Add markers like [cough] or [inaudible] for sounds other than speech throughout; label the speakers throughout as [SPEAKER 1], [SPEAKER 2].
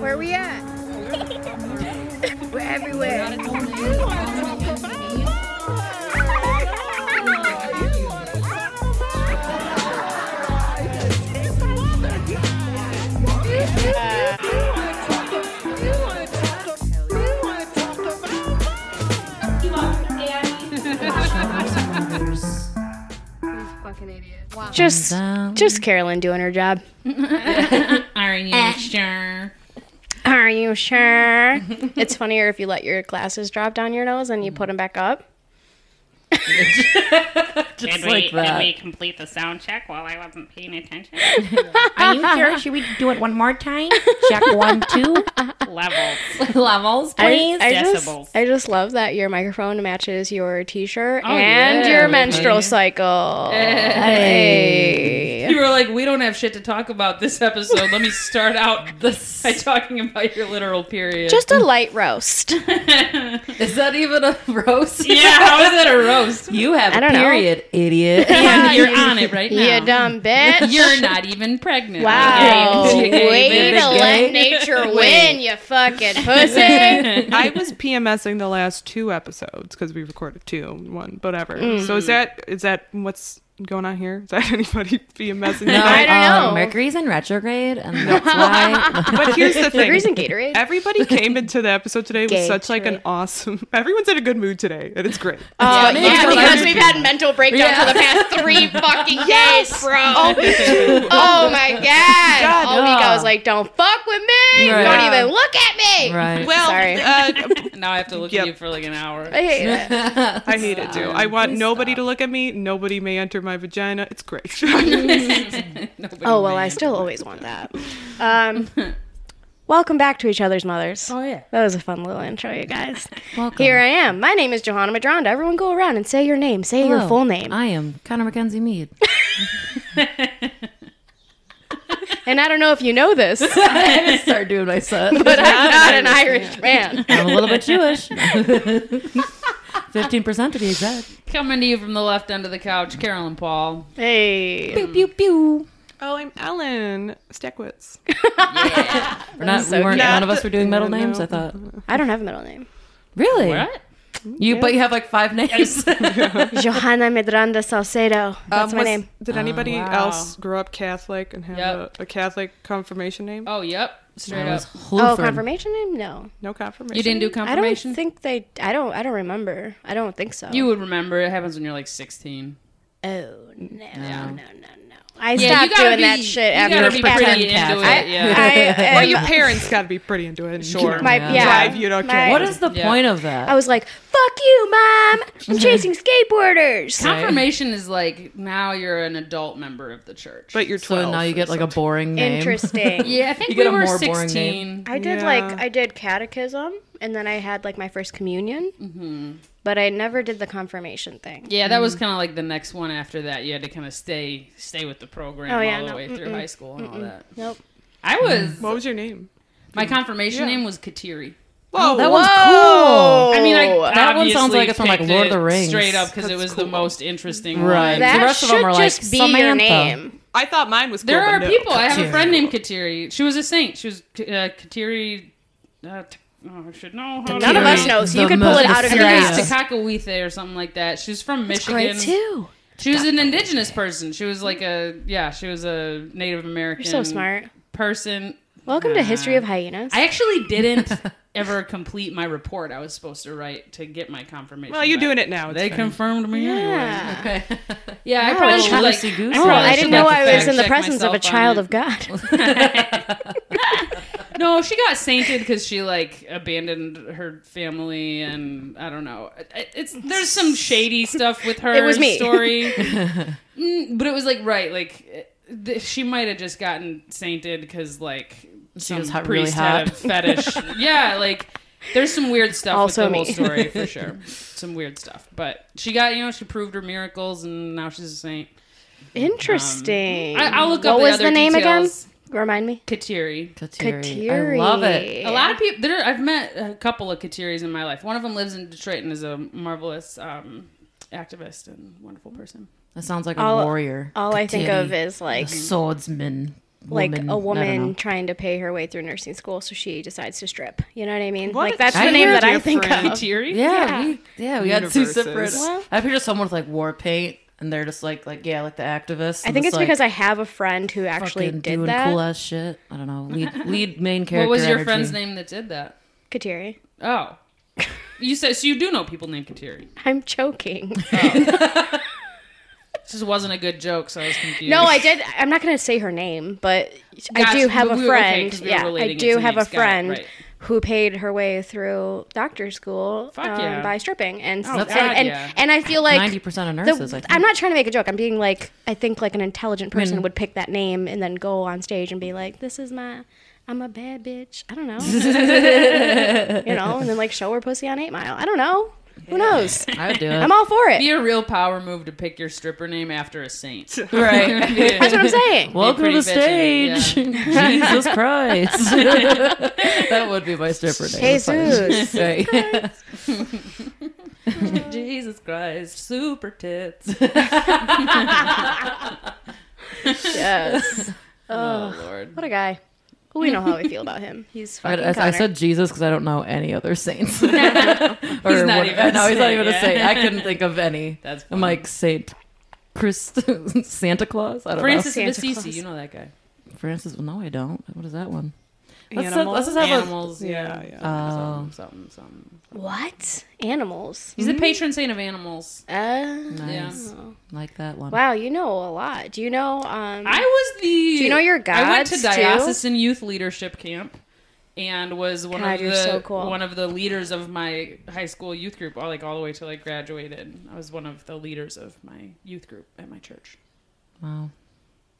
[SPEAKER 1] Where are we at? We're everywhere. Fucking idiot. Wow. Just, just Carolyn doing her job.
[SPEAKER 2] Are you sure?
[SPEAKER 1] Are you sure? it's funnier if you let your glasses drop down your nose and you put them back up.
[SPEAKER 3] Did
[SPEAKER 2] Just
[SPEAKER 3] we,
[SPEAKER 2] like
[SPEAKER 3] did
[SPEAKER 2] that.
[SPEAKER 3] we complete the sound check while I wasn't paying attention?
[SPEAKER 4] Are
[SPEAKER 1] [laughs]
[SPEAKER 4] you sure? Should we do it one more time? Check one, two
[SPEAKER 3] Levels.
[SPEAKER 2] Levels,
[SPEAKER 1] I,
[SPEAKER 2] please.
[SPEAKER 1] I
[SPEAKER 3] Decibels.
[SPEAKER 1] just, I just love that your microphone matches your t-shirt
[SPEAKER 2] Oh,
[SPEAKER 1] and
[SPEAKER 2] yeah,
[SPEAKER 1] your
[SPEAKER 2] buddy.
[SPEAKER 1] menstrual cycle. Hey.
[SPEAKER 5] You were like, we don't have shit to talk about this episode. Let me start out
[SPEAKER 2] This-
[SPEAKER 5] by talking about your literal period.
[SPEAKER 1] Just a light roast.
[SPEAKER 2] is that even a
[SPEAKER 1] [laughs]
[SPEAKER 2] roast?
[SPEAKER 5] yeah, how is that a roast?
[SPEAKER 2] You have
[SPEAKER 1] I
[SPEAKER 2] a
[SPEAKER 1] don't know.
[SPEAKER 2] period,
[SPEAKER 1] [laughs]
[SPEAKER 2] idiot.
[SPEAKER 5] And you're on it right now.
[SPEAKER 1] You dumb bitch.
[SPEAKER 5] You're not even pregnant.
[SPEAKER 1] Wow.
[SPEAKER 5] You gave
[SPEAKER 1] Way
[SPEAKER 5] it
[SPEAKER 1] to
[SPEAKER 5] a
[SPEAKER 1] let nature win, you fucking pussy.
[SPEAKER 5] [laughs]
[SPEAKER 6] I was PMSing the last two episodes because we recorded two and one, whatever. So
[SPEAKER 5] Mm-hmm.
[SPEAKER 6] is that is that what's going on here? [laughs] Is that anybody PMSing?
[SPEAKER 2] No,
[SPEAKER 1] I
[SPEAKER 6] tonight?
[SPEAKER 1] don't
[SPEAKER 2] um,
[SPEAKER 1] know.
[SPEAKER 2] Mercury's in
[SPEAKER 1] [laughs]
[SPEAKER 2] retrograde, and that's why. [laughs]
[SPEAKER 6] But
[SPEAKER 5] [laughs]
[SPEAKER 6] here's the thing.
[SPEAKER 1] Degrees in Gatorade.
[SPEAKER 6] Everybody came into the episode today with such like an
[SPEAKER 1] Gatorade.
[SPEAKER 6] awesome. [laughs] Everyone's in a good mood today, and
[SPEAKER 5] [laughs]
[SPEAKER 6] it's great.
[SPEAKER 1] Uh,
[SPEAKER 2] Yeah,
[SPEAKER 1] yeah,
[SPEAKER 2] maybe
[SPEAKER 1] because
[SPEAKER 2] that's-
[SPEAKER 1] we've had mental breakdowns
[SPEAKER 2] Yeah.
[SPEAKER 1] for the past
[SPEAKER 2] [laughs]
[SPEAKER 1] three fucking days, bro. [laughs] Oh, my god! All week I
[SPEAKER 2] yeah.
[SPEAKER 1] was like, "Don't fuck with me!
[SPEAKER 2] Right.
[SPEAKER 1] Don't even look at me!"
[SPEAKER 2] right.
[SPEAKER 6] Well,
[SPEAKER 1] Sorry.
[SPEAKER 6] uh,
[SPEAKER 5] Now I have to look
[SPEAKER 6] Yep.
[SPEAKER 5] at you for like an hour.
[SPEAKER 1] I hate it.
[SPEAKER 2] [laughs]
[SPEAKER 6] I hate it too. I want nobody to look at me. Nobody may enter my vagina. It's
[SPEAKER 5] Mm-hmm.
[SPEAKER 6] great. [laughs]
[SPEAKER 1] Oh well, I still always want that.
[SPEAKER 2] [laughs]
[SPEAKER 1] Um, welcome back to each other's mothers. Oh
[SPEAKER 5] yeah.
[SPEAKER 1] that was a fun little intro, you guys.
[SPEAKER 2] Welcome.
[SPEAKER 1] Here I am. My name is Johanna Madronda. Everyone, go around and say your name. Say your
[SPEAKER 2] Hello,
[SPEAKER 1] full name.
[SPEAKER 2] I am Connor
[SPEAKER 1] [laughs]
[SPEAKER 2] Mackenzie Mead. [laughs]
[SPEAKER 1] and I don't know if you know
[SPEAKER 2] [laughs]
[SPEAKER 1] this,
[SPEAKER 2] I had to start doing my set.
[SPEAKER 1] but I'm not an Irish man.
[SPEAKER 2] I'm [laughs] a little bit Jewish.
[SPEAKER 5] [laughs]
[SPEAKER 2] Fifteen percent to be exact.
[SPEAKER 5] Coming to you from the left end of the couch, Carolyn Paul.
[SPEAKER 1] Hey,
[SPEAKER 2] Pew pew pew.
[SPEAKER 6] oh, I'm Ellen Stackwitz.
[SPEAKER 5] Um,
[SPEAKER 2] We're not,
[SPEAKER 1] so
[SPEAKER 2] we weren't,
[SPEAKER 6] cute.
[SPEAKER 2] none of us were doing middle
[SPEAKER 6] No, no.
[SPEAKER 2] names. I thought
[SPEAKER 1] I don't have a middle name.
[SPEAKER 2] really.
[SPEAKER 5] What?
[SPEAKER 2] You
[SPEAKER 5] [laughs]
[SPEAKER 2] but you have like five [laughs] names.
[SPEAKER 1] Johanna Medranda
[SPEAKER 5] Uh,
[SPEAKER 1] Salcedo. That's
[SPEAKER 6] Um,
[SPEAKER 1] my
[SPEAKER 6] was-
[SPEAKER 1] name.
[SPEAKER 6] Did anybody
[SPEAKER 5] Oh, wow.
[SPEAKER 6] else grow up Catholic and have
[SPEAKER 5] Yep.
[SPEAKER 6] a, a Catholic confirmation name?
[SPEAKER 5] [laughs] Oh, yep. Straight
[SPEAKER 2] I
[SPEAKER 5] up.
[SPEAKER 2] was
[SPEAKER 1] Oh,
[SPEAKER 2] Lutheran.
[SPEAKER 1] confirmation name? No,
[SPEAKER 6] No confirmation.
[SPEAKER 5] You didn't do
[SPEAKER 1] I don't
[SPEAKER 5] confirmation?
[SPEAKER 1] think they. I don't. I don't remember. I don't think so.
[SPEAKER 5] you would remember. It happens when you're like 16.
[SPEAKER 1] Oh no,
[SPEAKER 5] Yeah.
[SPEAKER 1] no, no, no. I
[SPEAKER 5] you
[SPEAKER 1] stopped
[SPEAKER 5] gotta
[SPEAKER 1] doing
[SPEAKER 5] be-
[SPEAKER 1] that shit
[SPEAKER 5] you
[SPEAKER 1] after
[SPEAKER 5] gotta be
[SPEAKER 1] Catholic.
[SPEAKER 5] pretty into
[SPEAKER 2] Catholic.
[SPEAKER 5] it. Yeah.
[SPEAKER 1] I
[SPEAKER 5] [laughs]
[SPEAKER 1] um,
[SPEAKER 6] Well,
[SPEAKER 1] am,
[SPEAKER 6] your parents got to be pretty into it. and, you
[SPEAKER 5] Sure.
[SPEAKER 6] know,
[SPEAKER 1] my,
[SPEAKER 2] Yeah.
[SPEAKER 1] yeah.
[SPEAKER 6] drive you
[SPEAKER 1] My-
[SPEAKER 6] to Catholic.
[SPEAKER 2] What is the
[SPEAKER 5] Yeah.
[SPEAKER 2] point of that?
[SPEAKER 1] I was like, "Fuck you, mom!
[SPEAKER 5] [laughs]
[SPEAKER 1] I'm chasing skateboarders."
[SPEAKER 5] Confirmation is like now you're an adult member of the church.
[SPEAKER 6] But you're
[SPEAKER 2] so
[SPEAKER 6] 12.
[SPEAKER 2] now you get like a boring name.
[SPEAKER 1] Interesting.
[SPEAKER 5] [laughs] yeah, I think
[SPEAKER 2] You get
[SPEAKER 5] we
[SPEAKER 2] a
[SPEAKER 5] were
[SPEAKER 2] more
[SPEAKER 5] 16.
[SPEAKER 2] boring
[SPEAKER 1] I did
[SPEAKER 6] Yeah.
[SPEAKER 1] like I did catechism, and then I had like my first communion, but I never did the confirmation thing.
[SPEAKER 5] Mm-hmm. Yeah, that was kind of like the next one after that. You had to kind of stay stay with the program
[SPEAKER 1] Oh, yeah,
[SPEAKER 5] all the
[SPEAKER 1] no,
[SPEAKER 5] way through high school and all that.
[SPEAKER 1] Nope. Mm.
[SPEAKER 5] I was
[SPEAKER 6] What was your name?
[SPEAKER 5] my confirmation
[SPEAKER 6] mm, Yeah.
[SPEAKER 5] name was Kateri.
[SPEAKER 6] Whoa.
[SPEAKER 2] [laughs] that one's
[SPEAKER 1] Oh.
[SPEAKER 2] cool.
[SPEAKER 5] I mean, I
[SPEAKER 2] That one sounds
[SPEAKER 5] obviously
[SPEAKER 2] like it's from, like,
[SPEAKER 5] picked
[SPEAKER 2] Lord of the
[SPEAKER 5] it
[SPEAKER 2] Rings.
[SPEAKER 5] straight up because it was the most interesting.
[SPEAKER 2] Right.
[SPEAKER 5] Right.
[SPEAKER 1] That
[SPEAKER 2] the rest of
[SPEAKER 1] should
[SPEAKER 2] them are like
[SPEAKER 1] just be your
[SPEAKER 2] Samantha.
[SPEAKER 1] name.
[SPEAKER 6] I thought mine was cool.
[SPEAKER 5] There
[SPEAKER 6] but
[SPEAKER 5] are
[SPEAKER 6] no.
[SPEAKER 5] people. I have a
[SPEAKER 2] Kateri.
[SPEAKER 5] friend named Kateri. She was a saint. She was uh, Kateri. Uh, t- oh, I should know. How
[SPEAKER 1] None of
[SPEAKER 5] to-
[SPEAKER 1] us knows. You
[SPEAKER 2] The
[SPEAKER 1] can pull it out of your
[SPEAKER 2] most-
[SPEAKER 5] I think
[SPEAKER 1] ass.
[SPEAKER 5] it's Takakawithe or something like that. She's from Michigan.
[SPEAKER 1] Great too.
[SPEAKER 5] She was an indigenous person. She was like a yeah. She was a Native American.
[SPEAKER 1] You're so smart.
[SPEAKER 5] person.
[SPEAKER 1] Welcome to History of Hyenas.
[SPEAKER 5] I actually didn't [laughs] ever complete my report I was supposed to write to get my confirmation.
[SPEAKER 6] Well, you're
[SPEAKER 5] back.
[SPEAKER 6] doing it now. It's
[SPEAKER 5] They
[SPEAKER 6] fine.
[SPEAKER 5] confirmed me anyway.
[SPEAKER 1] yeah.
[SPEAKER 5] Yeah, I probably should like.
[SPEAKER 2] Lucy Goose.
[SPEAKER 5] I
[SPEAKER 2] Oh,
[SPEAKER 1] Oh,
[SPEAKER 5] probably
[SPEAKER 1] I
[SPEAKER 5] should,
[SPEAKER 1] didn't
[SPEAKER 5] like,
[SPEAKER 1] know I was
[SPEAKER 5] fact
[SPEAKER 1] in the
[SPEAKER 5] check
[SPEAKER 1] presence of
[SPEAKER 5] myself
[SPEAKER 1] a
[SPEAKER 5] on
[SPEAKER 1] child
[SPEAKER 5] it. Um,
[SPEAKER 1] of God.
[SPEAKER 5] No, she got sainted because she like abandoned her family, and I don't know. It- It's there's some shady stuff with her.
[SPEAKER 1] It was me. [laughs]
[SPEAKER 5] story, Mm, but it was like right, like eh, th- she might have just gotten sainted because like some
[SPEAKER 2] was hot- really
[SPEAKER 5] priest had a
[SPEAKER 2] hot. [laughs]
[SPEAKER 5] fetish. yeah, like there's some weird stuff
[SPEAKER 1] Also
[SPEAKER 5] with the
[SPEAKER 1] me.
[SPEAKER 5] whole story
[SPEAKER 1] [laughs]
[SPEAKER 5] for sure. some weird stuff, but she got you know she proved her miracles, and now she's a saint.
[SPEAKER 1] [laughs] Interesting.
[SPEAKER 5] I, I'll look
[SPEAKER 1] what
[SPEAKER 5] up.
[SPEAKER 1] was
[SPEAKER 5] the,
[SPEAKER 1] the
[SPEAKER 5] other
[SPEAKER 1] name
[SPEAKER 5] details.
[SPEAKER 1] again? Remind me.
[SPEAKER 5] Kateri.
[SPEAKER 2] [laughs] Kateri.
[SPEAKER 1] Kateri.
[SPEAKER 2] I love it.
[SPEAKER 5] A lot of people. There, I've met a couple of Kateris in my life. One of them lives in Detroit and is a marvelous um, activist and wonderful person.
[SPEAKER 2] That sounds like a
[SPEAKER 1] All-
[SPEAKER 2] warrior.
[SPEAKER 1] All I think of
[SPEAKER 2] Kateri.
[SPEAKER 1] is like
[SPEAKER 2] swordsman.
[SPEAKER 1] like
[SPEAKER 2] woman- I
[SPEAKER 1] a
[SPEAKER 2] don't know.
[SPEAKER 1] woman trying to pay her way through nursing school, so she decides to strip. You know what I mean?
[SPEAKER 6] What
[SPEAKER 1] Like
[SPEAKER 6] a
[SPEAKER 1] that's the
[SPEAKER 2] I
[SPEAKER 1] name
[SPEAKER 2] hear
[SPEAKER 1] that I
[SPEAKER 6] different
[SPEAKER 1] think of.
[SPEAKER 5] Theory?
[SPEAKER 2] Yeah, we, yeah, we got two
[SPEAKER 6] Universes.
[SPEAKER 2] separate.
[SPEAKER 1] Well-
[SPEAKER 2] I picture someone with like war paint, and they're just like, like yeah, like the activists.
[SPEAKER 1] I
[SPEAKER 2] and
[SPEAKER 1] think
[SPEAKER 2] just,
[SPEAKER 1] it's
[SPEAKER 2] like,
[SPEAKER 1] because I have a friend who actually
[SPEAKER 2] fucking
[SPEAKER 1] did
[SPEAKER 2] doing
[SPEAKER 1] that.
[SPEAKER 2] cool ass shit. I don't know. Lead, lead main
[SPEAKER 5] [laughs]
[SPEAKER 2] character.
[SPEAKER 5] What was your
[SPEAKER 2] energy.
[SPEAKER 5] friend's name that did that?
[SPEAKER 1] Kateri.
[SPEAKER 5] Oh. You said so you do know people named Kateri.
[SPEAKER 1] I'm choking.
[SPEAKER 5] Oh. This just wasn't a good joke, so I was confused. [laughs]
[SPEAKER 1] no, I did. I'm not going to say her name, but I
[SPEAKER 5] Gotcha,
[SPEAKER 1] do have
[SPEAKER 5] but
[SPEAKER 1] a
[SPEAKER 5] we were okay,
[SPEAKER 1] friend.
[SPEAKER 5] 'cause we were
[SPEAKER 1] yeah, I
[SPEAKER 5] relating it
[SPEAKER 1] do
[SPEAKER 5] to
[SPEAKER 1] have
[SPEAKER 5] names.
[SPEAKER 1] a
[SPEAKER 5] Got it,
[SPEAKER 1] friend
[SPEAKER 5] right.
[SPEAKER 1] who paid her way through doctor school
[SPEAKER 5] Fuck
[SPEAKER 1] um,
[SPEAKER 5] yeah.
[SPEAKER 1] by stripping, and
[SPEAKER 5] Oh,
[SPEAKER 1] and,
[SPEAKER 5] God,
[SPEAKER 1] and,
[SPEAKER 5] yeah.
[SPEAKER 1] and I feel like
[SPEAKER 2] Ninety percent of
[SPEAKER 1] the-
[SPEAKER 2] nurses. I think.
[SPEAKER 1] I'm not trying to make a joke. I'm being like, I think like an intelligent person
[SPEAKER 2] mean-
[SPEAKER 1] would pick that name and then go on stage and be like, "This is my, I'm a bad bitch." I
[SPEAKER 2] [laughs]
[SPEAKER 1] don't know, you know, and then like show her pussy on Eight Mile. I don't know. Who knows? [laughs]
[SPEAKER 2] I would do
[SPEAKER 1] I'm
[SPEAKER 2] it.
[SPEAKER 1] all for it.
[SPEAKER 5] be a real power move to pick your stripper name after a
[SPEAKER 2] [laughs]
[SPEAKER 5] saint.
[SPEAKER 2] right.
[SPEAKER 1] That's what I'm saying.
[SPEAKER 2] Welcome to
[SPEAKER 5] pretty
[SPEAKER 2] the
[SPEAKER 5] bitchin',
[SPEAKER 2] stage. [laughs] Jesus Christ. [laughs] that would be my stripper name.
[SPEAKER 1] Jesus.
[SPEAKER 2] Right. [laughs] Jesus Christ. Super tits.
[SPEAKER 1] yes.
[SPEAKER 5] Oh lord.
[SPEAKER 1] What a guy. Well, we know how we feel about him. He's
[SPEAKER 2] I,
[SPEAKER 1] fucking.
[SPEAKER 2] I- I
[SPEAKER 1] Connor.
[SPEAKER 2] said Jesus because I don't know any other saints. he's not
[SPEAKER 5] even a
[SPEAKER 2] no, he's not
[SPEAKER 5] saint,
[SPEAKER 2] even a
[SPEAKER 5] yeah.
[SPEAKER 2] saint. I couldn't think of any.
[SPEAKER 5] That's
[SPEAKER 2] I'm like Saint Christ, [laughs] Santa Claus. I don't
[SPEAKER 5] Francis of
[SPEAKER 1] Santa
[SPEAKER 5] Assisi,
[SPEAKER 1] Claus.
[SPEAKER 5] you know that guy.
[SPEAKER 2] know. Francis. No, I don't. What is that one? Let's,
[SPEAKER 6] Animals?
[SPEAKER 2] let's just have
[SPEAKER 5] Animals, yeah.
[SPEAKER 6] yeah, yeah.
[SPEAKER 2] a. Oh,
[SPEAKER 5] Something, something, something.
[SPEAKER 1] what animals? Hmm?
[SPEAKER 5] He's the patron saint of animals.
[SPEAKER 1] Uh,
[SPEAKER 2] nice. Like that one.
[SPEAKER 1] wow, you know a lot. Do you know? Um,
[SPEAKER 5] I was the. Do
[SPEAKER 1] you know your
[SPEAKER 5] I went to
[SPEAKER 1] gods, too?
[SPEAKER 5] diocesan youth leadership camp, and was one
[SPEAKER 1] God,
[SPEAKER 5] of
[SPEAKER 1] you're
[SPEAKER 5] the
[SPEAKER 1] so cool.
[SPEAKER 5] one of the leaders of my high school youth group, all like all the way till I graduated. I was one of the leaders of my youth group at my church
[SPEAKER 2] Wow.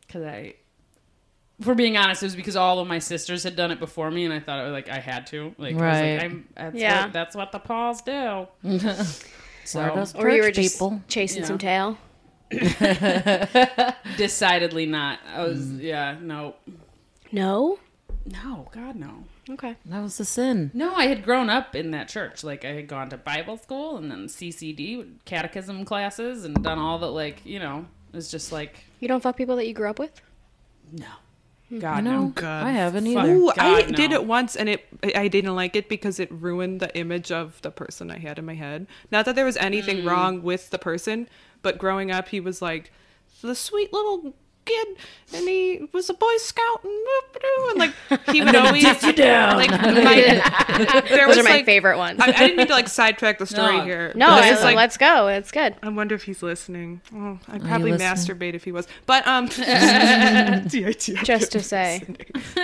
[SPEAKER 5] because I. For being honest, it was because all of my sisters had done it before me, and I thought it was like I had to. Like, I
[SPEAKER 2] Right.
[SPEAKER 5] was like, I'm, that's,
[SPEAKER 1] Yeah.
[SPEAKER 5] what, that's what the Pauls do. so
[SPEAKER 2] Stardust
[SPEAKER 1] or you
[SPEAKER 2] Church
[SPEAKER 1] were just
[SPEAKER 2] people.
[SPEAKER 1] chasing
[SPEAKER 5] Yeah.
[SPEAKER 1] some tail.
[SPEAKER 5] decidedly not. I was, yeah, no,
[SPEAKER 1] No.
[SPEAKER 5] no, God, no.
[SPEAKER 1] Okay.
[SPEAKER 2] That was the sin.
[SPEAKER 5] No, I had grown up in that church. Like I had gone to Bible school and then CCD catechism classes and done all that. Like you know, it was just like
[SPEAKER 1] You don't fuck people that you grew up with?
[SPEAKER 5] no, God
[SPEAKER 2] No,
[SPEAKER 5] no. [laughs]
[SPEAKER 6] God.
[SPEAKER 2] I haven't
[SPEAKER 5] Fuck.
[SPEAKER 2] either.
[SPEAKER 6] Ooh, I
[SPEAKER 5] God,
[SPEAKER 6] did
[SPEAKER 5] no.
[SPEAKER 6] it once, and it I- I didn't like it because it ruined the image of the person I had in my head. Not that there was anything
[SPEAKER 1] Mm.
[SPEAKER 6] wrong with the person, but growing up, he was like the sweet little kid, and he was a Boy Scout, and, whoop-a-doo, and like he would always you down. Like my, there
[SPEAKER 1] Those
[SPEAKER 6] was
[SPEAKER 1] are my
[SPEAKER 6] like,
[SPEAKER 1] favorite ones.
[SPEAKER 6] I, I didn't mean to like sidetrack the story
[SPEAKER 5] No.
[SPEAKER 6] here.
[SPEAKER 1] [laughs] no,
[SPEAKER 6] but it's
[SPEAKER 1] I-
[SPEAKER 6] just, like,
[SPEAKER 1] let's go. It's good.
[SPEAKER 6] I wonder if he's listening. Oh, I'd probably
[SPEAKER 2] listening?
[SPEAKER 6] masturbate if he was.
[SPEAKER 2] [laughs]
[SPEAKER 6] But um, [laughs] DITF.
[SPEAKER 1] Just to say,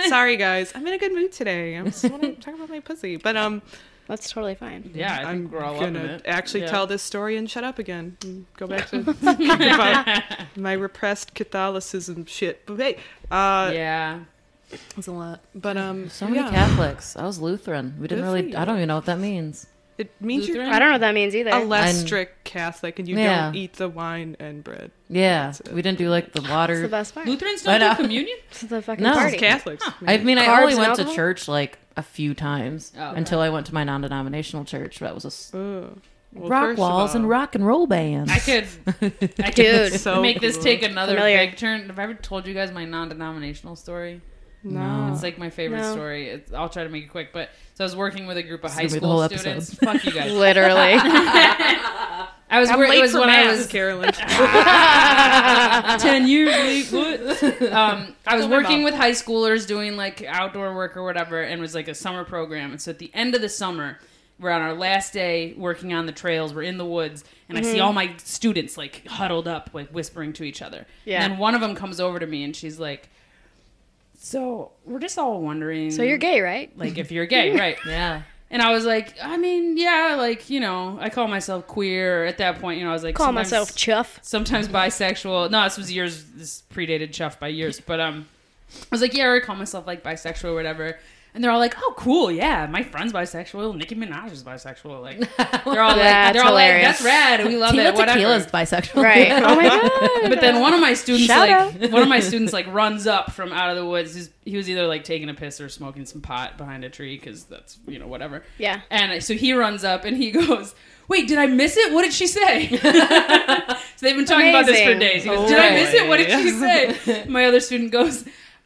[SPEAKER 6] Sorry, guys. I'm in a good mood today. I just
[SPEAKER 1] [laughs]
[SPEAKER 6] want to talk about my pussy. But um,
[SPEAKER 1] that's totally fine.
[SPEAKER 5] Yeah, I think
[SPEAKER 6] I'm
[SPEAKER 5] we're all up in
[SPEAKER 6] gonna
[SPEAKER 5] it.
[SPEAKER 6] actually
[SPEAKER 5] Yeah.
[SPEAKER 6] tell this story and shut up again. And go back
[SPEAKER 1] [laughs]
[SPEAKER 6] to thinking
[SPEAKER 5] [laughs]
[SPEAKER 6] about my repressed Catholicism shit. But hey, uh,
[SPEAKER 5] Yeah,
[SPEAKER 6] it's a lot. But um,
[SPEAKER 2] So many
[SPEAKER 6] yeah.
[SPEAKER 2] Catholics. I was Lutheran. We didn't
[SPEAKER 6] Good for
[SPEAKER 2] really. I don't even know what that means.
[SPEAKER 6] It means you're
[SPEAKER 5] Lutheran?
[SPEAKER 1] I don't know what that means either.
[SPEAKER 6] a less
[SPEAKER 2] I'm-
[SPEAKER 6] strict Catholic, and you
[SPEAKER 2] Yeah.
[SPEAKER 6] don't eat the wine and bread.
[SPEAKER 2] Yeah, we didn't do like the water.
[SPEAKER 1] It's the best part.
[SPEAKER 5] Lutherans
[SPEAKER 2] I
[SPEAKER 5] don't
[SPEAKER 2] know.
[SPEAKER 5] do communion.
[SPEAKER 1] It's the fucking
[SPEAKER 2] No.
[SPEAKER 1] party.
[SPEAKER 6] Catholics.
[SPEAKER 2] I mean,
[SPEAKER 1] Carbs
[SPEAKER 2] I only
[SPEAKER 1] and
[SPEAKER 2] went to
[SPEAKER 1] alcohol?
[SPEAKER 2] church like a few times
[SPEAKER 5] Oh, okay.
[SPEAKER 2] until I went to my non-denominational church. That was a s-
[SPEAKER 6] Ugh. Well,
[SPEAKER 2] rock
[SPEAKER 6] first of
[SPEAKER 2] walls and
[SPEAKER 6] all-
[SPEAKER 2] rock and roll bands.
[SPEAKER 5] I
[SPEAKER 2] [laughs]
[SPEAKER 5] could, I could
[SPEAKER 1] Dude.
[SPEAKER 6] So
[SPEAKER 5] make this
[SPEAKER 6] cool.
[SPEAKER 5] take another
[SPEAKER 1] Familiar.
[SPEAKER 5] big turn. Have I ever told you guys my non-denominational story?
[SPEAKER 6] No.
[SPEAKER 5] It's like my favorite
[SPEAKER 1] No.
[SPEAKER 5] story. It's, I'll try to make it quick, but so I was working with a group of
[SPEAKER 2] This
[SPEAKER 5] high
[SPEAKER 2] is gonna be the
[SPEAKER 5] school
[SPEAKER 2] whole
[SPEAKER 5] students.
[SPEAKER 2] episode.
[SPEAKER 5] Fuck you
[SPEAKER 1] [laughs]
[SPEAKER 5] guys.
[SPEAKER 1] Literally.
[SPEAKER 5] I was.
[SPEAKER 6] I'm
[SPEAKER 5] wor- it
[SPEAKER 6] late
[SPEAKER 5] was
[SPEAKER 6] for
[SPEAKER 5] when I
[SPEAKER 6] mass,
[SPEAKER 5] was
[SPEAKER 6] [laughs] Carolyn.
[SPEAKER 1] [laughs]
[SPEAKER 5] 10 years late. What? Um, I was
[SPEAKER 6] Don't worry
[SPEAKER 5] working with
[SPEAKER 6] about
[SPEAKER 5] high schoolers doing like outdoor work or whatever, and it was like a summer program. And so at the end of the summer, we're on our last day working on the trails. We're in the woods, and I see
[SPEAKER 1] Mm-hmm.
[SPEAKER 5] all my students like huddled up, like whispering to each other.
[SPEAKER 1] Yeah.
[SPEAKER 5] And then one of them comes over to me, and she's like, "So we're just all wondering.
[SPEAKER 1] so you're gay, right?
[SPEAKER 5] Like if you're gay,
[SPEAKER 1] [laughs]
[SPEAKER 5] right?
[SPEAKER 2] yeah,
[SPEAKER 5] And I was like, I mean, yeah, like you know, I call myself queer at that point. You know, I was like,
[SPEAKER 1] Call
[SPEAKER 5] sometimes-
[SPEAKER 1] myself Chuff.
[SPEAKER 5] sometimes bisexual. No, this was years. This predated Chuff by years, but um, I was like, yeah, I call myself like bisexual or whatever. And they're all like, oh, cool, yeah, my friend's bisexual. Nicki Minaj is bisexual. Like,
[SPEAKER 1] [laughs]
[SPEAKER 5] they're all like,
[SPEAKER 1] That's
[SPEAKER 5] they're all like,
[SPEAKER 1] hilarious.
[SPEAKER 5] that's rad. We love
[SPEAKER 2] Tila
[SPEAKER 5] it. Whatever.
[SPEAKER 2] Tequila's bisexual. [laughs]
[SPEAKER 1] Right. Oh my
[SPEAKER 5] [laughs]
[SPEAKER 1] god.
[SPEAKER 5] But then one of my students,
[SPEAKER 1] Shout
[SPEAKER 5] like one of my
[SPEAKER 1] [laughs]
[SPEAKER 5] students, like runs up from out of the woods. He's, he was either like taking a piss or smoking some pot behind a tree because that's you know whatever.
[SPEAKER 1] Yeah.
[SPEAKER 5] And so he runs up and he [laughs] goes, "Wait, did I miss it? What did
[SPEAKER 1] [laughs]
[SPEAKER 5] she say?" so they've been talking about this for
[SPEAKER 1] Amazing. Oh, [laughs]
[SPEAKER 5] days. He goes, "Did I miss it? What did she say?" My other student goes.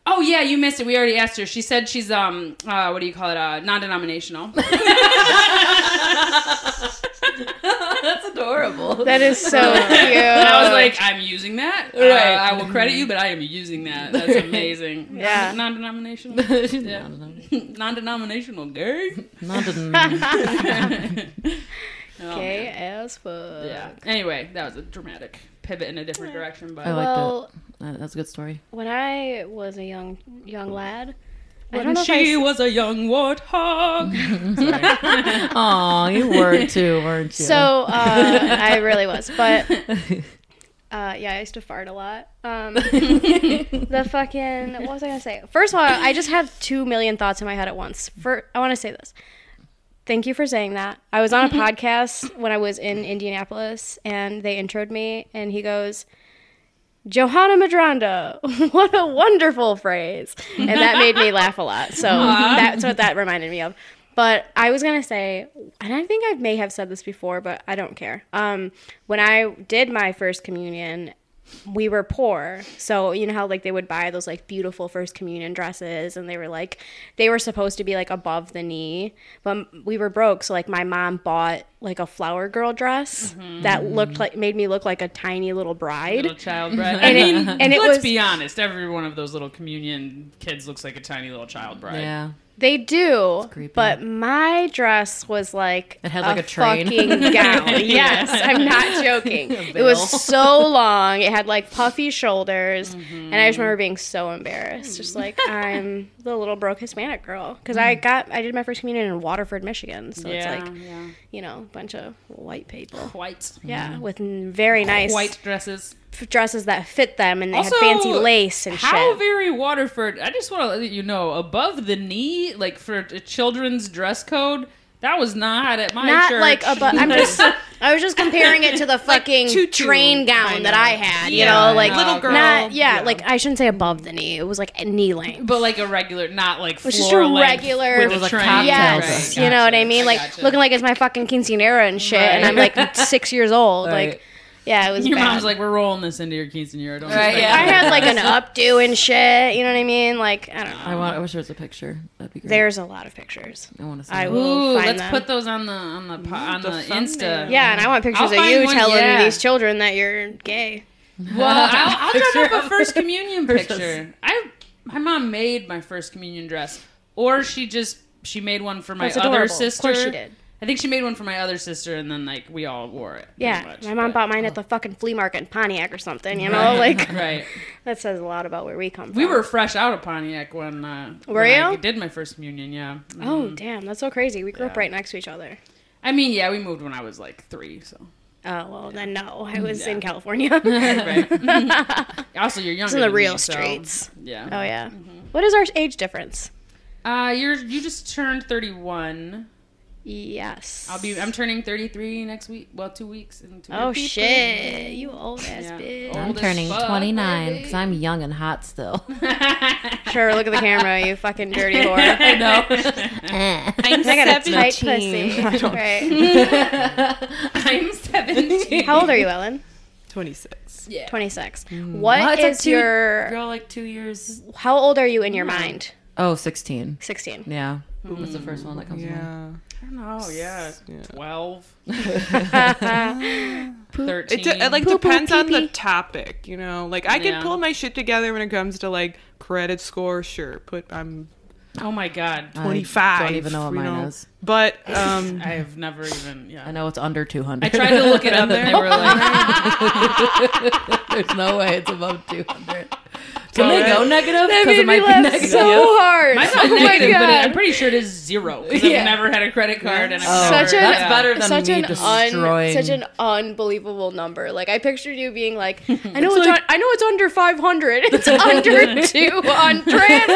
[SPEAKER 5] Oh yeah, you missed it. We already asked her. She said she's um uh, what do you call it?
[SPEAKER 1] [laughs]
[SPEAKER 5] Uh, non-denominational.
[SPEAKER 2] That's adorable.
[SPEAKER 1] That is so Oh, cute.
[SPEAKER 5] [laughs] And I was like, I'm using that. Uh,
[SPEAKER 2] Right.
[SPEAKER 5] I will credit you, but I am using that. That's
[SPEAKER 1] [laughs]
[SPEAKER 5] amazing.
[SPEAKER 1] Yeah.
[SPEAKER 5] Non- non-denominational.
[SPEAKER 1] [laughs]
[SPEAKER 2] yeah.
[SPEAKER 5] [laughs]
[SPEAKER 2] [laughs]
[SPEAKER 5] non-denominational gay. [laughs]
[SPEAKER 2] Not a,
[SPEAKER 5] Oh,
[SPEAKER 1] gay
[SPEAKER 5] man.
[SPEAKER 1] as fuck.
[SPEAKER 5] Yeah. Anyway, that was a dramatic pivot in a different direction, but
[SPEAKER 2] I like
[SPEAKER 1] well,
[SPEAKER 2] that. That's a good [laughs] story.
[SPEAKER 1] when I was a young young lad, I
[SPEAKER 5] when
[SPEAKER 1] don't know if I
[SPEAKER 5] she
[SPEAKER 1] s-
[SPEAKER 5] was a young warthog.
[SPEAKER 2] Aw, you were too, weren't you?
[SPEAKER 1] So uh, I really was, but uh, yeah, I used to fart a lot. Um, the fucking what was I gonna say? First of all, I just had two million thoughts in my head at once. For I want to say this. Thank you for saying that. I was on a podcast when I was in Indianapolis, and they introed me, and he goes. Johanna Madranda, [laughs] what a wonderful phrase. And that made me laugh a lot. So that's what that reminded me of. But I was gonna say, and I think I may have said this before, but I don't care. Um, when I did my first communion, we were poor, so you know how like they would buy those like beautiful first communion dresses, and they were like they were supposed to be like above the knee, but m- we were broke, so like my mom bought like a flower girl dress that looked like made me look like a tiny little bride.
[SPEAKER 5] little child bride. I
[SPEAKER 1] And it-
[SPEAKER 5] mean,
[SPEAKER 1] and it
[SPEAKER 5] let's
[SPEAKER 1] was-
[SPEAKER 5] be honest. Every one of those little communion kids looks like a tiny little child bride.
[SPEAKER 2] yeah.
[SPEAKER 1] They do,
[SPEAKER 2] creepy.
[SPEAKER 1] but my dress was like
[SPEAKER 2] It had, like, a train.
[SPEAKER 1] fucking
[SPEAKER 2] [laughs]
[SPEAKER 1] gown. Yes, I'm not joking. It was so long. It had like puffy shoulders, and I
[SPEAKER 2] Mm-hmm.
[SPEAKER 1] just remember being so embarrassed, just
[SPEAKER 2] [laughs]
[SPEAKER 1] like I'm the little broke Hispanic girl because
[SPEAKER 2] Mm.
[SPEAKER 1] I got I did my first communion in Waterford, Michigan, so
[SPEAKER 5] yeah,
[SPEAKER 1] it's like
[SPEAKER 5] yeah.
[SPEAKER 1] you know a bunch of white
[SPEAKER 2] Mm-hmm.
[SPEAKER 1] people.
[SPEAKER 5] White,
[SPEAKER 1] Yeah, with n- very nice
[SPEAKER 5] white dresses.
[SPEAKER 1] f- dresses that fit them, and they
[SPEAKER 5] Also,
[SPEAKER 1] had fancy lace and
[SPEAKER 5] How
[SPEAKER 1] shit.
[SPEAKER 5] very Waterford. I just want to let you know, above the knee, like for a children's dress code, that was not at my
[SPEAKER 1] Not
[SPEAKER 5] church.
[SPEAKER 1] like above. I'm just. I was just comparing it to
[SPEAKER 5] [laughs]
[SPEAKER 1] the fucking
[SPEAKER 6] tutu.
[SPEAKER 1] train gown that I had. You
[SPEAKER 5] Yeah,
[SPEAKER 1] know, like
[SPEAKER 5] Little
[SPEAKER 1] not-
[SPEAKER 5] girl.
[SPEAKER 1] yeah, like I shouldn't say above the knee. It was like at knee length.
[SPEAKER 5] [laughs] but like a regular, not like
[SPEAKER 1] was just
[SPEAKER 5] floor
[SPEAKER 1] a
[SPEAKER 5] length
[SPEAKER 1] regular-
[SPEAKER 5] with
[SPEAKER 1] It
[SPEAKER 5] a
[SPEAKER 1] was
[SPEAKER 2] a
[SPEAKER 5] train.
[SPEAKER 2] cocktail
[SPEAKER 1] yes,
[SPEAKER 2] dress.
[SPEAKER 1] you know what I
[SPEAKER 5] Gotcha.
[SPEAKER 1] mean. Like
[SPEAKER 5] gotcha.
[SPEAKER 1] looking like it's my fucking quinceanera and shit, and I'm like six years old.
[SPEAKER 2] Right.
[SPEAKER 1] Like, yeah, it was.
[SPEAKER 5] your
[SPEAKER 1] bad.
[SPEAKER 5] mom's like, we're rolling this into your quinceanera. Don't
[SPEAKER 2] Right,
[SPEAKER 5] expect
[SPEAKER 2] yeah.
[SPEAKER 1] I had like
[SPEAKER 5] [laughs]
[SPEAKER 1] an updo and shit. You know what I mean? Like, I don't know.
[SPEAKER 2] I want. I wish there was a picture. That'd be great.
[SPEAKER 1] There's a lot it. of pictures.
[SPEAKER 2] I want to see.
[SPEAKER 1] I
[SPEAKER 2] that.
[SPEAKER 1] will-
[SPEAKER 5] Ooh,
[SPEAKER 1] We'll find
[SPEAKER 5] let's
[SPEAKER 1] them.
[SPEAKER 5] put those on the on the po- on the,
[SPEAKER 6] the
[SPEAKER 5] Insta.
[SPEAKER 6] thumbnail.
[SPEAKER 1] Yeah, and I want pictures of
[SPEAKER 5] find
[SPEAKER 1] you
[SPEAKER 5] one,
[SPEAKER 1] telling
[SPEAKER 5] yeah.
[SPEAKER 1] these children that you're gay.
[SPEAKER 5] Well, I'll, I'll
[SPEAKER 2] Picture
[SPEAKER 5] drop up a
[SPEAKER 2] of
[SPEAKER 5] first communion
[SPEAKER 2] versus-
[SPEAKER 5] picture. I my mom made my first communion dress, or she just she made one for my
[SPEAKER 1] That's
[SPEAKER 5] other
[SPEAKER 1] adorable.
[SPEAKER 5] sister.
[SPEAKER 1] Of course she did.
[SPEAKER 5] I think she made one for my other sister, and then like we all wore it. pretty
[SPEAKER 1] Yeah,
[SPEAKER 5] much,
[SPEAKER 1] my mom
[SPEAKER 5] but-
[SPEAKER 1] bought mine at the fucking flea market in Pontiac or something. [laughs] You know, like
[SPEAKER 5] [laughs] Right,
[SPEAKER 1] That says a lot about where we come from.
[SPEAKER 5] we were fresh out of Pontiac when uh,
[SPEAKER 1] Were
[SPEAKER 5] when I
[SPEAKER 1] you?
[SPEAKER 5] did my first communion. Yeah,
[SPEAKER 1] Oh, damn. That's so crazy. We grew up right next to each other.
[SPEAKER 5] I mean, yeah, we moved when I was like three. So
[SPEAKER 1] Oh, well, then no. I was in [laughs] California.
[SPEAKER 5] right. also, you're younger.
[SPEAKER 1] in the
[SPEAKER 5] than
[SPEAKER 1] real
[SPEAKER 5] me, so,
[SPEAKER 1] streets.
[SPEAKER 5] yeah.
[SPEAKER 1] Oh, yeah. What is our age difference?
[SPEAKER 5] Uh, you're you just turned 31.
[SPEAKER 1] Yes.
[SPEAKER 5] I'll be I'm turning 33 next week. Well, two weeks in two
[SPEAKER 1] Oh,
[SPEAKER 5] weeks. [laughs]
[SPEAKER 1] shit. You old ass
[SPEAKER 5] Yeah.
[SPEAKER 1] bitch.
[SPEAKER 5] Old
[SPEAKER 2] I'm
[SPEAKER 5] as
[SPEAKER 2] turning
[SPEAKER 5] fuck,
[SPEAKER 2] 29
[SPEAKER 5] baby.
[SPEAKER 2] because I'm young and hot still. [laughs]
[SPEAKER 1] Sure, look at the camera, [laughs] you fucking dirty whore.
[SPEAKER 5] I know.
[SPEAKER 4] I'm
[SPEAKER 1] [laughs] I got a tight
[SPEAKER 4] 17.
[SPEAKER 1] [laughs] pussy. Right.
[SPEAKER 5] I'm 17.
[SPEAKER 1] How old are you, Ellen?
[SPEAKER 6] 26.
[SPEAKER 5] Yeah.
[SPEAKER 1] 26.
[SPEAKER 2] Oh,
[SPEAKER 1] what
[SPEAKER 2] it's like
[SPEAKER 1] is
[SPEAKER 2] two-
[SPEAKER 1] your.
[SPEAKER 2] Girl, like two years.
[SPEAKER 1] How old are you in your mind?
[SPEAKER 2] Oh, 16.
[SPEAKER 1] 16.
[SPEAKER 2] Yeah. That's the first one that comes to mind.
[SPEAKER 6] Yeah.
[SPEAKER 5] [laughs] Oh yeah.
[SPEAKER 1] [laughs]
[SPEAKER 5] 12. 13.
[SPEAKER 6] It, de- it like
[SPEAKER 1] Poo-poo,
[SPEAKER 6] depends on the
[SPEAKER 1] pee-pee.
[SPEAKER 6] topic, you know. Like I can
[SPEAKER 5] Yeah.
[SPEAKER 6] pull my shit together when it comes to like credit score. Sure, put I'm
[SPEAKER 5] oh my god.
[SPEAKER 2] I
[SPEAKER 6] 25.
[SPEAKER 2] don't even know what
[SPEAKER 6] you
[SPEAKER 2] mine is. [laughs]
[SPEAKER 6] But um,
[SPEAKER 5] I have never even yeah.
[SPEAKER 2] I know it's under 200.
[SPEAKER 5] I tried to look it
[SPEAKER 2] [laughs]
[SPEAKER 5] up and they were like
[SPEAKER 1] [laughs]
[SPEAKER 2] There's no way it's above 200. Can they go negative?
[SPEAKER 1] That
[SPEAKER 2] Because
[SPEAKER 1] made me
[SPEAKER 2] it might be
[SPEAKER 1] laugh
[SPEAKER 2] negative.
[SPEAKER 1] so hard.
[SPEAKER 5] I thought
[SPEAKER 1] oh my
[SPEAKER 5] negative, but
[SPEAKER 1] God.
[SPEAKER 5] I'm pretty sure it is zero because
[SPEAKER 2] Yeah.
[SPEAKER 5] I've never had a credit card and
[SPEAKER 2] Oh,
[SPEAKER 5] I've never,
[SPEAKER 1] Such an-
[SPEAKER 2] that's
[SPEAKER 5] yeah.
[SPEAKER 2] better than
[SPEAKER 1] such
[SPEAKER 2] me
[SPEAKER 1] an
[SPEAKER 2] destroying.
[SPEAKER 1] un, such an unbelievable number. Like I pictured you being like, I know it's, un- I know it's under five hundred. It's under two hundred.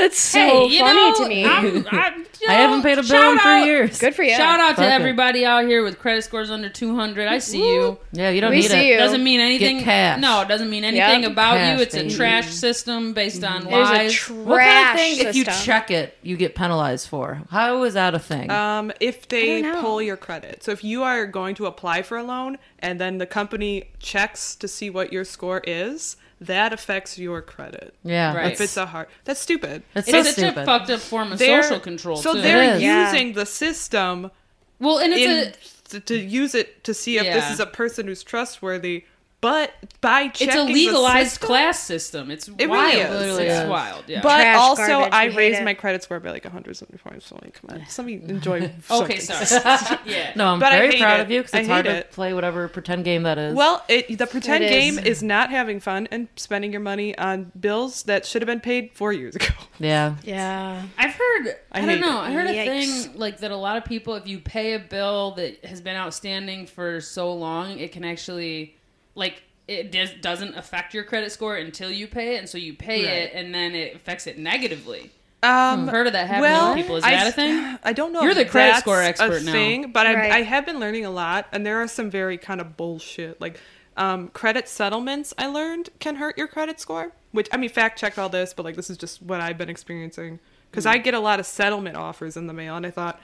[SPEAKER 1] That's so
[SPEAKER 5] Hey, you
[SPEAKER 1] funny
[SPEAKER 5] know,
[SPEAKER 1] to me.
[SPEAKER 5] I'm- I'm- you
[SPEAKER 2] [laughs] I haven't
[SPEAKER 5] know,
[SPEAKER 2] paid a bill
[SPEAKER 5] shout
[SPEAKER 2] in three
[SPEAKER 5] out-
[SPEAKER 2] years.
[SPEAKER 1] Good for you.
[SPEAKER 5] Shout out to
[SPEAKER 2] Fuck it.
[SPEAKER 5] everybody out here with credit scores under 200. I see you.
[SPEAKER 2] Yeah, you don't
[SPEAKER 1] We
[SPEAKER 2] need
[SPEAKER 1] see
[SPEAKER 2] it.
[SPEAKER 1] you.
[SPEAKER 5] Doesn't mean anything.
[SPEAKER 2] cash.
[SPEAKER 5] No, it doesn't mean anything
[SPEAKER 1] Get
[SPEAKER 5] about
[SPEAKER 2] cash,
[SPEAKER 5] you. It's
[SPEAKER 2] baby.
[SPEAKER 5] a trash system based on
[SPEAKER 1] There's a
[SPEAKER 5] lies.
[SPEAKER 1] trash
[SPEAKER 2] What kind of thing,
[SPEAKER 1] system. Uh,
[SPEAKER 2] if you check it, you get penalized for? How is that a thing?
[SPEAKER 6] um, if they
[SPEAKER 1] don't know.
[SPEAKER 6] pull your credit, so if you are going to apply for a loan and then the company checks to see what your score is, that affects your credit.
[SPEAKER 2] Yeah.
[SPEAKER 5] Right.
[SPEAKER 6] If it's a hard, that's stupid.
[SPEAKER 2] That's so
[SPEAKER 5] It's such a
[SPEAKER 2] stupid.
[SPEAKER 5] fucked up form of
[SPEAKER 6] They're-
[SPEAKER 5] social control.
[SPEAKER 6] So
[SPEAKER 5] too.
[SPEAKER 6] they're
[SPEAKER 2] It is.
[SPEAKER 1] Yeah.
[SPEAKER 6] using the system
[SPEAKER 5] well, and it's
[SPEAKER 6] in,
[SPEAKER 5] a
[SPEAKER 6] to, to use it to see if this
[SPEAKER 5] Yeah.
[SPEAKER 6] is a person who's trustworthy. But by checking
[SPEAKER 5] it's a
[SPEAKER 6] the
[SPEAKER 5] legalized
[SPEAKER 6] system-
[SPEAKER 5] class system. It's
[SPEAKER 6] It
[SPEAKER 5] wild.
[SPEAKER 6] really is.
[SPEAKER 5] It's
[SPEAKER 2] Literally is.
[SPEAKER 5] wild. Yeah.
[SPEAKER 6] But
[SPEAKER 1] Trash,
[SPEAKER 6] also,
[SPEAKER 1] garbage,
[SPEAKER 6] I
[SPEAKER 1] we hate
[SPEAKER 6] raised
[SPEAKER 1] it.
[SPEAKER 6] my credit score by like 170 points. So like, come on, somebody
[SPEAKER 1] [sighs]
[SPEAKER 6] enjoy.
[SPEAKER 5] okay,
[SPEAKER 6] something.
[SPEAKER 1] [laughs]
[SPEAKER 5] sorry. [laughs] yeah.
[SPEAKER 2] No, I'm
[SPEAKER 6] But I
[SPEAKER 2] very
[SPEAKER 6] hate
[SPEAKER 2] proud
[SPEAKER 6] it.
[SPEAKER 2] of you because
[SPEAKER 6] I
[SPEAKER 2] it's hard
[SPEAKER 6] hate
[SPEAKER 2] to
[SPEAKER 6] it.
[SPEAKER 2] play whatever pretend game that is.
[SPEAKER 6] Well, it, the pretend
[SPEAKER 1] It is.
[SPEAKER 6] game is not having fun and spending your money on bills that should have been paid four years ago. [laughs]
[SPEAKER 2] yeah.
[SPEAKER 1] Yeah.
[SPEAKER 5] I've heard. I,
[SPEAKER 6] I
[SPEAKER 5] don't
[SPEAKER 6] hate
[SPEAKER 5] know. I heard a
[SPEAKER 1] Yikes.
[SPEAKER 5] thing like that. A lot of people, if you pay a bill that has been outstanding for so long, it can actually, like, it does, doesn't affect your credit score until you pay it, and so you pay it, and then it affects it negatively.
[SPEAKER 6] Um,
[SPEAKER 5] Heard of that happening
[SPEAKER 6] well,
[SPEAKER 5] to people? Is
[SPEAKER 6] I,
[SPEAKER 5] that a thing?
[SPEAKER 6] [sighs] I don't know.
[SPEAKER 5] You're
[SPEAKER 6] if
[SPEAKER 5] the credit
[SPEAKER 6] that's
[SPEAKER 5] score
[SPEAKER 6] a
[SPEAKER 5] expert now.
[SPEAKER 6] thing, but I,
[SPEAKER 1] Right.
[SPEAKER 6] I have been learning a lot, and there are some very kind of bullshit like um, credit settlements. I learned can hurt your credit score, which I mean, fact checked all this, but like this is just what I've been experiencing because
[SPEAKER 5] Mm.
[SPEAKER 6] I get a lot of settlement offers in the mail, and I thought.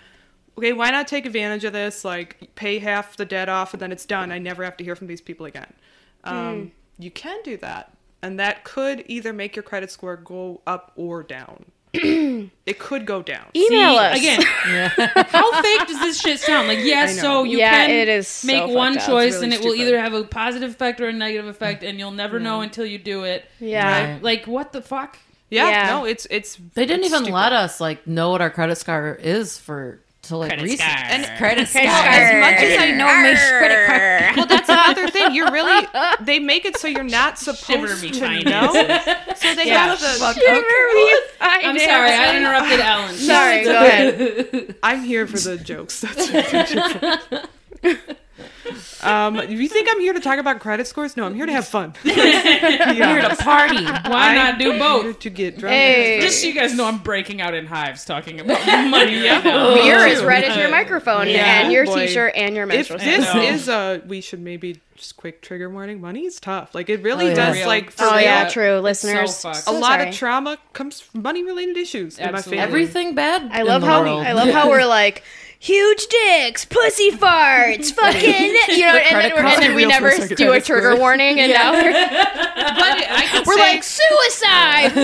[SPEAKER 6] Okay, why not take advantage of this? Like, pay half the debt off, and then it's done. I never have to hear from these people again. Um, You can do that, and that could either make your credit score go up or down. it could go down.
[SPEAKER 1] Email
[SPEAKER 5] See,
[SPEAKER 1] us [laughs]
[SPEAKER 5] again. How fake does this shit sound? Like, yeah,
[SPEAKER 6] know.
[SPEAKER 5] so you
[SPEAKER 1] Yeah,
[SPEAKER 5] can
[SPEAKER 1] it is so
[SPEAKER 5] make
[SPEAKER 1] fucked
[SPEAKER 5] one
[SPEAKER 1] up. It's
[SPEAKER 5] choice,
[SPEAKER 6] really
[SPEAKER 5] and it will
[SPEAKER 6] stupid.
[SPEAKER 5] either have a positive effect or a negative effect, and you'll never know until you do it.
[SPEAKER 1] Yeah.
[SPEAKER 2] Right.
[SPEAKER 5] Like, what the fuck?
[SPEAKER 6] Yeah,
[SPEAKER 1] Yeah.
[SPEAKER 6] no, it's it's
[SPEAKER 2] They didn't
[SPEAKER 6] it's
[SPEAKER 2] even
[SPEAKER 6] stupid.
[SPEAKER 2] let us like know what our credit score is for till like
[SPEAKER 3] Credit
[SPEAKER 2] recent.
[SPEAKER 3] score. And-
[SPEAKER 2] credit score.
[SPEAKER 1] score.
[SPEAKER 4] As much as I know my credit card.
[SPEAKER 6] [laughs] Well, that's another thing. You're really they make it so you're not
[SPEAKER 3] Shiver
[SPEAKER 6] supposed
[SPEAKER 3] me
[SPEAKER 6] to
[SPEAKER 3] finances.
[SPEAKER 6] know. So they have the.
[SPEAKER 5] I'm sorry, I interrupted [laughs] Ellen.
[SPEAKER 1] Sorry, go ahead.
[SPEAKER 6] I'm here for the jokes. That's what I'm here for. um, you think I'm here to talk about credit scores? No, I'm here to have fun.
[SPEAKER 2] You're
[SPEAKER 6] [laughs]
[SPEAKER 2] at a party.
[SPEAKER 5] Why not do
[SPEAKER 6] I'm here
[SPEAKER 5] both?
[SPEAKER 6] to get drunk.
[SPEAKER 1] Hey.
[SPEAKER 5] Just so you guys know, I'm breaking out in hives talking about [laughs] money right now.
[SPEAKER 1] Beer is red as
[SPEAKER 5] [laughs]
[SPEAKER 1] your microphone
[SPEAKER 6] Yeah.
[SPEAKER 1] and your
[SPEAKER 6] Boy.
[SPEAKER 1] t-shirt and your
[SPEAKER 6] If
[SPEAKER 1] menstrual.
[SPEAKER 6] this
[SPEAKER 5] No.
[SPEAKER 6] is a, we should maybe just quick trigger warning. Money's tough. Like it really
[SPEAKER 2] Oh, yeah.
[SPEAKER 6] does.
[SPEAKER 5] Real.
[SPEAKER 6] Like for
[SPEAKER 1] oh
[SPEAKER 6] real.
[SPEAKER 1] yeah,
[SPEAKER 5] It's so
[SPEAKER 1] true, listeners.
[SPEAKER 5] fucked.
[SPEAKER 6] a
[SPEAKER 1] So
[SPEAKER 6] lot
[SPEAKER 1] sorry.
[SPEAKER 6] of trauma comes from money related issues. in My
[SPEAKER 5] Absolutely.
[SPEAKER 6] family.
[SPEAKER 2] Everything bad.
[SPEAKER 1] I love
[SPEAKER 2] in the
[SPEAKER 1] how
[SPEAKER 2] world.
[SPEAKER 1] I
[SPEAKER 2] [laughs]
[SPEAKER 1] love how we're like huge dicks, pussy farts, fucking you know, and then,
[SPEAKER 2] credit
[SPEAKER 1] we're, and then we
[SPEAKER 6] card.
[SPEAKER 1] never
[SPEAKER 6] Real for a
[SPEAKER 1] do a
[SPEAKER 6] second.
[SPEAKER 1] trigger warning, and now we're, [laughs]
[SPEAKER 6] But I can
[SPEAKER 1] we're
[SPEAKER 6] say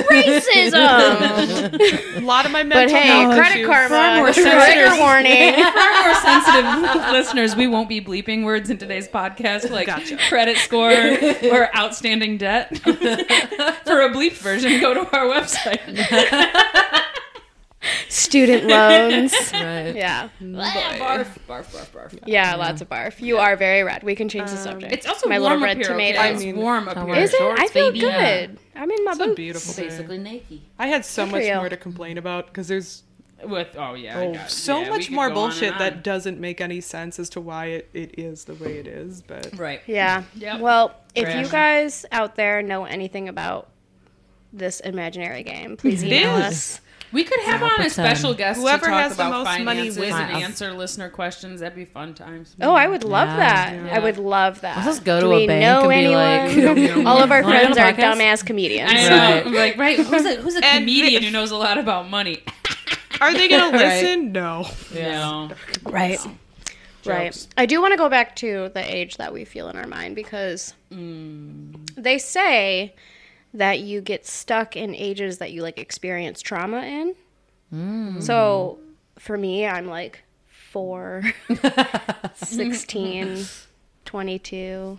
[SPEAKER 1] like suicide, racism,
[SPEAKER 6] a lot of my mental
[SPEAKER 1] but hey, [laughs]
[SPEAKER 6] health
[SPEAKER 1] credit
[SPEAKER 6] issues-
[SPEAKER 1] karma,
[SPEAKER 5] more
[SPEAKER 1] trigger
[SPEAKER 5] sensitive.
[SPEAKER 1] warning.
[SPEAKER 5] [laughs] For our more sensitive [laughs] listeners, we won't be bleeping words in today's podcast like
[SPEAKER 6] Gotcha.
[SPEAKER 5] credit
[SPEAKER 6] [laughs]
[SPEAKER 5] score or outstanding debt. [laughs] For a bleep version, go to our website.
[SPEAKER 1] Student loans.
[SPEAKER 2] Right.
[SPEAKER 1] Yeah,
[SPEAKER 5] barf, barf, barf, barf.
[SPEAKER 1] yeah, lots of barf. You are very red. We can change the subject.
[SPEAKER 5] It's also
[SPEAKER 1] my
[SPEAKER 5] warm
[SPEAKER 1] little red
[SPEAKER 5] up here.
[SPEAKER 1] tomato.
[SPEAKER 5] Okay?
[SPEAKER 6] I
[SPEAKER 5] It's
[SPEAKER 6] mean-
[SPEAKER 5] warm up
[SPEAKER 2] How
[SPEAKER 5] here.
[SPEAKER 2] warm.
[SPEAKER 1] Is it?
[SPEAKER 2] shorts,
[SPEAKER 1] I feel
[SPEAKER 2] baby.
[SPEAKER 1] good.
[SPEAKER 2] Yeah.
[SPEAKER 1] I'm in my
[SPEAKER 6] It's a
[SPEAKER 1] boots.
[SPEAKER 6] beautiful day.
[SPEAKER 2] Basically naked.
[SPEAKER 6] I had so
[SPEAKER 1] Good for
[SPEAKER 6] much
[SPEAKER 1] you.
[SPEAKER 6] more to complain about because there's
[SPEAKER 5] With oh yeah, I
[SPEAKER 6] oh,
[SPEAKER 5] got-
[SPEAKER 6] so
[SPEAKER 5] yeah, we
[SPEAKER 6] much
[SPEAKER 5] could
[SPEAKER 6] more
[SPEAKER 5] go on and
[SPEAKER 6] bullshit
[SPEAKER 5] on.
[SPEAKER 6] that doesn't make any sense as to why it, it is the way it is. But
[SPEAKER 5] right.
[SPEAKER 1] Yeah.
[SPEAKER 5] Yep.
[SPEAKER 1] Well, if
[SPEAKER 5] Trash.
[SPEAKER 1] you guys out there know anything about this imaginary game, please
[SPEAKER 6] It
[SPEAKER 1] email
[SPEAKER 6] is.
[SPEAKER 1] us.
[SPEAKER 5] We could have
[SPEAKER 2] I'll
[SPEAKER 5] on a
[SPEAKER 2] pretend.
[SPEAKER 5] special guest
[SPEAKER 6] Whoever
[SPEAKER 5] to talk
[SPEAKER 6] has the
[SPEAKER 5] about
[SPEAKER 6] most money
[SPEAKER 5] finances
[SPEAKER 6] wins.
[SPEAKER 5] and
[SPEAKER 2] Wow.
[SPEAKER 5] answer listener questions. That'd be fun
[SPEAKER 6] [laughs]
[SPEAKER 5] times.
[SPEAKER 1] Oh, I would love
[SPEAKER 2] Yeah.
[SPEAKER 1] that.
[SPEAKER 5] Yeah.
[SPEAKER 1] I would love that.
[SPEAKER 2] Let's just go
[SPEAKER 1] Do
[SPEAKER 2] to a
[SPEAKER 1] we
[SPEAKER 2] bank
[SPEAKER 1] know
[SPEAKER 2] and be
[SPEAKER 1] anyone? [laughs]
[SPEAKER 2] like-
[SPEAKER 1] All of our
[SPEAKER 2] Wanna go on a
[SPEAKER 1] friends are
[SPEAKER 2] podcast?
[SPEAKER 1] dumbass comedians.
[SPEAKER 5] I know,
[SPEAKER 2] Right.
[SPEAKER 5] like right? Who's a who's a
[SPEAKER 6] And
[SPEAKER 5] comedian
[SPEAKER 6] the-
[SPEAKER 5] who knows a lot about money?
[SPEAKER 1] [laughs]
[SPEAKER 6] are they going to
[SPEAKER 2] Right.
[SPEAKER 6] listen? No.
[SPEAKER 5] No.
[SPEAKER 1] Right. Right.
[SPEAKER 5] Jokes.
[SPEAKER 1] I do want to go back to the age that we feel in our mind because
[SPEAKER 5] Mm.
[SPEAKER 1] they say that you get stuck in ages that you like experience trauma in.
[SPEAKER 5] Mm.
[SPEAKER 1] So for me, I'm like 4,
[SPEAKER 5] [laughs]
[SPEAKER 1] 16, 22,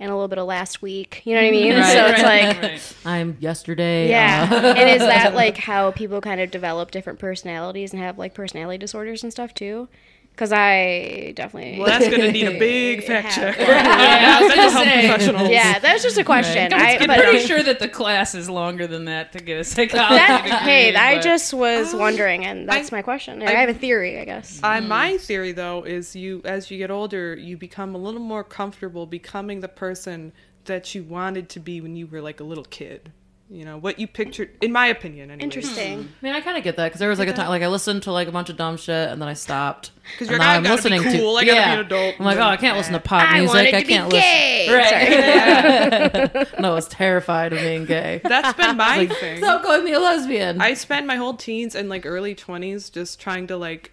[SPEAKER 1] and a little bit of last week. You know what I mean? [laughs] so it's like.
[SPEAKER 5] Mm, right.
[SPEAKER 2] I'm yesterday.
[SPEAKER 1] Yeah.
[SPEAKER 2] uh,
[SPEAKER 1] and is that like how people kind of develop different personalities and have like personality disorders and stuff too? Because I definitely.
[SPEAKER 6] Well, that's going to need a big
[SPEAKER 1] [laughs]
[SPEAKER 6] fact
[SPEAKER 1] Yeah.
[SPEAKER 6] check. Yeah,
[SPEAKER 5] was
[SPEAKER 6] mental
[SPEAKER 5] gonna
[SPEAKER 6] health
[SPEAKER 5] say.
[SPEAKER 6] professionals.
[SPEAKER 1] [laughs] yeah, that's just a question. I,
[SPEAKER 5] I'm
[SPEAKER 1] but
[SPEAKER 5] pretty sure that the class is longer than that to get a psychology degree.
[SPEAKER 1] [laughs] that, hey, I
[SPEAKER 5] but-
[SPEAKER 1] just was
[SPEAKER 6] Um,
[SPEAKER 1] wondering, and that's
[SPEAKER 6] I-
[SPEAKER 1] my question. I, have a theory, I guess.
[SPEAKER 6] I, my theory though is you as you get older you become a little more comfortable becoming the person that you wanted to be when you were like a little kid you know what you pictured in my opinion anyways.
[SPEAKER 1] Interesting.
[SPEAKER 2] I mean, I kind of get that because there was like a time, like I listened to like a bunch of dumb shit and then I stopped.
[SPEAKER 6] 'Cause
[SPEAKER 2] And
[SPEAKER 6] you're
[SPEAKER 2] now
[SPEAKER 6] not gotta be cool, I gotta be an adult.
[SPEAKER 2] I'm like, oh, I can't listen to pop
[SPEAKER 1] I
[SPEAKER 2] music.
[SPEAKER 1] wanted
[SPEAKER 2] I
[SPEAKER 1] to be
[SPEAKER 2] can't
[SPEAKER 1] gay. Sorry.
[SPEAKER 2] listen. [laughs] No, I was terrified of being gay.
[SPEAKER 6] that's been [laughs] my thing
[SPEAKER 2] Stop calling me a lesbian.
[SPEAKER 6] I spent my whole teens and like early 20s just trying to like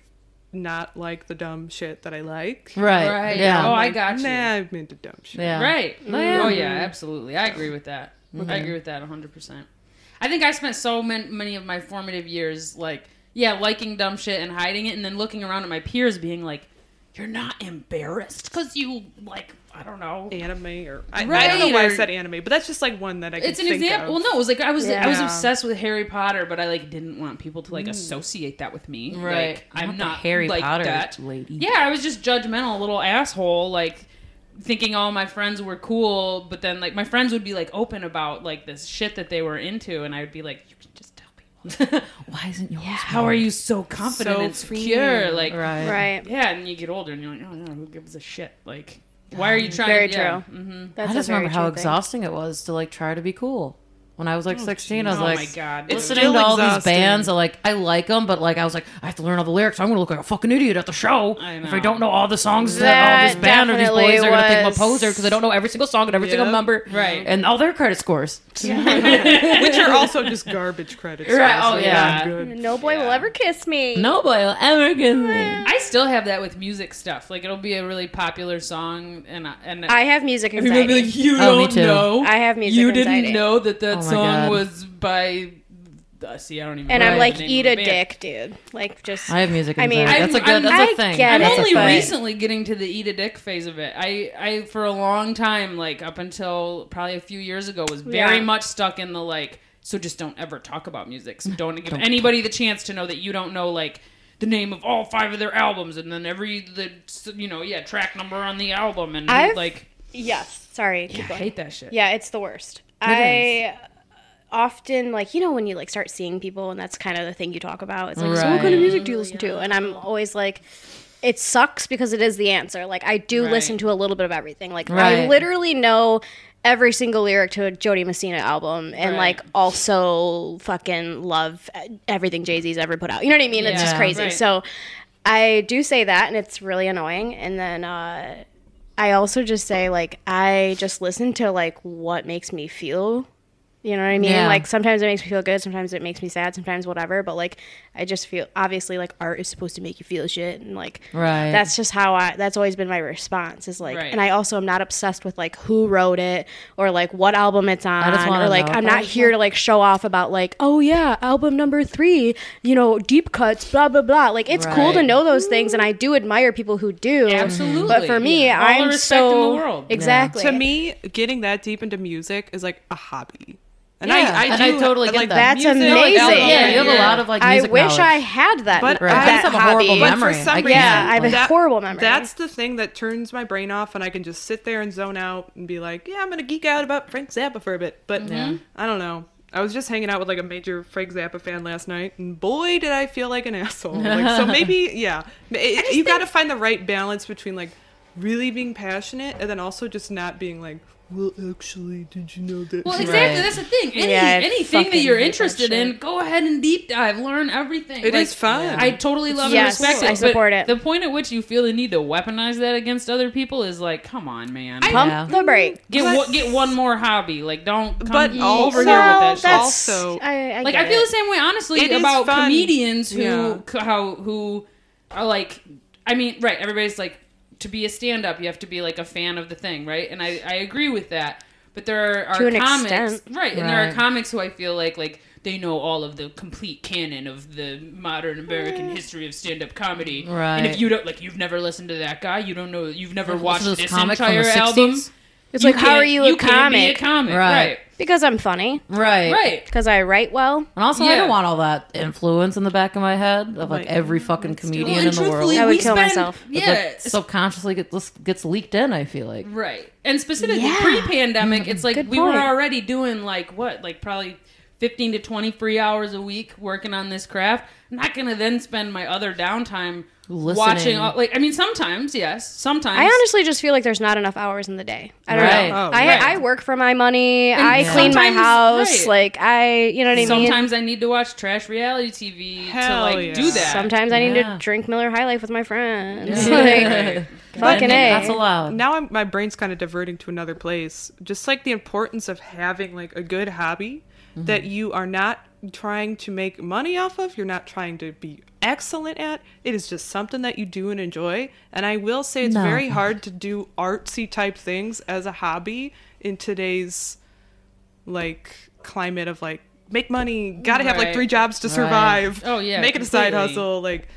[SPEAKER 6] not like the dumb shit that I like.
[SPEAKER 2] Right.
[SPEAKER 5] Right.
[SPEAKER 2] Yeah.
[SPEAKER 5] Oh, I got you.
[SPEAKER 6] Mm. Nah, I'm into dumb shit.
[SPEAKER 2] yeah.
[SPEAKER 5] Right.
[SPEAKER 2] yeah.
[SPEAKER 5] Oh yeah, absolutely. I agree with that. I agree with that 100%. I think I spent so many, many of my formative years like yeah, liking dumb shit and hiding it and then looking around at my peers being like you're not embarrassed cuz you like I don't know.
[SPEAKER 6] Anime or I, I don't know
[SPEAKER 5] Right,
[SPEAKER 6] why I
[SPEAKER 5] or-
[SPEAKER 6] said anime, but that's just like one that I.
[SPEAKER 5] It's
[SPEAKER 6] could
[SPEAKER 5] an
[SPEAKER 6] think
[SPEAKER 5] example. Well,
[SPEAKER 6] Of.
[SPEAKER 5] no,
[SPEAKER 6] [laughs]
[SPEAKER 5] it was like I was I was
[SPEAKER 6] Yeah.
[SPEAKER 5] obsessed with Harry Potter, but I like didn't want people to like associate that with me.
[SPEAKER 2] Right.
[SPEAKER 5] Like, I'm
[SPEAKER 2] the
[SPEAKER 5] not
[SPEAKER 2] Harry
[SPEAKER 5] like
[SPEAKER 2] Potter
[SPEAKER 5] that.
[SPEAKER 2] lady.
[SPEAKER 5] Yeah, I was just judgmental, little asshole, like thinking all my friends were cool, but then like my friends would be like open about like this shit that they were into, and I would be like, you can just tell people. [laughs]
[SPEAKER 2] Why isn't yours?
[SPEAKER 5] How are you so confident
[SPEAKER 6] So
[SPEAKER 5] and secure?
[SPEAKER 6] free.
[SPEAKER 5] Like,
[SPEAKER 2] Right.
[SPEAKER 1] Right.
[SPEAKER 5] yeah, and you get older and you're like, oh no, who gives a shit? Like, why are you trying?
[SPEAKER 1] Very
[SPEAKER 5] yeah.
[SPEAKER 1] true.
[SPEAKER 5] Mm-hmm.
[SPEAKER 1] That's
[SPEAKER 2] I
[SPEAKER 1] a
[SPEAKER 2] just
[SPEAKER 1] very
[SPEAKER 2] remember how
[SPEAKER 1] true thing.
[SPEAKER 2] exhausting it was to like try to be cool. When I was like 16, I was
[SPEAKER 5] oh
[SPEAKER 2] like,
[SPEAKER 5] my god,
[SPEAKER 6] It's
[SPEAKER 2] listening to
[SPEAKER 6] Still
[SPEAKER 2] all these
[SPEAKER 6] exhausting.
[SPEAKER 2] bands. I like, I like them, but like, I was like, I have to learn all the lyrics. I'm gonna look like a fucking idiot at the show
[SPEAKER 5] I
[SPEAKER 2] if I
[SPEAKER 5] know.
[SPEAKER 2] don't know all the songs that, all
[SPEAKER 1] That
[SPEAKER 2] this band or these boys are gonna think I'm a
[SPEAKER 1] definitely was-
[SPEAKER 2] poser because I don't know every single song and every single
[SPEAKER 6] Yep.
[SPEAKER 2] number,
[SPEAKER 5] Right.
[SPEAKER 2] And all their credit scores.
[SPEAKER 6] Which are also just garbage credits.
[SPEAKER 2] Right, oh,
[SPEAKER 6] so
[SPEAKER 2] yeah.
[SPEAKER 6] they're good.
[SPEAKER 1] No boy will ever kiss me.
[SPEAKER 2] Nobody will ever get me.
[SPEAKER 5] I still have that with music stuff. Like, it'll be a really popular song, and I- and
[SPEAKER 1] I have music
[SPEAKER 5] People would
[SPEAKER 1] anxiety.
[SPEAKER 5] be like, you
[SPEAKER 2] Oh, me
[SPEAKER 5] don't
[SPEAKER 2] too.
[SPEAKER 5] know.
[SPEAKER 1] I have music
[SPEAKER 5] You
[SPEAKER 1] anxiety.
[SPEAKER 5] didn't know that that
[SPEAKER 2] Oh my
[SPEAKER 5] song
[SPEAKER 2] God.
[SPEAKER 5] was by. Uh, see, I don't even.
[SPEAKER 1] and
[SPEAKER 5] know
[SPEAKER 1] I'm
[SPEAKER 5] the
[SPEAKER 1] like,
[SPEAKER 5] name
[SPEAKER 1] eat
[SPEAKER 5] of
[SPEAKER 1] a
[SPEAKER 5] the band.
[SPEAKER 1] dick, dude. Like, just
[SPEAKER 2] I have music.
[SPEAKER 1] I mean,
[SPEAKER 2] anxiety. that's a
[SPEAKER 5] I'm-
[SPEAKER 2] good. That's
[SPEAKER 1] I
[SPEAKER 2] a thing.
[SPEAKER 1] get
[SPEAKER 5] I'm
[SPEAKER 1] it.
[SPEAKER 2] that's
[SPEAKER 1] That's
[SPEAKER 2] a
[SPEAKER 5] only
[SPEAKER 2] thing.
[SPEAKER 5] recently getting to the eat a dick phase of it. I, I for a long time, like up until probably a few years ago, was very
[SPEAKER 1] Yeah.
[SPEAKER 5] much stuck in the like. So just don't ever talk about music. So don't give anybody the chance to know that you don't know like the name of all five of their albums, and then every the you know yeah track number on the album, and
[SPEAKER 1] I've-
[SPEAKER 5] like
[SPEAKER 1] yes. Sorry. keep
[SPEAKER 5] I
[SPEAKER 1] going.
[SPEAKER 5] hate that shit.
[SPEAKER 1] Yeah, it's the worst. I often like you know when you like start seeing people and that's kind of the thing you talk about. It's like, so what kind
[SPEAKER 2] Right.
[SPEAKER 1] of music do you listen to? And I'm always like, it sucks because it is the answer. Like I do
[SPEAKER 5] Right.
[SPEAKER 1] listen to a little bit of everything. Like I
[SPEAKER 2] Right.
[SPEAKER 1] literally know every single lyric to a Jody Messina album and
[SPEAKER 5] Right.
[SPEAKER 1] like also fucking love everything Jay-Z's ever put out. You know what I mean? it's just
[SPEAKER 2] Yeah.
[SPEAKER 1] crazy.
[SPEAKER 5] Right.
[SPEAKER 1] So I do say that and it's really annoying and then uh I also just say like I just listen to like what makes me feel. You know what I mean?
[SPEAKER 2] Yeah.
[SPEAKER 1] Like sometimes it makes me feel good, sometimes it makes me sad, sometimes whatever. But like I just feel obviously like art is supposed to make you feel shit and like
[SPEAKER 2] Right.
[SPEAKER 1] that's just how I that's always been my response is like
[SPEAKER 5] Right.
[SPEAKER 1] and I also am not obsessed with like who wrote it or like what album it's on
[SPEAKER 2] just wanna
[SPEAKER 1] or like
[SPEAKER 2] know
[SPEAKER 1] I'm
[SPEAKER 2] about
[SPEAKER 1] not
[SPEAKER 2] it.
[SPEAKER 1] here to like show off about like, oh yeah, album number three, you know, deep cuts, blah blah blah. Like it's cool to
[SPEAKER 2] Right.
[SPEAKER 1] know those things and I do admire people who do.
[SPEAKER 5] Absolutely.
[SPEAKER 1] But for me,
[SPEAKER 5] Yeah. All the
[SPEAKER 1] I'm
[SPEAKER 5] respect
[SPEAKER 1] so
[SPEAKER 5] in the world. Yeah.
[SPEAKER 1] exactly
[SPEAKER 6] To me, getting that deep into music is like a hobby. And
[SPEAKER 2] Yeah,
[SPEAKER 6] I, I,
[SPEAKER 2] and
[SPEAKER 6] do,
[SPEAKER 2] I totally get
[SPEAKER 6] like,
[SPEAKER 2] that.
[SPEAKER 1] That's
[SPEAKER 6] music-
[SPEAKER 1] amazing.
[SPEAKER 2] Yeah,
[SPEAKER 5] Yeah,
[SPEAKER 2] you have a
[SPEAKER 5] yeah.
[SPEAKER 2] lot of like.
[SPEAKER 1] I
[SPEAKER 2] Music
[SPEAKER 1] wish
[SPEAKER 2] knowledge.
[SPEAKER 1] I had that.
[SPEAKER 6] But
[SPEAKER 2] Right.
[SPEAKER 6] I
[SPEAKER 2] I
[SPEAKER 1] that
[SPEAKER 2] just have a horrible
[SPEAKER 1] hobby.
[SPEAKER 6] But
[SPEAKER 2] memory.
[SPEAKER 6] for some
[SPEAKER 2] I can't,
[SPEAKER 6] reason,
[SPEAKER 1] Yeah, I have a
[SPEAKER 2] like-
[SPEAKER 1] horrible memory.
[SPEAKER 6] That's the thing that turns my brain off, and I can just sit there and zone out and be like, "Yeah, I'm gonna geek out about Frank Zappa for a bit." But I don't know. I was just hanging out with like a major Frank Zappa fan last night, and boy, did I feel like an [laughs] asshole. Like,
[SPEAKER 2] [laughs]
[SPEAKER 6] so maybe, yeah, It- it- you got to find the right balance between like really being passionate and then also just not being like, "Well, actually, did you know that?"
[SPEAKER 5] Well,
[SPEAKER 6] he-"
[SPEAKER 5] exactly.
[SPEAKER 2] Right.
[SPEAKER 5] That's the thing. Any,
[SPEAKER 1] Yeah, I
[SPEAKER 5] anything that
[SPEAKER 1] fucking
[SPEAKER 5] you're
[SPEAKER 1] hate that
[SPEAKER 5] interested in,
[SPEAKER 1] shit.
[SPEAKER 5] go ahead and deep dive. Learn everything.
[SPEAKER 6] It
[SPEAKER 5] It is
[SPEAKER 6] is fun.
[SPEAKER 5] I totally love
[SPEAKER 1] Yes,
[SPEAKER 5] and respect it.
[SPEAKER 1] I
[SPEAKER 5] but
[SPEAKER 1] support it.
[SPEAKER 5] The point at which you feel the need to weaponize that against other people is like, come on, man.
[SPEAKER 1] Pump
[SPEAKER 2] Yeah.
[SPEAKER 1] the brake.
[SPEAKER 5] get
[SPEAKER 6] But-
[SPEAKER 5] one- get one more hobby. Like, don't come
[SPEAKER 6] But
[SPEAKER 5] over
[SPEAKER 6] also-
[SPEAKER 5] here with that shit.
[SPEAKER 1] that's,
[SPEAKER 6] Also-
[SPEAKER 1] I, I
[SPEAKER 5] like
[SPEAKER 1] get
[SPEAKER 5] I feel
[SPEAKER 1] it.
[SPEAKER 5] the same way honestly
[SPEAKER 6] It is
[SPEAKER 5] about
[SPEAKER 6] fun.
[SPEAKER 5] comedians who
[SPEAKER 6] Yeah.
[SPEAKER 5] c- how who are like I mean right everybody's like to be a stand up you have to be like a fan of the thing right and I I agree with that but there are, are
[SPEAKER 1] To an
[SPEAKER 5] comics
[SPEAKER 1] extent.
[SPEAKER 5] right and there are
[SPEAKER 2] Right.
[SPEAKER 5] comics who I feel like like they know all of the complete canon of the modern American
[SPEAKER 1] Mm.
[SPEAKER 5] history of stand up comedy and if
[SPEAKER 2] Right.
[SPEAKER 5] you don't like you've never listened to that guy you don't know you've never
[SPEAKER 2] Listen
[SPEAKER 5] watched
[SPEAKER 2] to this
[SPEAKER 5] this
[SPEAKER 2] comic from the
[SPEAKER 5] entire album
[SPEAKER 2] 60s?
[SPEAKER 1] It's like, how
[SPEAKER 5] can't-
[SPEAKER 1] are you a
[SPEAKER 5] can't be
[SPEAKER 1] comic?
[SPEAKER 5] a comic
[SPEAKER 2] Right.
[SPEAKER 5] right
[SPEAKER 1] because I'm funny,
[SPEAKER 2] Right.
[SPEAKER 5] right
[SPEAKER 1] because I write well.
[SPEAKER 2] And also, I
[SPEAKER 5] Yeah.
[SPEAKER 2] don't want all that influence in the back of my head of like
[SPEAKER 6] Like,
[SPEAKER 2] every fucking comedian
[SPEAKER 5] Well,
[SPEAKER 2] in
[SPEAKER 5] and
[SPEAKER 2] the world.
[SPEAKER 5] truthfully,
[SPEAKER 1] I would
[SPEAKER 5] we
[SPEAKER 1] kill
[SPEAKER 5] spend-
[SPEAKER 1] myself.
[SPEAKER 5] Yeah,
[SPEAKER 2] like, subconsciously gets gets leaked in. I feel like
[SPEAKER 5] Right. And specifically
[SPEAKER 1] Yeah. Mm-hmm.
[SPEAKER 5] pre-pandemic, it's like
[SPEAKER 1] Good
[SPEAKER 5] we
[SPEAKER 1] point.
[SPEAKER 5] were already doing like what, like probably 15 to 20 free hours a week working on this craft. I'm not going to then spend my other downtime
[SPEAKER 2] Listening.
[SPEAKER 5] watching all, like I mean sometimes, yes, sometimes.
[SPEAKER 1] I honestly just feel like there's not enough hours in the day. I don't
[SPEAKER 2] Right.
[SPEAKER 1] know.
[SPEAKER 6] Oh,
[SPEAKER 1] I,
[SPEAKER 5] right.
[SPEAKER 1] I work for my money. I
[SPEAKER 5] yeah.
[SPEAKER 1] clean my
[SPEAKER 5] sometimes-
[SPEAKER 1] house.
[SPEAKER 5] right.
[SPEAKER 1] Like I, you know what I mean.
[SPEAKER 5] sometimes I need to watch trash reality TV to
[SPEAKER 6] Hell
[SPEAKER 5] like
[SPEAKER 6] yeah.
[SPEAKER 5] do that. [laughs]
[SPEAKER 1] Sometimes I need
[SPEAKER 2] Yeah.
[SPEAKER 1] to drink Miller High Life with my friends.
[SPEAKER 5] Yeah.
[SPEAKER 1] Like,
[SPEAKER 5] Right.
[SPEAKER 1] fucking A.
[SPEAKER 2] that's allowed.
[SPEAKER 6] now I'm, my brain's kind of diverting to another place just like the importance of having like a good hobby
[SPEAKER 5] Mm-hmm.
[SPEAKER 6] that you are not trying to make money off of, you're not trying to be excellent at. It is just something that you do and enjoy. And I will say it's
[SPEAKER 2] No.
[SPEAKER 6] very hard to do artsy type things as a hobby in today's like climate of like make money, got to have like
[SPEAKER 5] Right.
[SPEAKER 6] three jobs to survive.
[SPEAKER 5] Oh, yeah,
[SPEAKER 6] Make it a side
[SPEAKER 5] completely.
[SPEAKER 6] hustle like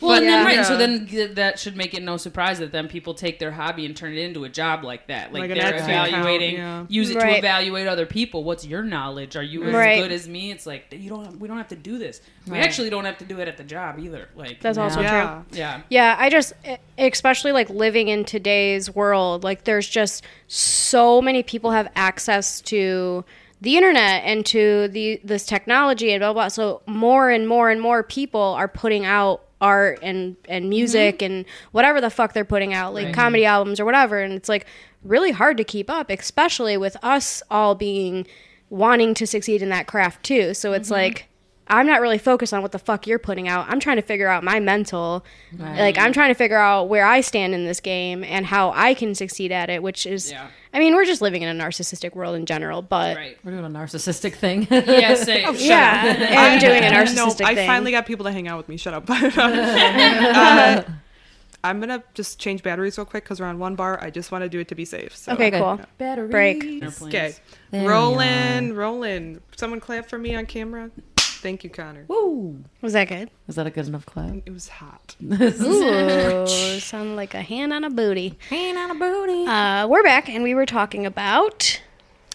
[SPEAKER 5] Well, and then
[SPEAKER 1] yeah.
[SPEAKER 5] right, and
[SPEAKER 6] Yeah.
[SPEAKER 5] so then th- that should make it no surprise that then people take their hobby and turn it into a job like that. Like,
[SPEAKER 6] Like an
[SPEAKER 5] they're
[SPEAKER 6] Etsy account,
[SPEAKER 5] evaluating,
[SPEAKER 6] yeah.
[SPEAKER 5] use it
[SPEAKER 1] Right.
[SPEAKER 5] to evaluate other people. What's your knowledge? Are you
[SPEAKER 1] Right.
[SPEAKER 5] as good as me? It's like you don't. Have, we don't have to do this. We actually don't have to do it at the job either. Like
[SPEAKER 1] That's also true.
[SPEAKER 6] yeah.
[SPEAKER 5] yeah.
[SPEAKER 1] Yeah, I just e- especially like living in today's world, like there's just so many people have access to the internet and to the this technology and blah blah. blah. So more and more and more people are putting out art and and music and whatever the fuck they're putting out, like comedy albums or whatever, and it's like really hard to keep up, especially with us all being wanting to succeed in that craft too. So it's like I'm not really focused on what the fuck you're putting out. I'm trying to figure out my mental. Like I'm trying to figure out where I stand in this game and how I can succeed at it, which is
[SPEAKER 5] Yeah.
[SPEAKER 1] I mean, we're just living in a narcissistic world in general, but
[SPEAKER 5] Right.
[SPEAKER 2] We're doing a narcissistic thing. [laughs]
[SPEAKER 5] [laughs] Yeah. Say.
[SPEAKER 1] yeah, and doing a
[SPEAKER 6] [laughs] I know-
[SPEAKER 1] narcissistic
[SPEAKER 6] I
[SPEAKER 1] thing.
[SPEAKER 6] finally got people to hang out with me. Shut up. [laughs] Uh, I'm gonna just change batteries real quick because we're on one bar. I just want to do it to be safe. So.
[SPEAKER 1] okay, cool.
[SPEAKER 2] Battery.
[SPEAKER 1] Break.
[SPEAKER 5] Airplanes.
[SPEAKER 6] Okay.
[SPEAKER 2] There we
[SPEAKER 6] Rolling, rolling. Someone clap for me on camera. Thank you, Connor.
[SPEAKER 2] Woo.
[SPEAKER 1] Was that good?
[SPEAKER 2] Is that a good enough clap?
[SPEAKER 6] It was hot.
[SPEAKER 1] Ooh, sound like a hand on a booty.
[SPEAKER 4] Hand on a booty.
[SPEAKER 1] Uh, we're back, and we were talking about.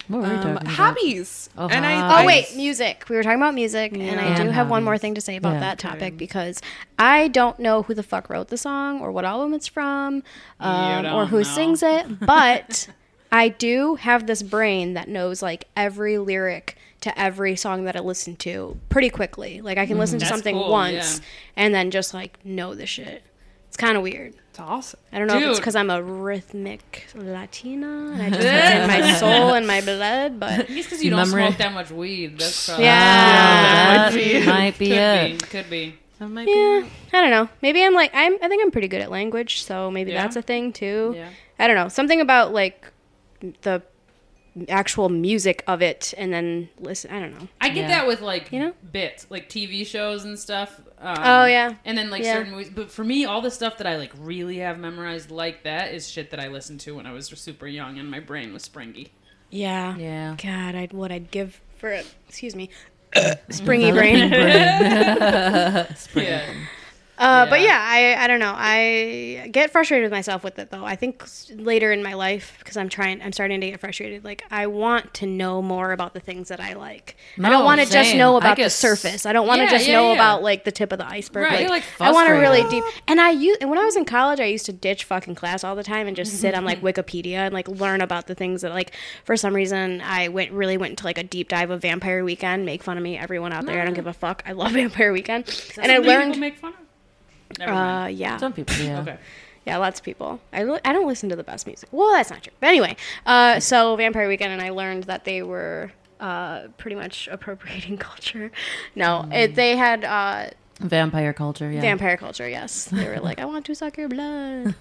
[SPEAKER 2] What were we talking
[SPEAKER 6] Um,
[SPEAKER 2] about?
[SPEAKER 6] hobbies.
[SPEAKER 2] Oh,
[SPEAKER 6] and
[SPEAKER 1] Oh
[SPEAKER 6] I, I,
[SPEAKER 1] wait, music. We were talking about music, and I do
[SPEAKER 2] And
[SPEAKER 1] have one more
[SPEAKER 2] hobbies.
[SPEAKER 1] thing to say about
[SPEAKER 2] Yeah.
[SPEAKER 1] that topic because I don't know who the fuck wrote the song or what album it's from, um, or
[SPEAKER 5] don't
[SPEAKER 1] who
[SPEAKER 5] know.
[SPEAKER 1] sings it,
[SPEAKER 5] [laughs]
[SPEAKER 1] but I do have this brain that knows like every lyric to every song that I listen to pretty quickly. Like I can listen to
[SPEAKER 5] Mm-hmm. That's
[SPEAKER 1] something
[SPEAKER 5] cool,
[SPEAKER 1] once
[SPEAKER 5] yeah.
[SPEAKER 1] and then just like know the shit. It's kind of weird.
[SPEAKER 6] It's awesome.
[SPEAKER 1] I don't know if it's
[SPEAKER 5] Dude.
[SPEAKER 1] because I'm a rhythmic Latina and I
[SPEAKER 5] [laughs]
[SPEAKER 1] just have it in my soul and my blood, but
[SPEAKER 5] It's because you don't
[SPEAKER 2] Memory.
[SPEAKER 5] smoke that much weed. That's probably
[SPEAKER 1] yeah.
[SPEAKER 2] Uh, that might be,
[SPEAKER 5] Could be.
[SPEAKER 2] it.
[SPEAKER 5] Could be.
[SPEAKER 6] That might
[SPEAKER 1] Yeah, I don't know. Maybe I'm like I'm. I think I'm pretty good at language, so maybe
[SPEAKER 5] Yeah?
[SPEAKER 1] that's a thing too.
[SPEAKER 5] Yeah.
[SPEAKER 1] I don't know. Something about like the actual music of it, and then listen. I don't know.
[SPEAKER 5] I get
[SPEAKER 2] Yeah.
[SPEAKER 5] that with like
[SPEAKER 1] You know?
[SPEAKER 5] bits, like TV shows and stuff. Um,
[SPEAKER 1] Oh, yeah.
[SPEAKER 5] and then like
[SPEAKER 1] Yeah.
[SPEAKER 5] certain movies. But for me, all the stuff that I like really have memorized like that is shit that I listened to when I was super young and my brain was springy.
[SPEAKER 1] Yeah.
[SPEAKER 2] Yeah.
[SPEAKER 1] God, I'd what I'd give for a excuse me, springy brain.
[SPEAKER 5] Yeah,
[SPEAKER 1] Uh, But
[SPEAKER 5] Yeah.
[SPEAKER 1] yeah, I I don't know. I get frustrated with myself with it though. I think s- later in my life because I'm trying, I'm starting to get frustrated. Like I want to know more about the things that I like. I don't
[SPEAKER 2] No,
[SPEAKER 1] want to just
[SPEAKER 2] same.
[SPEAKER 1] know
[SPEAKER 2] I
[SPEAKER 1] about
[SPEAKER 2] get s-
[SPEAKER 1] the surface. I don't want to
[SPEAKER 5] Yeah,
[SPEAKER 1] just
[SPEAKER 5] yeah,
[SPEAKER 1] know
[SPEAKER 5] yeah.
[SPEAKER 1] about like the tip of the iceberg.
[SPEAKER 5] Right.
[SPEAKER 1] Like,
[SPEAKER 5] You're, like,
[SPEAKER 1] I want to really
[SPEAKER 2] frustrated.
[SPEAKER 1] deep. And I used and when I was in college, I used to ditch fucking class all the time and just sit on
[SPEAKER 5] [laughs]
[SPEAKER 1] like Wikipedia and like learn about the things that like for some reason I went really went into like a deep dive of Vampire Weekend. Make fun of me, everyone out there. I don't give a fuck. I love [laughs] Vampire Weekend, and I
[SPEAKER 5] Something people
[SPEAKER 1] learned.
[SPEAKER 5] make fun of. Never mind.
[SPEAKER 1] Uh, yeah.
[SPEAKER 2] Some people, yeah.
[SPEAKER 5] Okay.
[SPEAKER 1] Yeah, lots of people. I, li- I don't listen to the best music. Well, that's not true. But anyway, uh, so Vampire Weekend, and I learned that they were uh, pretty much [laughs] appropriating culture. No, it, they had uh,
[SPEAKER 2] Vampire culture, Mm. yeah.
[SPEAKER 1] vampire culture, yes. They were like, [laughs] I want to suck your
[SPEAKER 2] [laughs]
[SPEAKER 1] blood.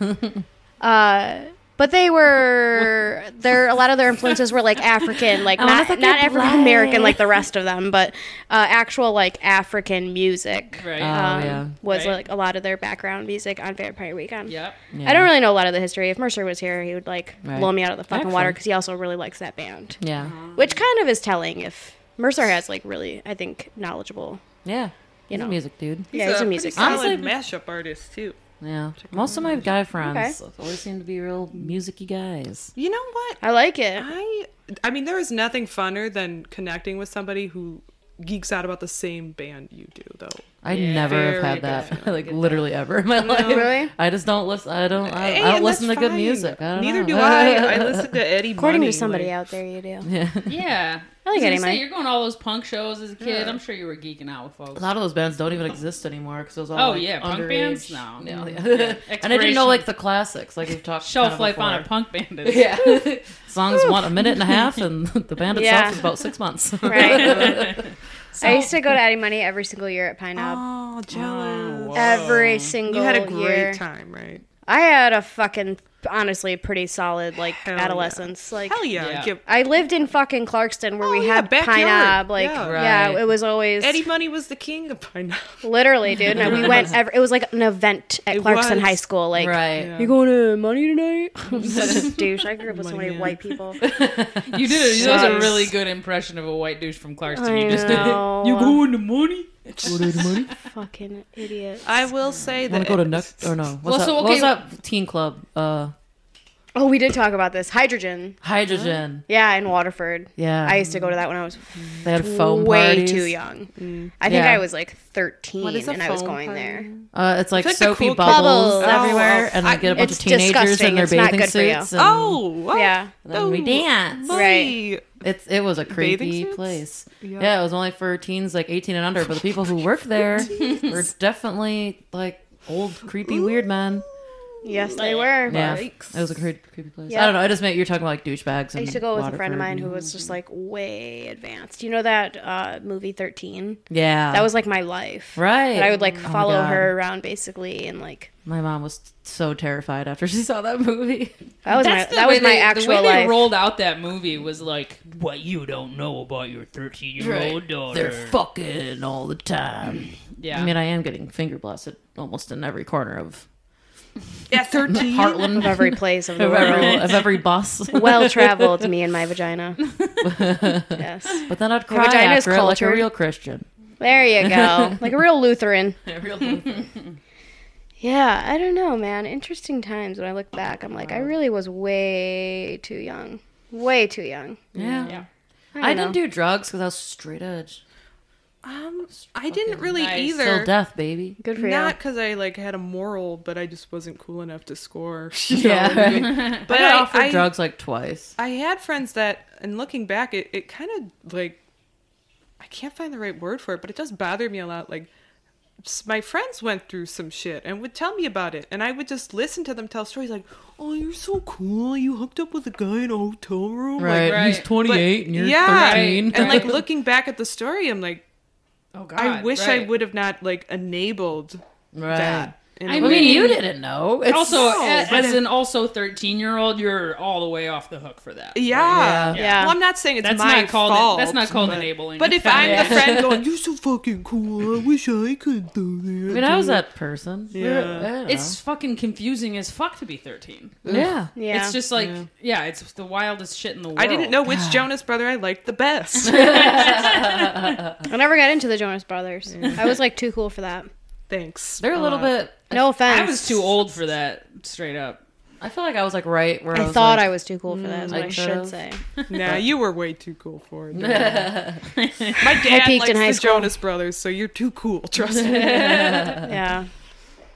[SPEAKER 1] uh, but they were, their, a lot of their influences were like African,
[SPEAKER 2] [laughs]
[SPEAKER 1] like
[SPEAKER 2] wanna
[SPEAKER 1] not,
[SPEAKER 2] suck
[SPEAKER 1] not
[SPEAKER 2] your
[SPEAKER 1] African American like the rest of them, but uh, actual like African music.
[SPEAKER 5] Right.
[SPEAKER 2] Uh,
[SPEAKER 1] Um,
[SPEAKER 2] yeah.
[SPEAKER 1] Was
[SPEAKER 5] Right.
[SPEAKER 1] like a lot of their background music on Vampire Weekend.
[SPEAKER 5] yep.
[SPEAKER 1] I don't really know a lot of the history. If Mercer was here, he would like
[SPEAKER 2] Right.
[SPEAKER 1] blow me out of the fucking water
[SPEAKER 2] Excellent.
[SPEAKER 1] because he also really likes that band,
[SPEAKER 2] Yeah.
[SPEAKER 1] which kind of is telling. If Mercer has like really, I think knowledgeable.
[SPEAKER 2] Yeah. He's
[SPEAKER 1] know.
[SPEAKER 2] a music dude.
[SPEAKER 1] yeah, he's a
[SPEAKER 6] pretty
[SPEAKER 1] music.
[SPEAKER 6] solid
[SPEAKER 2] Honestly-
[SPEAKER 6] mashup artist too.
[SPEAKER 2] Yeah. Most of my guy friends always seem to be real musicy guys.
[SPEAKER 6] You know what?
[SPEAKER 1] I like it.
[SPEAKER 6] I I mean, there is nothing funner than connecting with somebody who geeks out about the same band you do, though.
[SPEAKER 2] I never have
[SPEAKER 6] Very
[SPEAKER 2] had
[SPEAKER 6] good
[SPEAKER 2] that,
[SPEAKER 6] feeling.
[SPEAKER 2] [laughs] like literally ever in my life.
[SPEAKER 1] Really?
[SPEAKER 2] I just don't listen. I don't. I,
[SPEAKER 6] Hey,
[SPEAKER 2] I don't
[SPEAKER 6] and
[SPEAKER 2] listen to
[SPEAKER 6] that's
[SPEAKER 2] good
[SPEAKER 6] fine.
[SPEAKER 2] music. I don't
[SPEAKER 6] Neither
[SPEAKER 2] know. [laughs]
[SPEAKER 6] do I. I listen to Eddie.
[SPEAKER 1] According
[SPEAKER 6] Money,
[SPEAKER 1] to somebody
[SPEAKER 6] like-
[SPEAKER 1] out there, you do.
[SPEAKER 6] [laughs]
[SPEAKER 5] Yeah.
[SPEAKER 1] I like
[SPEAKER 5] I was
[SPEAKER 1] Eddie
[SPEAKER 5] gonna
[SPEAKER 1] Money.
[SPEAKER 5] say, you're going to all those punk shows as a kid. I'm sure you were geeking out with folks.
[SPEAKER 2] A lot of those bands don't even exist anymore because it was all
[SPEAKER 5] Oh,
[SPEAKER 2] like,
[SPEAKER 5] yeah, punk
[SPEAKER 2] underage.
[SPEAKER 5] bands? No. [laughs]
[SPEAKER 2] Yeah, [laughs]
[SPEAKER 5] Yeah.
[SPEAKER 2] yeah. and I didn't
[SPEAKER 5] Expiration.
[SPEAKER 2] know like the classics, like we've talked.
[SPEAKER 5] Shelf
[SPEAKER 2] kind of
[SPEAKER 5] life on a
[SPEAKER 2] before.
[SPEAKER 5] punk band is.
[SPEAKER 2] [laughs] Yeah, songs want a minute and a half, and [laughs] the band itself
[SPEAKER 1] Yeah.
[SPEAKER 2] is about six months.
[SPEAKER 1] Right. [laughs] I used to go to Addie Money every single year at Pine Knob.
[SPEAKER 6] Oh, jealous.
[SPEAKER 5] Whoa.
[SPEAKER 1] every single
[SPEAKER 6] You had a great
[SPEAKER 1] year.
[SPEAKER 6] time, right?
[SPEAKER 1] I had a fucking honestly pretty solid like adolescence. Like
[SPEAKER 6] Hell yeah.
[SPEAKER 5] Yeah.
[SPEAKER 6] Give-
[SPEAKER 1] I lived in fucking Clarkston where
[SPEAKER 6] Oh,
[SPEAKER 1] we
[SPEAKER 6] yeah,
[SPEAKER 1] had
[SPEAKER 6] backyard.
[SPEAKER 1] Pine Knob. Like
[SPEAKER 6] Yeah.
[SPEAKER 1] yeah,
[SPEAKER 2] Right.
[SPEAKER 1] it was always
[SPEAKER 6] Eddie Money was the king of pineapple.
[SPEAKER 1] literally, dude. And we went. Every, it was like an event at
[SPEAKER 6] It
[SPEAKER 1] Clarkston
[SPEAKER 6] was.
[SPEAKER 1] High School. Like
[SPEAKER 2] [laughs] right.
[SPEAKER 6] Yeah.
[SPEAKER 1] you going to money tonight? I'm such a douche. I grew up with so many white people.
[SPEAKER 5] You did. it. That was a
[SPEAKER 1] Sucks.
[SPEAKER 5] really good impression of a white douche from Clarkston.
[SPEAKER 1] I
[SPEAKER 5] You just did. it.
[SPEAKER 1] know.
[SPEAKER 5] You going to money?
[SPEAKER 1] fucking idiot.
[SPEAKER 6] I will say
[SPEAKER 2] Want
[SPEAKER 6] that.
[SPEAKER 2] to go to Nux or no? What's
[SPEAKER 5] so,
[SPEAKER 2] up?
[SPEAKER 5] okay-
[SPEAKER 2] What's up? Teen Club. Uh,
[SPEAKER 1] Oh, we did talk about this hydrogen.
[SPEAKER 2] hydrogen.
[SPEAKER 1] Yeah, in Waterford.
[SPEAKER 2] Yeah.
[SPEAKER 1] I used to go to that when I was
[SPEAKER 2] they had foam
[SPEAKER 1] way
[SPEAKER 2] parties.
[SPEAKER 1] too young. I think
[SPEAKER 2] Yeah.
[SPEAKER 1] I was like 13
[SPEAKER 6] What is a
[SPEAKER 1] and I was
[SPEAKER 6] foam
[SPEAKER 1] going
[SPEAKER 6] party?
[SPEAKER 1] there.
[SPEAKER 2] Uh, it's like
[SPEAKER 6] It's like the
[SPEAKER 2] soapy
[SPEAKER 6] cool-
[SPEAKER 1] Bubbles.
[SPEAKER 2] bubbles, everywhere,
[SPEAKER 6] Oh,
[SPEAKER 2] and
[SPEAKER 6] I-
[SPEAKER 2] we get a bunch of
[SPEAKER 1] it's
[SPEAKER 2] teenagers in
[SPEAKER 1] disgusting.
[SPEAKER 2] their
[SPEAKER 1] It's not
[SPEAKER 2] bathing
[SPEAKER 1] good for you.
[SPEAKER 2] suits. and
[SPEAKER 6] Oh, wow.
[SPEAKER 1] Yeah.
[SPEAKER 2] then we
[SPEAKER 6] Oh,
[SPEAKER 2] dance.
[SPEAKER 6] boy.
[SPEAKER 1] Right.
[SPEAKER 2] It's it was a creepy
[SPEAKER 6] suits?
[SPEAKER 2] place.
[SPEAKER 6] Yeah.
[SPEAKER 2] Yeah. it was only for teens like eighteen and under, but the people who
[SPEAKER 6] [laughs]
[SPEAKER 2] worked there were definitely like old, creepy, weird men.
[SPEAKER 1] Yes, they were.
[SPEAKER 2] Yeah,
[SPEAKER 6] Yikes.
[SPEAKER 2] it was a cre- creepy place.
[SPEAKER 1] Yeah.
[SPEAKER 2] I don't know. I just meant you're talking about like douchebags.
[SPEAKER 1] I used to go with a friend of mine who was just like way advanced. You know that uh, movie 13?
[SPEAKER 2] Yeah,
[SPEAKER 1] That was like my life.
[SPEAKER 2] right.
[SPEAKER 1] But I would like
[SPEAKER 2] Oh my
[SPEAKER 1] follow
[SPEAKER 2] God.
[SPEAKER 1] her around basically and like
[SPEAKER 2] My mom was so terrified after she saw that [laughs] movie.
[SPEAKER 1] that was my that was my actual
[SPEAKER 5] The way
[SPEAKER 1] life.
[SPEAKER 5] they [laughs] rolled out that movie was like what you don't know about your thirteen-year-old daughter.
[SPEAKER 2] They're fucking all the time.
[SPEAKER 5] yeah.
[SPEAKER 2] I
[SPEAKER 5] [laughs]
[SPEAKER 2] mean, I am getting finger blasted almost in every corner of
[SPEAKER 6] Yeah, 13.
[SPEAKER 2] [laughs] Heartland,
[SPEAKER 1] of every place of the
[SPEAKER 5] [laughs]
[SPEAKER 2] of every,
[SPEAKER 1] world.
[SPEAKER 2] of every bus.
[SPEAKER 1] well traveled me and my
[SPEAKER 5] [laughs]
[SPEAKER 1] vagina. yes.
[SPEAKER 2] But then I'd
[SPEAKER 1] Your
[SPEAKER 2] cry
[SPEAKER 1] vagina is
[SPEAKER 2] after it like a
[SPEAKER 1] cultured.
[SPEAKER 2] real Christian.
[SPEAKER 1] There you go. Like a real
[SPEAKER 5] [laughs]
[SPEAKER 1] Lutheran.
[SPEAKER 2] Real
[SPEAKER 1] Yeah, I don't know, man. Interesting times when I look back. I'm like, I really was way too young. Way too young.
[SPEAKER 2] yeah.
[SPEAKER 1] I,
[SPEAKER 2] I
[SPEAKER 1] don't
[SPEAKER 2] didn't do drugs because I was straight edge.
[SPEAKER 6] Um, I didn't really
[SPEAKER 5] nice.
[SPEAKER 6] either.
[SPEAKER 2] Till death, baby.
[SPEAKER 1] Good for
[SPEAKER 6] Not
[SPEAKER 1] you.
[SPEAKER 6] because I like had a moral, but I just wasn't cool enough
[SPEAKER 2] [laughs]
[SPEAKER 6] to score.
[SPEAKER 2] Yeah,
[SPEAKER 6] yeah, but
[SPEAKER 2] I got
[SPEAKER 6] I,
[SPEAKER 2] offered
[SPEAKER 6] I,
[SPEAKER 2] drugs like twice.
[SPEAKER 6] I had friends that, and looking back, it, it kind of like I can't find the right word for it, but it does bother me a lot. Like s- my friends went through some shit and would tell me about it, and I would just listen to them tell stories like, "Oh, you're so cool. You hooked up with a guy in a hotel room." Like,
[SPEAKER 2] Right. He's
[SPEAKER 5] right.
[SPEAKER 2] 28
[SPEAKER 6] but-
[SPEAKER 2] and you're
[SPEAKER 6] yeah,
[SPEAKER 2] 13. [laughs]
[SPEAKER 6] and [laughs] like looking back at the story, I'm like,
[SPEAKER 5] oh God.
[SPEAKER 6] I wish I
[SPEAKER 5] right.
[SPEAKER 6] would have not like enabled
[SPEAKER 2] right.
[SPEAKER 6] that. in a
[SPEAKER 5] I
[SPEAKER 2] I
[SPEAKER 6] way.
[SPEAKER 2] mean,
[SPEAKER 5] mean-
[SPEAKER 2] you didn't know. It's
[SPEAKER 5] Also,
[SPEAKER 2] so-
[SPEAKER 5] a- as an also thirteen-year-old, you're all the way off the hook for that.
[SPEAKER 6] Yeah.
[SPEAKER 1] Yeah. Yeah.
[SPEAKER 6] Well, I'm not saying it's
[SPEAKER 5] That's
[SPEAKER 6] my
[SPEAKER 5] not called.
[SPEAKER 6] fault.
[SPEAKER 5] that's not called enabling.
[SPEAKER 6] But if I'm
[SPEAKER 5] Yeah.
[SPEAKER 6] the friend going, "You're so fucking cool. I wish I could do that."
[SPEAKER 2] I mean, I was that person. We were-
[SPEAKER 6] Yeah.
[SPEAKER 2] I don't know.
[SPEAKER 5] it's fucking confusing as fuck to be thirteen.
[SPEAKER 2] yeah.
[SPEAKER 1] Yeah.
[SPEAKER 5] It's just like, yeah. it's the wildest shit in the world.
[SPEAKER 6] I didn't know which Jonas brother I liked the best.
[SPEAKER 1] I never got into the Jonas Brothers. I was like too cool for
[SPEAKER 5] [laughs]
[SPEAKER 1] that.
[SPEAKER 6] Thanks.
[SPEAKER 2] They're a little
[SPEAKER 6] lot.
[SPEAKER 2] bit.
[SPEAKER 1] No offense.
[SPEAKER 5] I was too old for that. Straight up.
[SPEAKER 2] I feel like I was like right where I,
[SPEAKER 1] I
[SPEAKER 2] was,
[SPEAKER 1] thought
[SPEAKER 2] like-
[SPEAKER 1] I was too cool for that. Is what
[SPEAKER 2] I
[SPEAKER 1] I
[SPEAKER 2] could've.
[SPEAKER 1] should say.
[SPEAKER 6] Nah, you were way too cool for it. dude. My dad
[SPEAKER 1] peaked
[SPEAKER 6] likes
[SPEAKER 1] in high
[SPEAKER 6] the
[SPEAKER 1] school.
[SPEAKER 6] Jonas Brothers, so you're too cool. Trust me.
[SPEAKER 1] yeah.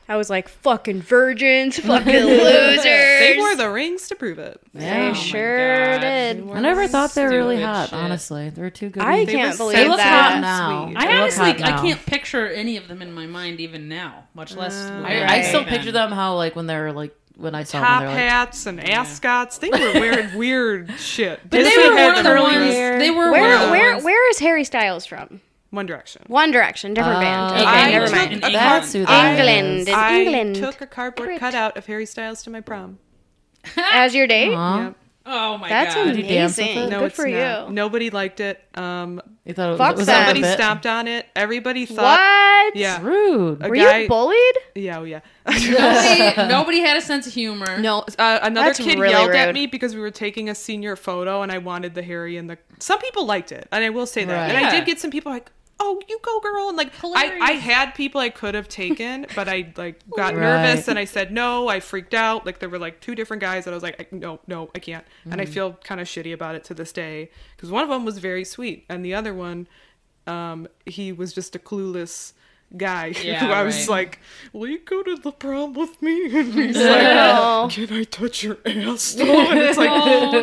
[SPEAKER 1] I was like fucking
[SPEAKER 6] [laughs]
[SPEAKER 1] virgins, fucking losers.
[SPEAKER 6] they wore the Oh rings to prove it.
[SPEAKER 1] They
[SPEAKER 2] Yeah.
[SPEAKER 1] sure
[SPEAKER 5] God.
[SPEAKER 1] did.
[SPEAKER 2] I never thought they were really
[SPEAKER 5] Stupid
[SPEAKER 2] hot.
[SPEAKER 5] shit.
[SPEAKER 2] Honestly, they were too good.
[SPEAKER 1] I
[SPEAKER 2] to-
[SPEAKER 6] were
[SPEAKER 1] can't believe
[SPEAKER 6] sexy.
[SPEAKER 2] They look hot
[SPEAKER 1] that.
[SPEAKER 2] now.
[SPEAKER 6] Sweet.
[SPEAKER 2] They
[SPEAKER 5] I
[SPEAKER 2] look
[SPEAKER 5] honestly,
[SPEAKER 2] hot
[SPEAKER 5] I
[SPEAKER 2] now.
[SPEAKER 5] can't picture any of them in my mind even now. Much less.
[SPEAKER 1] Uh,
[SPEAKER 2] I,
[SPEAKER 5] where
[SPEAKER 2] I still
[SPEAKER 5] would've
[SPEAKER 2] picture
[SPEAKER 5] been.
[SPEAKER 2] them how like when they're like when I saw
[SPEAKER 6] Top
[SPEAKER 2] them. They're like,
[SPEAKER 6] hats and ascots. They were weird, weird shit.
[SPEAKER 5] But they
[SPEAKER 6] Disney
[SPEAKER 5] were
[SPEAKER 6] had
[SPEAKER 5] one of the
[SPEAKER 6] their
[SPEAKER 5] ones.
[SPEAKER 6] own
[SPEAKER 5] They were one of
[SPEAKER 1] Where
[SPEAKER 5] the
[SPEAKER 1] where
[SPEAKER 5] ones-
[SPEAKER 1] where is Harry Styles from?
[SPEAKER 6] One Direction.
[SPEAKER 1] One Direction, different band.
[SPEAKER 2] Oh.
[SPEAKER 1] Okay,
[SPEAKER 6] Uh, I
[SPEAKER 1] never
[SPEAKER 6] took
[SPEAKER 1] mind.
[SPEAKER 6] a
[SPEAKER 2] That's who
[SPEAKER 6] card-
[SPEAKER 2] that
[SPEAKER 1] England.
[SPEAKER 2] is.
[SPEAKER 1] It's
[SPEAKER 6] I
[SPEAKER 1] England.
[SPEAKER 6] took a cardboard
[SPEAKER 1] Brit.
[SPEAKER 6] cutout of Harry Styles to my prom.
[SPEAKER 1] As your date?
[SPEAKER 2] Huh?
[SPEAKER 6] Yep.
[SPEAKER 5] Oh my
[SPEAKER 1] That's
[SPEAKER 5] god.
[SPEAKER 2] you dance with
[SPEAKER 1] amazing.
[SPEAKER 2] it?
[SPEAKER 1] Oh, Good
[SPEAKER 6] No, it's
[SPEAKER 1] for
[SPEAKER 6] not.
[SPEAKER 1] you.
[SPEAKER 6] Nobody liked it. Um,
[SPEAKER 2] You thought it
[SPEAKER 1] Fuck
[SPEAKER 2] was, was
[SPEAKER 1] them.
[SPEAKER 2] that a
[SPEAKER 6] somebody
[SPEAKER 2] bit?
[SPEAKER 6] stomped on it. Everybody thought,
[SPEAKER 1] What?
[SPEAKER 6] yeah,
[SPEAKER 2] Rude. [laughs]
[SPEAKER 6] a [laughs]
[SPEAKER 1] Were
[SPEAKER 6] guy.
[SPEAKER 1] you bullied?
[SPEAKER 6] yeah, oh, yeah. [laughs]
[SPEAKER 1] [laughs]
[SPEAKER 5] nobody, nobody had a sense of humor.
[SPEAKER 6] no, [laughs] uh, another
[SPEAKER 1] That's
[SPEAKER 6] kid
[SPEAKER 1] really
[SPEAKER 6] yelled at
[SPEAKER 1] rude.
[SPEAKER 6] me because we were taking a senior photo, and I wanted the Harry and the. Some people liked it, and I will say that.
[SPEAKER 2] Right.
[SPEAKER 6] And I
[SPEAKER 5] Yeah.
[SPEAKER 6] did get some people like, "Oh, you go, girl!" And like, I, I had people I could have taken, but I like got
[SPEAKER 2] Right.
[SPEAKER 6] nervous and I said no. I freaked out. Like there were like two different guys that I was like, I, "No, no, I can't," and I feel kind of shitty about it to this day because one of them was very sweet, and the other one, um, he was just a clueless guy [laughs] who
[SPEAKER 5] Yeah,
[SPEAKER 6] I was
[SPEAKER 5] right.
[SPEAKER 6] like, "Will you go to the prom with me?" [laughs] And he's like,
[SPEAKER 1] No.
[SPEAKER 6] can I touch your ass? though?" and it's
[SPEAKER 5] [laughs]
[SPEAKER 6] like
[SPEAKER 5] Oh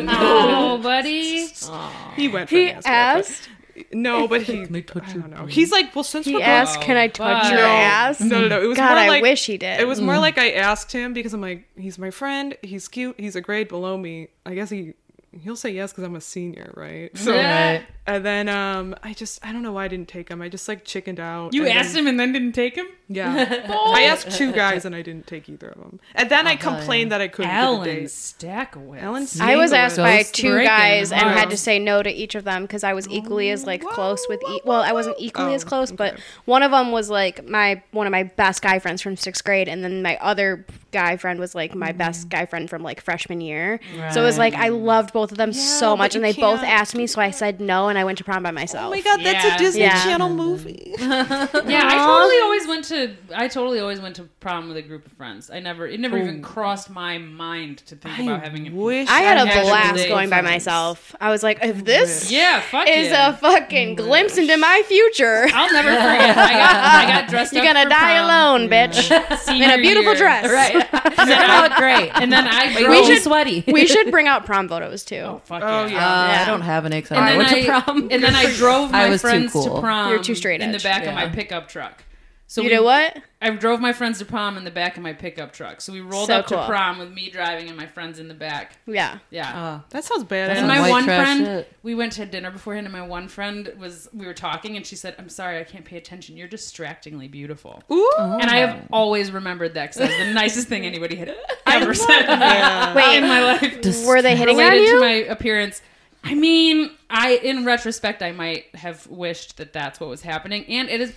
[SPEAKER 1] [laughs]
[SPEAKER 5] no, buddy.
[SPEAKER 6] [laughs] he went. For
[SPEAKER 1] He
[SPEAKER 6] an ass
[SPEAKER 1] asked.
[SPEAKER 6] grab, but- No, but he.
[SPEAKER 2] Can I touch
[SPEAKER 6] I
[SPEAKER 2] your
[SPEAKER 6] don't know. He's like, well, since
[SPEAKER 1] He
[SPEAKER 6] we're both
[SPEAKER 1] asked, "Can I touch
[SPEAKER 5] fuck.
[SPEAKER 1] your
[SPEAKER 5] No.
[SPEAKER 1] ass?"
[SPEAKER 6] No, no, no. It was
[SPEAKER 1] God,
[SPEAKER 6] more
[SPEAKER 1] I
[SPEAKER 6] like
[SPEAKER 1] wish he did.
[SPEAKER 6] It was
[SPEAKER 2] Mm.
[SPEAKER 6] more like I asked him because I'm like, he's my friend. He's cute. He's a grade below me. I guess he he'll say yes because I'm a senior, right? So
[SPEAKER 5] Yeah.
[SPEAKER 6] and then um, I just I don't know why I didn't take him. I just like chickened out.
[SPEAKER 5] You
[SPEAKER 6] and
[SPEAKER 5] asked him and then didn't take him?
[SPEAKER 6] Then,
[SPEAKER 1] [laughs]
[SPEAKER 6] yeah, I asked two guys and I didn't take either of them. And then I complained that I couldn't get a
[SPEAKER 5] Alan
[SPEAKER 6] date.
[SPEAKER 5] Stackowitz.
[SPEAKER 6] Ellen
[SPEAKER 1] I was asked by
[SPEAKER 5] Ghost
[SPEAKER 1] two
[SPEAKER 5] breaking
[SPEAKER 1] guys and
[SPEAKER 5] heart.
[SPEAKER 1] had to say no to each of them because I was equally as like close with. E- well, I wasn't equally
[SPEAKER 6] Oh,
[SPEAKER 1] as close, but
[SPEAKER 6] okay.
[SPEAKER 1] one of them was like my one of my best guy friends from sixth grade, and then my other guy friend was like my
[SPEAKER 5] Mm.
[SPEAKER 1] best guy friend from like freshman year. So it was like I loved both of them so
[SPEAKER 6] but
[SPEAKER 1] much, and
[SPEAKER 6] you
[SPEAKER 1] they both
[SPEAKER 6] can't-
[SPEAKER 1] asked me, so I said no, and I went to prom by myself.
[SPEAKER 6] Oh my god, that's
[SPEAKER 5] Yeah.
[SPEAKER 6] a Disney
[SPEAKER 1] Yeah.
[SPEAKER 6] Channel movie.
[SPEAKER 5] Yeah, I totally always went to I totally always went to prom with a group of friends. I never it never even crossed my mind to think about having a
[SPEAKER 6] Wish
[SPEAKER 1] I had
[SPEAKER 5] I
[SPEAKER 1] a
[SPEAKER 5] had a
[SPEAKER 1] blast
[SPEAKER 5] great
[SPEAKER 1] going by
[SPEAKER 5] friends.
[SPEAKER 1] myself. I was like, if this
[SPEAKER 5] Yeah, fuck
[SPEAKER 1] is
[SPEAKER 5] yeah. Mm.
[SPEAKER 1] a fucking glimpse into my future, [laughs]
[SPEAKER 5] I'll never forget. I got, [laughs] I got dressed
[SPEAKER 1] you're
[SPEAKER 5] up
[SPEAKER 1] gonna
[SPEAKER 5] for
[SPEAKER 1] die
[SPEAKER 5] prom
[SPEAKER 1] alone, bitch, in
[SPEAKER 5] senior
[SPEAKER 1] a beautiful
[SPEAKER 5] year.
[SPEAKER 1] dress.
[SPEAKER 2] [laughs] Right. out great.
[SPEAKER 5] And then I drove.
[SPEAKER 2] we
[SPEAKER 1] should-
[SPEAKER 2] sweaty. [laughs]
[SPEAKER 1] we should bring out prom photos too.
[SPEAKER 5] oh, fuck yeah.
[SPEAKER 6] Oh,
[SPEAKER 2] Uh,
[SPEAKER 6] yeah.
[SPEAKER 2] I don't have an
[SPEAKER 5] And
[SPEAKER 2] exciting
[SPEAKER 5] then,
[SPEAKER 2] went
[SPEAKER 5] I,
[SPEAKER 2] to
[SPEAKER 5] [laughs]
[SPEAKER 2] prom.
[SPEAKER 5] and
[SPEAKER 2] [laughs]
[SPEAKER 5] then I drove my
[SPEAKER 2] I was too
[SPEAKER 5] friends to
[SPEAKER 2] cool.
[SPEAKER 5] prom.
[SPEAKER 1] You're too straight
[SPEAKER 5] In the
[SPEAKER 1] edge.
[SPEAKER 5] back of my
[SPEAKER 2] Yeah.
[SPEAKER 5] pickup truck. So
[SPEAKER 1] you
[SPEAKER 5] we-
[SPEAKER 1] know what?
[SPEAKER 5] I drove my friends to prom in the back of my pickup truck. So we rolled
[SPEAKER 1] So
[SPEAKER 5] up
[SPEAKER 1] cool.
[SPEAKER 5] to prom with me driving and my friends in the back.
[SPEAKER 1] Yeah.
[SPEAKER 5] Yeah.
[SPEAKER 2] Uh,
[SPEAKER 6] That sounds
[SPEAKER 5] and
[SPEAKER 2] some
[SPEAKER 6] bad.
[SPEAKER 5] my
[SPEAKER 2] white
[SPEAKER 5] one
[SPEAKER 2] trash
[SPEAKER 5] friend,
[SPEAKER 2] shit.
[SPEAKER 5] we went to dinner beforehand, and my one friend was, we were talking, and she said, I'm sorry, I can't pay attention. You're distractingly beautiful.
[SPEAKER 6] Ooh.
[SPEAKER 5] [laughs] And I have always remembered that because that was the nicest thing anybody had ever said to me
[SPEAKER 6] Uh,
[SPEAKER 1] Wait,
[SPEAKER 5] in my life.
[SPEAKER 1] were they hitting on
[SPEAKER 5] related to
[SPEAKER 1] you?
[SPEAKER 5] my appearance. I mean, I in retrospect, I might have wished that that's what was happening, and it is.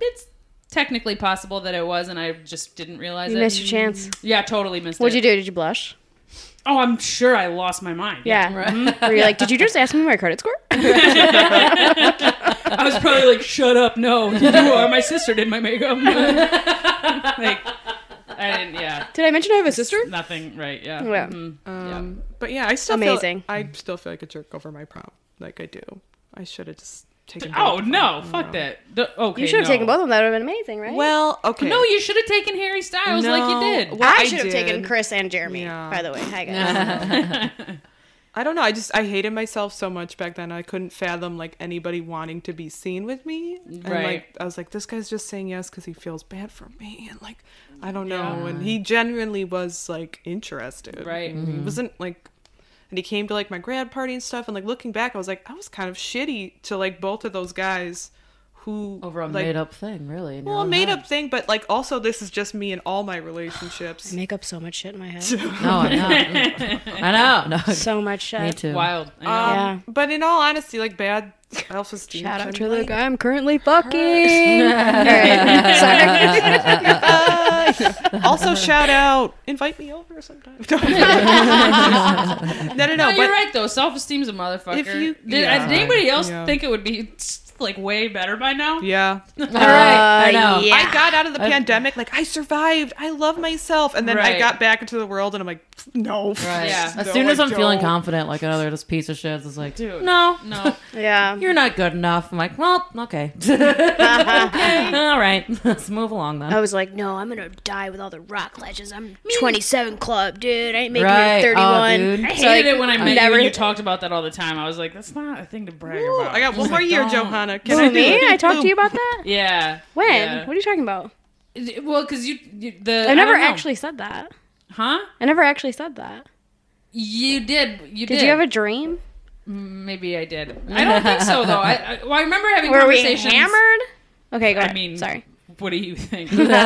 [SPEAKER 5] It's technically possible that it was, and I just didn't realize
[SPEAKER 1] you
[SPEAKER 5] it.
[SPEAKER 1] missed your chance.
[SPEAKER 5] Yeah, totally missed
[SPEAKER 1] What'd
[SPEAKER 5] it.
[SPEAKER 1] you do? Did you blush?
[SPEAKER 5] Oh, I'm sure I lost my mind.
[SPEAKER 1] Yeah. Mm-hmm. Were you like, did you just ask me my credit score?
[SPEAKER 5] I was probably like, "Shut up, no,
[SPEAKER 1] [laughs]
[SPEAKER 5] you are." My sister did my makeup. [laughs] like, I didn't. Yeah,
[SPEAKER 1] Did I mention I have a sister?
[SPEAKER 5] nothing. Right. Yeah.
[SPEAKER 1] Yeah.
[SPEAKER 5] Mhm,
[SPEAKER 6] Um, But yeah, I still feel-
[SPEAKER 1] Amazing.
[SPEAKER 6] I still feel like a jerk over my prom. Like I do. I should have just taken.
[SPEAKER 5] yeah. Oh
[SPEAKER 6] both.
[SPEAKER 5] no! Fuck that. The- okay.
[SPEAKER 1] You should have
[SPEAKER 5] no.
[SPEAKER 1] taken both of them. That would have been amazing, right?
[SPEAKER 6] Well, okay.
[SPEAKER 5] No, you should have taken Harry Styles like you did.
[SPEAKER 6] Well,
[SPEAKER 1] I should have taken
[SPEAKER 6] did.
[SPEAKER 1] Chris and Jeremy,
[SPEAKER 6] Yeah.
[SPEAKER 1] by the way. Hi, guys.
[SPEAKER 6] I don't know. I just I hated myself so much back then. I couldn't fathom like anybody wanting to be seen with me. And
[SPEAKER 5] Right.
[SPEAKER 6] like I was like, this guy's just saying yes because he feels bad for me, and like I don't know. And he genuinely was like interested.
[SPEAKER 5] Right.
[SPEAKER 6] He wasn't like. And he came to like my grad party and stuff. And like looking back, I was like, I was kind of shitty to like both of those guys who
[SPEAKER 2] over a
[SPEAKER 6] like,
[SPEAKER 2] made up thing, really. in your
[SPEAKER 6] Well,
[SPEAKER 2] own
[SPEAKER 6] made
[SPEAKER 2] head.
[SPEAKER 6] up thing, but like also this is just me in all my
[SPEAKER 1] [laughs]
[SPEAKER 6] relationships.
[SPEAKER 1] Make up so much shit in my head.
[SPEAKER 2] No, I know. I know. No, [laughs]
[SPEAKER 1] so much shit.
[SPEAKER 2] me too.
[SPEAKER 5] Wild. I know.
[SPEAKER 1] Yeah.
[SPEAKER 6] Um, But in all honesty, like bad self esteem.
[SPEAKER 1] Shout out to the guy I'm currently fucking. All right. Sorry.
[SPEAKER 6] Uh,
[SPEAKER 1] [laughs]
[SPEAKER 6] also, shout out. Invite me over sometime. [laughs] no, no,
[SPEAKER 1] Oh,
[SPEAKER 6] no.
[SPEAKER 5] No, you're
[SPEAKER 6] but
[SPEAKER 5] right though. Self esteem's a motherfucker.
[SPEAKER 6] If you-
[SPEAKER 5] did, uh,
[SPEAKER 6] yeah.
[SPEAKER 5] did anybody else
[SPEAKER 6] Yeah.
[SPEAKER 5] think it would be [laughs] like way better by now?
[SPEAKER 6] yeah,
[SPEAKER 2] All right. I
[SPEAKER 1] Uh,
[SPEAKER 2] know.
[SPEAKER 1] yeah.
[SPEAKER 6] I got out of the pandemic. Like I survived. I love myself, and then I
[SPEAKER 5] Uh, Right.
[SPEAKER 6] got back into the world, and I'm like, no. [laughs]
[SPEAKER 2] Right.
[SPEAKER 5] Yeah.
[SPEAKER 2] As
[SPEAKER 6] No,
[SPEAKER 2] soon
[SPEAKER 6] I
[SPEAKER 2] as I'm feeling
[SPEAKER 6] don't.
[SPEAKER 2] confident, like another just piece of shit is like,
[SPEAKER 5] Dude.
[SPEAKER 2] no,
[SPEAKER 1] [laughs]
[SPEAKER 5] No.
[SPEAKER 1] yeah.
[SPEAKER 2] you're not good enough. I'm like, well, okay. [laughs] okay. All right. [laughs] Let's move along then.
[SPEAKER 1] I was like, no, I'm gonna die with all the rock legends. I'm 27 club, dude. I ain't making
[SPEAKER 2] Right. Oh,
[SPEAKER 1] it 31.
[SPEAKER 2] dude. I
[SPEAKER 5] I hated
[SPEAKER 1] So, like,
[SPEAKER 5] it when I met
[SPEAKER 1] never-
[SPEAKER 5] you. and You talked about that all the time. I was like, that's not a thing to brag
[SPEAKER 6] Ooh,
[SPEAKER 5] about.
[SPEAKER 6] I got one more year, Johanna. Can I
[SPEAKER 1] Who,
[SPEAKER 6] do
[SPEAKER 1] me?
[SPEAKER 6] it?
[SPEAKER 1] I talked to
[SPEAKER 6] Boom.
[SPEAKER 1] you
[SPEAKER 5] [laughs]
[SPEAKER 1] about that?
[SPEAKER 5] Yeah.
[SPEAKER 1] When?
[SPEAKER 5] Yeah.
[SPEAKER 1] What are you talking about?
[SPEAKER 5] Is it- Well, because you, you the
[SPEAKER 1] I never
[SPEAKER 5] don't know.
[SPEAKER 1] actually said that.
[SPEAKER 5] huh?
[SPEAKER 1] I never actually said that.
[SPEAKER 5] You did. You
[SPEAKER 1] Did you have a dream?
[SPEAKER 5] Maybe I did. I don't think so though. I, I well, I remember having
[SPEAKER 1] Were we
[SPEAKER 5] conversations.
[SPEAKER 1] hammered? Okay, go
[SPEAKER 5] I
[SPEAKER 1] ahead.
[SPEAKER 5] mean-
[SPEAKER 1] sorry.
[SPEAKER 5] What do
[SPEAKER 1] [laughs]
[SPEAKER 5] you think?
[SPEAKER 2] Okay, we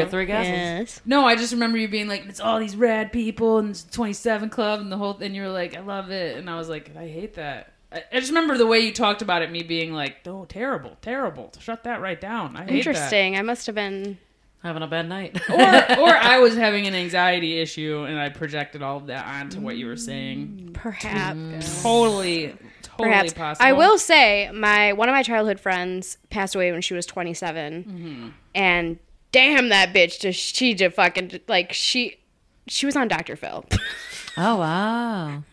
[SPEAKER 2] have three guesses.
[SPEAKER 1] Yes.
[SPEAKER 5] No, I just remember you being like, "It's all these rad people and it's 27 Club and the whole," and you were like, "I love it," and I was like, "I hate that." I, I just remember the way you talked about it, me being like, "Oh, terrible, terrible! Shut that right down." I hate
[SPEAKER 1] Interesting. I must have been.
[SPEAKER 2] Having a bad night.
[SPEAKER 5] That. [laughs] Or, or I was having an anxiety issue and I projected all of that onto what you were saying.
[SPEAKER 2] Mm.
[SPEAKER 1] Perhaps.
[SPEAKER 5] Totally, totally
[SPEAKER 1] Mm. Perhaps.
[SPEAKER 5] possible.
[SPEAKER 1] I will say, my one of my childhood friends passed away when she was 27, and damn that bitch! Just she just fucking like she she was on Dr. Phil [laughs]
[SPEAKER 2] oh, wow.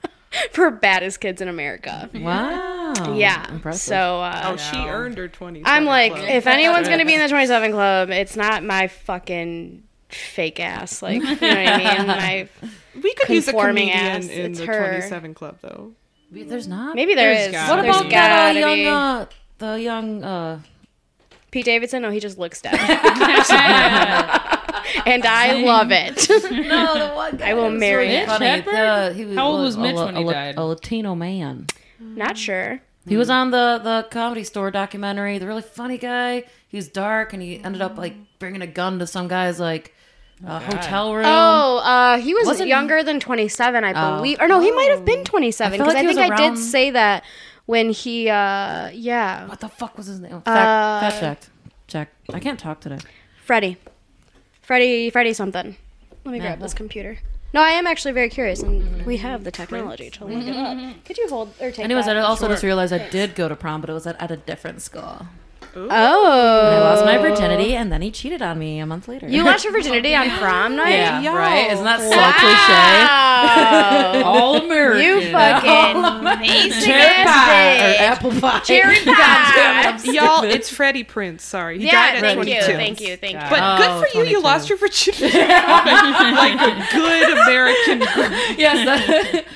[SPEAKER 1] for baddest kids in America.
[SPEAKER 2] Wow.
[SPEAKER 1] yeah.
[SPEAKER 2] Oh, Impressive.
[SPEAKER 1] So uh,
[SPEAKER 6] Oh, she earned her 20s.
[SPEAKER 1] I'm like, if anyone's gonna be in the 27 club, it's not my fucking fake ass. Like, you know what I mean? My,
[SPEAKER 6] we could use a
[SPEAKER 1] conforming
[SPEAKER 6] comedian
[SPEAKER 1] ass,
[SPEAKER 6] in
[SPEAKER 1] it's
[SPEAKER 6] the
[SPEAKER 1] her.
[SPEAKER 6] 27 Club, though.
[SPEAKER 2] Wait, There's not.
[SPEAKER 1] maybe there
[SPEAKER 5] There's
[SPEAKER 1] is.
[SPEAKER 5] gotta
[SPEAKER 2] What
[SPEAKER 5] There's
[SPEAKER 2] about that uh,
[SPEAKER 1] gotta
[SPEAKER 5] [laughs]
[SPEAKER 2] young,
[SPEAKER 1] be.
[SPEAKER 2] uh, the young, uh,
[SPEAKER 1] Pete Davidson, no, he just looks dead. and I love it.
[SPEAKER 2] [laughs] No, the one
[SPEAKER 1] I will marry
[SPEAKER 2] Really
[SPEAKER 1] it.
[SPEAKER 5] Mitch
[SPEAKER 2] funny.
[SPEAKER 5] Hedberg?
[SPEAKER 2] The- he was,
[SPEAKER 5] How old was
[SPEAKER 2] a-
[SPEAKER 5] Mitch
[SPEAKER 2] a-
[SPEAKER 5] when he
[SPEAKER 2] a-
[SPEAKER 5] died?
[SPEAKER 2] A Latino man.
[SPEAKER 1] Not sure.
[SPEAKER 2] He
[SPEAKER 1] Hmm.
[SPEAKER 2] was on the the comedy store documentary. The really funny guy. He was dark, and he ended up like
[SPEAKER 1] Hmm.
[SPEAKER 2] bringing a gun to some guy's like uh, hotel room.
[SPEAKER 1] Oh, uh, he was
[SPEAKER 2] Wasn't he-
[SPEAKER 1] younger than 27, I
[SPEAKER 2] Oh.
[SPEAKER 1] believe. Or no, he might have been 27
[SPEAKER 2] feel
[SPEAKER 1] because I,
[SPEAKER 2] like he was
[SPEAKER 1] think I
[SPEAKER 2] around-
[SPEAKER 1] did say that when he, uh, yeah,
[SPEAKER 2] What the fuck was his name? Fact,
[SPEAKER 1] Uh,
[SPEAKER 2] fact checked. Check. I can't talk today.
[SPEAKER 1] Freddy, Freddy, Freddy something. Let me grab this computer. No, I am actually very curious, and
[SPEAKER 2] Mm-hmm.
[SPEAKER 1] we have the technology to look it up. Could you hold or take?
[SPEAKER 2] Anyways,
[SPEAKER 1] that?
[SPEAKER 2] I also just realized I did go to prom, but it was at, at a different school.
[SPEAKER 1] oh,
[SPEAKER 2] I lost my virginity, and then he cheated on me a month later.
[SPEAKER 1] You lost your virginity on prom night.
[SPEAKER 2] [laughs] yeah,
[SPEAKER 6] Yo.
[SPEAKER 2] right? Isn't that so cliche?
[SPEAKER 1] Wow.
[SPEAKER 5] All [laughs] American.
[SPEAKER 1] [laughs] you [laughs] fucking basic ass bitch.
[SPEAKER 2] apple pie. [laughs]
[SPEAKER 1] Cherry pie.
[SPEAKER 5] [laughs]
[SPEAKER 6] Y'all, it's Freddie Prince. Sorry, he
[SPEAKER 1] Yeah,
[SPEAKER 6] died at
[SPEAKER 1] thank
[SPEAKER 6] 22.
[SPEAKER 1] you, thank you, thank you.
[SPEAKER 6] But
[SPEAKER 2] Oh,
[SPEAKER 6] good for you, you
[SPEAKER 2] 22.
[SPEAKER 6] lost your
[SPEAKER 2] [laughs]
[SPEAKER 6] virginity. like a good American girl.
[SPEAKER 2] yes, that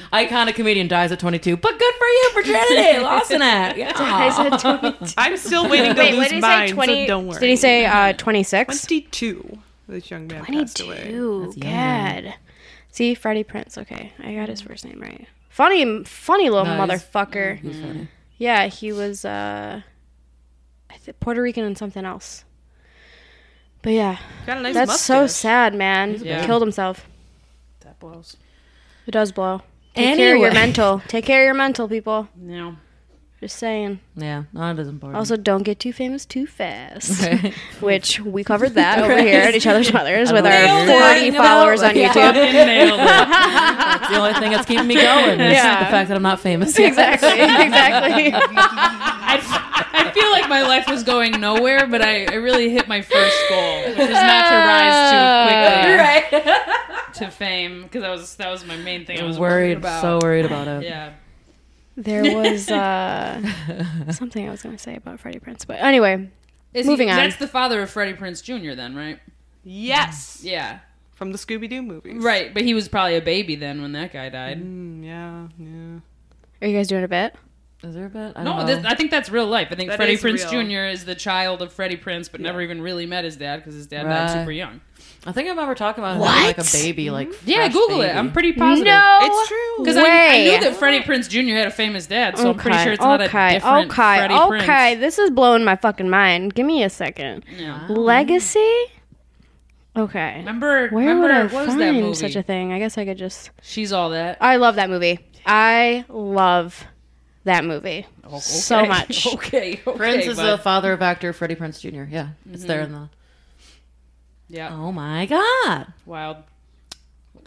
[SPEAKER 2] [laughs] iconic comedian dies at 22, but good for you, virginity, Lawson
[SPEAKER 1] [laughs]
[SPEAKER 2] at.
[SPEAKER 1] I
[SPEAKER 2] Yeah.
[SPEAKER 1] said
[SPEAKER 6] [laughs]
[SPEAKER 1] 22.
[SPEAKER 6] I'm still waiting to
[SPEAKER 1] Wait, what
[SPEAKER 6] lose
[SPEAKER 1] did he
[SPEAKER 6] mine,
[SPEAKER 1] say? 20?
[SPEAKER 6] so don't worry.
[SPEAKER 1] Did he say uh, 26?
[SPEAKER 6] 22? This young man passed away.
[SPEAKER 1] 22.
[SPEAKER 2] That's young.
[SPEAKER 1] God. See, Freddie Prince. Okay, I got
[SPEAKER 6] Mm.
[SPEAKER 1] his first name right. Funny, funny little
[SPEAKER 2] No, he's-
[SPEAKER 1] motherfucker.
[SPEAKER 2] He's funny.
[SPEAKER 1] Yeah, he was uh, I th- Puerto Rican and something else. But yeah,
[SPEAKER 6] Got a nice
[SPEAKER 1] that's so
[SPEAKER 6] mustache.
[SPEAKER 1] sad, man.
[SPEAKER 5] bad-
[SPEAKER 1] Killed himself.
[SPEAKER 5] That blows.
[SPEAKER 1] It does blow. Take care of your
[SPEAKER 2] Anyway.
[SPEAKER 1] mental. Take care of your mental, people.
[SPEAKER 5] No.
[SPEAKER 1] Just saying.
[SPEAKER 2] Yeah, no, it doesn't
[SPEAKER 6] Mm.
[SPEAKER 1] [laughs]
[SPEAKER 2] bother.
[SPEAKER 1] Also, don't get too famous too fast.
[SPEAKER 2] Okay.
[SPEAKER 1] Which we covered that over here at each other's mothers
[SPEAKER 2] I
[SPEAKER 1] with
[SPEAKER 2] don't
[SPEAKER 1] our
[SPEAKER 2] know.
[SPEAKER 1] forty followers on
[SPEAKER 2] Yeah. [laughs]
[SPEAKER 1] YouTube.
[SPEAKER 5] Fucking nailed it.
[SPEAKER 2] That's the only thing that's keeping me going. is
[SPEAKER 1] Yeah.
[SPEAKER 2] the fact that I'm not famous.
[SPEAKER 1] [laughs] [laughs]
[SPEAKER 2] [laughs]
[SPEAKER 1] Exactly. Exactly.
[SPEAKER 5] I, I feel like my life was going nowhere, but I, I really hit my first goal, which is not to rise too quickly [laughs] to fame, because that was that was my main thing. I was worried,
[SPEAKER 2] worried,
[SPEAKER 5] about.
[SPEAKER 2] so worried about it.
[SPEAKER 5] yeah,
[SPEAKER 1] There was [laughs] uh, something I was going to say about Freddie Prince, but anyway,
[SPEAKER 5] Is
[SPEAKER 1] Moving on.
[SPEAKER 5] That's the father of Freddie Prince Jr. Then, right?
[SPEAKER 6] Yes.
[SPEAKER 5] Yeah,
[SPEAKER 6] From the Scooby Doo movies.
[SPEAKER 5] right. But he was probably a baby then when that guy died.
[SPEAKER 6] Mm, yeah, yeah.
[SPEAKER 1] are you guys doing a bit?
[SPEAKER 2] Is there a bit? I don't
[SPEAKER 5] No,
[SPEAKER 2] know.
[SPEAKER 5] this, I think that's real life. I think
[SPEAKER 6] That
[SPEAKER 5] Freddie
[SPEAKER 6] is
[SPEAKER 5] Prince
[SPEAKER 6] real.
[SPEAKER 5] Jr. is the child of Freddie Prince, but never even really met his dad because his dad died
[SPEAKER 2] Right.
[SPEAKER 5] super young.
[SPEAKER 2] I think I remember talking about him having, like a baby, like
[SPEAKER 5] Yeah,
[SPEAKER 2] fresh
[SPEAKER 5] Google it.
[SPEAKER 2] baby.
[SPEAKER 5] I'm pretty positive.
[SPEAKER 1] No,
[SPEAKER 6] It's true.
[SPEAKER 5] Because I, I
[SPEAKER 1] Way.
[SPEAKER 5] knew that Freddie Prince Jr. had a famous dad, so I'm pretty sure it's not a different
[SPEAKER 1] okay,
[SPEAKER 5] Freddie
[SPEAKER 1] okay.
[SPEAKER 5] Prince.
[SPEAKER 1] This is blowing my fucking mind. Give me a second.
[SPEAKER 5] Yeah.
[SPEAKER 1] Legacy. Okay.
[SPEAKER 5] Remember,
[SPEAKER 1] Where
[SPEAKER 5] remember
[SPEAKER 1] would I
[SPEAKER 5] what
[SPEAKER 1] find
[SPEAKER 5] was that movie?
[SPEAKER 1] such a thing? I guess I could just.
[SPEAKER 5] She's all that.
[SPEAKER 1] I love that movie. I love that movie Oh, so
[SPEAKER 5] Okay.
[SPEAKER 1] much.
[SPEAKER 5] [laughs] okay, okay.
[SPEAKER 2] Prince is
[SPEAKER 5] bud.
[SPEAKER 2] the father of actor Freddie Prince Jr. Yeah, it's
[SPEAKER 5] Mm-hmm.
[SPEAKER 2] there in the.
[SPEAKER 5] yeah,
[SPEAKER 2] Oh my god!
[SPEAKER 5] wild.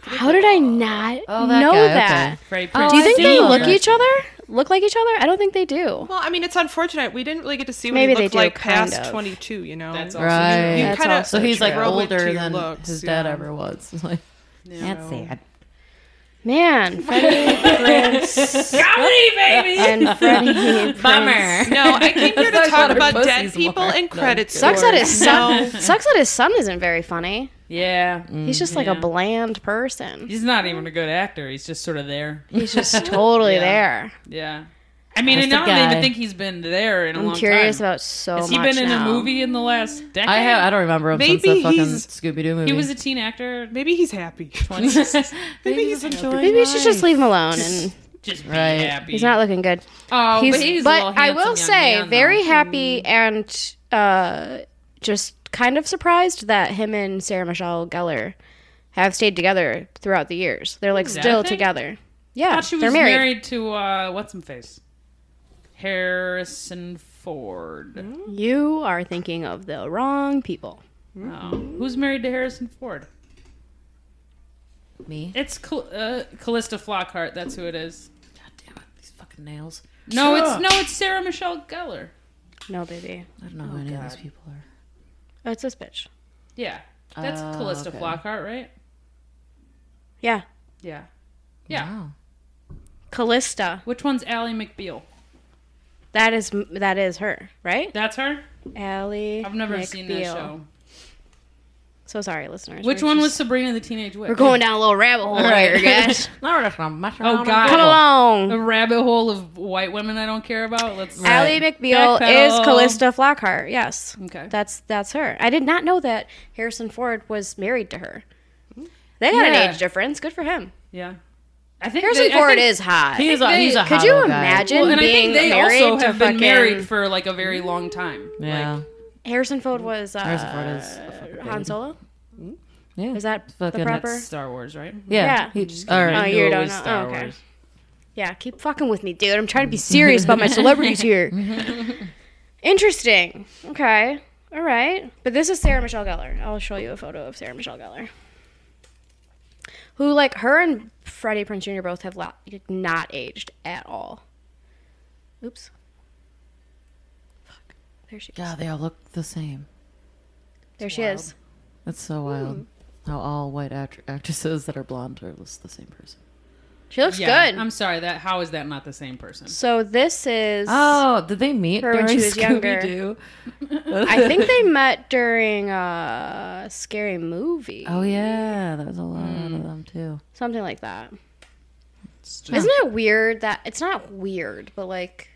[SPEAKER 1] How did I not
[SPEAKER 2] Oh, that
[SPEAKER 1] know
[SPEAKER 2] guy, okay.
[SPEAKER 1] that?
[SPEAKER 5] Freddie
[SPEAKER 2] Oh,
[SPEAKER 5] Prince.
[SPEAKER 1] Do you
[SPEAKER 2] I
[SPEAKER 1] think they
[SPEAKER 2] see.
[SPEAKER 1] look each other? Look like each other? I don't think they do.
[SPEAKER 6] Well, I mean, it's unfortunate. We didn't really get to see what
[SPEAKER 1] Maybe
[SPEAKER 6] he
[SPEAKER 1] they
[SPEAKER 6] looked
[SPEAKER 1] do,
[SPEAKER 6] like
[SPEAKER 1] kind
[SPEAKER 6] past
[SPEAKER 1] of.
[SPEAKER 6] 22, you know?
[SPEAKER 5] That's
[SPEAKER 6] That's
[SPEAKER 5] awesome.
[SPEAKER 2] Right.
[SPEAKER 6] You
[SPEAKER 1] That's
[SPEAKER 6] kinda-
[SPEAKER 1] also
[SPEAKER 2] so he's like
[SPEAKER 1] true.
[SPEAKER 6] Roll it to
[SPEAKER 2] older
[SPEAKER 6] your
[SPEAKER 2] than
[SPEAKER 6] looks,
[SPEAKER 2] his dad
[SPEAKER 6] yeah.
[SPEAKER 2] ever was. [laughs] It's like, That's sad.
[SPEAKER 5] [laughs]
[SPEAKER 1] Man, Freddie Prince [laughs] and Freddie
[SPEAKER 2] Bummer.
[SPEAKER 6] No, I came
[SPEAKER 2] [laughs]
[SPEAKER 6] here to
[SPEAKER 2] Sucks
[SPEAKER 6] talk
[SPEAKER 2] that
[SPEAKER 6] about
[SPEAKER 2] her
[SPEAKER 6] dead
[SPEAKER 2] pussy's
[SPEAKER 6] people
[SPEAKER 2] more.
[SPEAKER 6] and
[SPEAKER 2] No,
[SPEAKER 6] credit
[SPEAKER 1] Sucks
[SPEAKER 6] scores.
[SPEAKER 1] that his son. Sucks that his son isn't very funny.
[SPEAKER 5] Yeah,
[SPEAKER 1] He's just like a bland person.
[SPEAKER 5] he's not even a good actor. He's just sort of there.
[SPEAKER 1] He's
[SPEAKER 5] [laughs]
[SPEAKER 1] just totally
[SPEAKER 5] Yeah.
[SPEAKER 1] there.
[SPEAKER 5] Yeah, I mean,
[SPEAKER 2] Just
[SPEAKER 5] and
[SPEAKER 2] a
[SPEAKER 5] now I don't
[SPEAKER 2] guy.
[SPEAKER 5] even think he's been there in a
[SPEAKER 1] I'm
[SPEAKER 5] long
[SPEAKER 1] curious
[SPEAKER 5] time.
[SPEAKER 1] about so
[SPEAKER 5] Has
[SPEAKER 1] much.
[SPEAKER 5] he been in
[SPEAKER 1] now.
[SPEAKER 5] a movie in the last decade?
[SPEAKER 2] I have. I don't remember him
[SPEAKER 6] Maybe
[SPEAKER 2] since that fucking
[SPEAKER 6] he's-
[SPEAKER 2] Scooby Doo movie.
[SPEAKER 5] He was a teen actor.
[SPEAKER 1] [laughs]
[SPEAKER 6] Maybe
[SPEAKER 5] [laughs]
[SPEAKER 6] he's happy.
[SPEAKER 2] Maybe
[SPEAKER 6] he's
[SPEAKER 2] enjoying.
[SPEAKER 1] Maybe you should just
[SPEAKER 2] life.
[SPEAKER 1] leave him alone. And
[SPEAKER 5] Just be
[SPEAKER 2] Right.
[SPEAKER 5] happy.
[SPEAKER 1] he's not looking good.
[SPEAKER 5] Oh,
[SPEAKER 1] He's,
[SPEAKER 5] but he's. a little
[SPEAKER 1] but I
[SPEAKER 5] handsome
[SPEAKER 1] will
[SPEAKER 5] young
[SPEAKER 1] say,
[SPEAKER 5] man, though.
[SPEAKER 1] very happy and uh, just kind of surprised that him and Sarah Michelle Gellar have stayed together throughout the years. They're like
[SPEAKER 5] that
[SPEAKER 1] still
[SPEAKER 5] thing?
[SPEAKER 1] together.
[SPEAKER 5] I
[SPEAKER 1] Yeah,
[SPEAKER 5] thought she
[SPEAKER 1] they're
[SPEAKER 5] was
[SPEAKER 1] married.
[SPEAKER 5] married. to uh, what's his face, Harrison Ford.
[SPEAKER 1] Mm-hmm. You are thinking of the wrong people.
[SPEAKER 5] Oh. Who's married to Harrison Ford?
[SPEAKER 2] Me.
[SPEAKER 5] It's Cal- uh, Callista Flockhart. That's who it is.
[SPEAKER 2] God damn it! These fucking nails.
[SPEAKER 5] No, it's no, it's Sarah Michelle Gellar.
[SPEAKER 1] No, baby.
[SPEAKER 2] I don't know who any of these people are.
[SPEAKER 1] Oh, it's this bitch.
[SPEAKER 5] Yeah, that's
[SPEAKER 2] Oh,
[SPEAKER 5] Callista
[SPEAKER 2] okay.
[SPEAKER 5] Flockhart, right?
[SPEAKER 1] Yeah,
[SPEAKER 5] Yeah. Yeah.
[SPEAKER 2] Wow.
[SPEAKER 1] Callista.
[SPEAKER 5] Which one's Allie McBeal?
[SPEAKER 1] That is that is her, right?
[SPEAKER 5] That's her.
[SPEAKER 1] Allie.
[SPEAKER 5] I've never seen that
[SPEAKER 1] McBeal.
[SPEAKER 5] show.
[SPEAKER 1] So sorry, listeners.
[SPEAKER 5] Which
[SPEAKER 1] We're
[SPEAKER 5] one was
[SPEAKER 1] just-
[SPEAKER 5] Sabrina the Teenage Witch?
[SPEAKER 1] We're going down a little rabbit hole here,
[SPEAKER 5] [laughs]
[SPEAKER 1] guys.
[SPEAKER 5] Oh God!
[SPEAKER 1] Come
[SPEAKER 5] A
[SPEAKER 1] along.
[SPEAKER 5] rabbit hole of white women I don't care about. Let's.
[SPEAKER 1] Allie McBeal is
[SPEAKER 5] Backpedal.
[SPEAKER 1] Callista Flockhart. Yes.
[SPEAKER 5] Okay.
[SPEAKER 1] That's that's her. I did not know that Harrison Ford was married to her. They had
[SPEAKER 5] Yeah.
[SPEAKER 1] an age difference. Good for him.
[SPEAKER 5] Yeah. I think
[SPEAKER 1] Harrison
[SPEAKER 5] they- I
[SPEAKER 1] Ford
[SPEAKER 5] think-
[SPEAKER 1] is hot.
[SPEAKER 2] He's a, he's a
[SPEAKER 1] Could
[SPEAKER 2] hot
[SPEAKER 1] you
[SPEAKER 2] old guy.
[SPEAKER 1] imagine
[SPEAKER 5] Well, and I
[SPEAKER 1] being
[SPEAKER 5] think they
[SPEAKER 1] married
[SPEAKER 5] also
[SPEAKER 1] to
[SPEAKER 5] have
[SPEAKER 1] fucking
[SPEAKER 5] been married for like a very long time.
[SPEAKER 2] Yeah.
[SPEAKER 5] Like,
[SPEAKER 1] Harrison Ford was uh,
[SPEAKER 2] Harrison Ford is a fucking
[SPEAKER 1] Han
[SPEAKER 2] baby.
[SPEAKER 1] Solo.
[SPEAKER 2] yeah.
[SPEAKER 1] Is that
[SPEAKER 2] Fucking
[SPEAKER 1] the
[SPEAKER 2] that's-
[SPEAKER 1] proper?
[SPEAKER 5] Star Wars, right?
[SPEAKER 2] Yeah.
[SPEAKER 1] Yeah.
[SPEAKER 2] He just all
[SPEAKER 1] Oh,
[SPEAKER 2] right.
[SPEAKER 1] you
[SPEAKER 5] It
[SPEAKER 1] don't
[SPEAKER 5] was
[SPEAKER 1] know.
[SPEAKER 5] Star
[SPEAKER 1] Oh, okay.
[SPEAKER 5] Wars.
[SPEAKER 1] Yeah, keep fucking with me, dude. I'm trying to be serious about my celebrities
[SPEAKER 5] [laughs]
[SPEAKER 1] here. Interesting. Okay. All right. But this is Sarah Michelle Gellar. I'll show you a photo of Sarah Michelle Gellar. Who, like, her and Freddie Prince Jr. both have lo- like, not aged at all. Oops. Fuck. There she is.
[SPEAKER 2] God, they all look the same.
[SPEAKER 1] There she is.
[SPEAKER 2] That's
[SPEAKER 6] Hmm.
[SPEAKER 2] so wild. How all white act- actresses that are blonde are just the same person.
[SPEAKER 1] She looks
[SPEAKER 5] Yeah.
[SPEAKER 1] good.
[SPEAKER 5] I'm sorry. That how is that not the same person?
[SPEAKER 1] so this is.
[SPEAKER 2] Oh, did they meet
[SPEAKER 1] Her when
[SPEAKER 2] during
[SPEAKER 1] she was younger.
[SPEAKER 2] Scooby Doo? [laughs]
[SPEAKER 1] I think they met during a scary movie.
[SPEAKER 2] Oh yeah, there was a lot
[SPEAKER 1] Hmm.
[SPEAKER 2] of them too.
[SPEAKER 1] Something like that.
[SPEAKER 5] It's just-
[SPEAKER 1] Isn't it weird that it's not weird, but like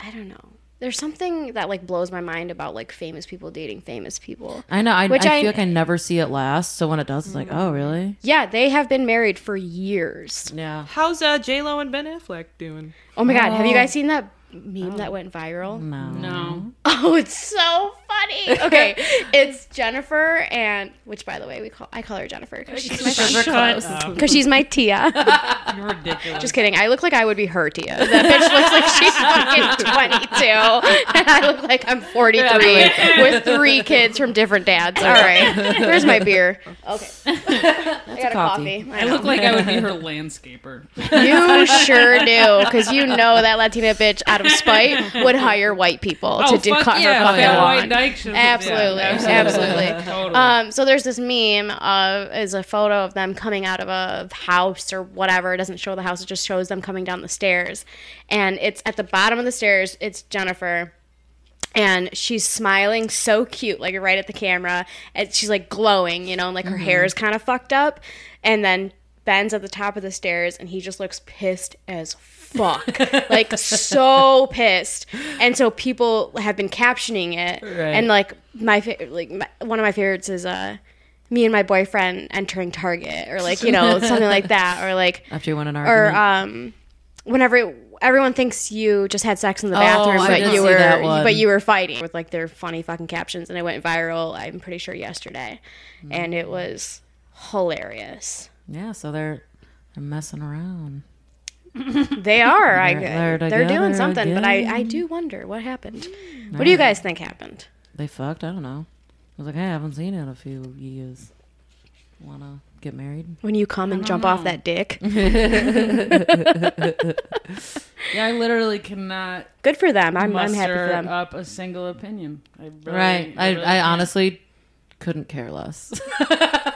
[SPEAKER 1] I don't know. There's something that like blows my mind about like famous people dating famous people.
[SPEAKER 2] I know. I,
[SPEAKER 1] Which
[SPEAKER 2] I,
[SPEAKER 1] I- Mm.
[SPEAKER 2] feel like I never see it last. So when it does, it's like, oh really?
[SPEAKER 1] Yeah, they have been married for years.
[SPEAKER 2] Yeah.
[SPEAKER 6] How's uh, J Lo and Ben Affleck doing?
[SPEAKER 1] Oh my god, have you guys seen that meme that went viral? [laughs]
[SPEAKER 2] No.
[SPEAKER 5] no.
[SPEAKER 1] Oh, it's so funny. Okay, it's Jennifer and which by the way, we call I call her Jennifer cuz she's my friend.
[SPEAKER 5] [laughs]
[SPEAKER 1] [laughs]
[SPEAKER 5] Shut up.
[SPEAKER 1] Cuz she's my Tia.
[SPEAKER 5] [laughs] You're ridiculous.
[SPEAKER 1] Just kidding. I look like I would be her Tia. That bitch looks like she's fucking 22, and [laughs] I look like I'm 43 with three kids from different dads. All right, there's my beer. [laughs] Okay, I got a
[SPEAKER 2] coffee.
[SPEAKER 1] coffee.
[SPEAKER 5] I [laughs] look like I
[SPEAKER 1] [laughs]
[SPEAKER 5] would be her landscaper.
[SPEAKER 1] you sure do, because you know that Latina bitch, out of spite, would hire white people
[SPEAKER 5] Oh,
[SPEAKER 1] to do cut her fucking
[SPEAKER 5] fat
[SPEAKER 1] lawn.
[SPEAKER 5] white dyke should-
[SPEAKER 1] Absolutely, absolutely.
[SPEAKER 5] [laughs] Totally.
[SPEAKER 1] Um, so there's this meme of is a photo of them coming out of a house or whatever. It doesn't show the house; it just shows them coming down the stairs, and it's at the bottom of the stairs. It's Jennifer, and she's smiling so cute, like right at the camera, and she's like glowing, you know, and like her hair is kind of fucked up, and then Ben's at the top of the stairs, and he just looks pissed as fuck, like so pissed, and so people have been captioning it, and like my fa- like my, one of my favorites is uh. Me and my boyfriend entering Target, or like you know something like that, or like
[SPEAKER 2] After you win an
[SPEAKER 1] or
[SPEAKER 2] argument.
[SPEAKER 1] um, whenever it- everyone thinks you just had sex in the
[SPEAKER 2] Oh,
[SPEAKER 1] bathroom,
[SPEAKER 2] I
[SPEAKER 1] but
[SPEAKER 2] did
[SPEAKER 1] you
[SPEAKER 2] see that
[SPEAKER 1] were
[SPEAKER 2] one.
[SPEAKER 1] but you were fighting with like their funny fucking captions, and it went viral. I'm pretty sure yesterday,
[SPEAKER 2] Mm.
[SPEAKER 1] and it was hilarious.
[SPEAKER 2] yeah. So they're they're messing around.
[SPEAKER 1] They are. I they're,
[SPEAKER 2] They're- they're
[SPEAKER 1] doing
[SPEAKER 2] together
[SPEAKER 1] something, but I I
[SPEAKER 2] again.
[SPEAKER 1] do wonder what happened. What do you guys think happened?
[SPEAKER 2] They fucked. I don't know. I was like, hey, I haven't seen it in a few years. Wanna get married?
[SPEAKER 1] When you come and jump off that dick,
[SPEAKER 5] yeah, I literally cannot
[SPEAKER 1] good for them. I'm, I'm
[SPEAKER 5] muster
[SPEAKER 1] happy for
[SPEAKER 2] uh,
[SPEAKER 1] them.
[SPEAKER 5] up a single opinion. I really,
[SPEAKER 2] Right. I,
[SPEAKER 5] really
[SPEAKER 2] I
[SPEAKER 5] can't.
[SPEAKER 2] honestly couldn't care less.
[SPEAKER 1] [laughs]
[SPEAKER 2] [laughs]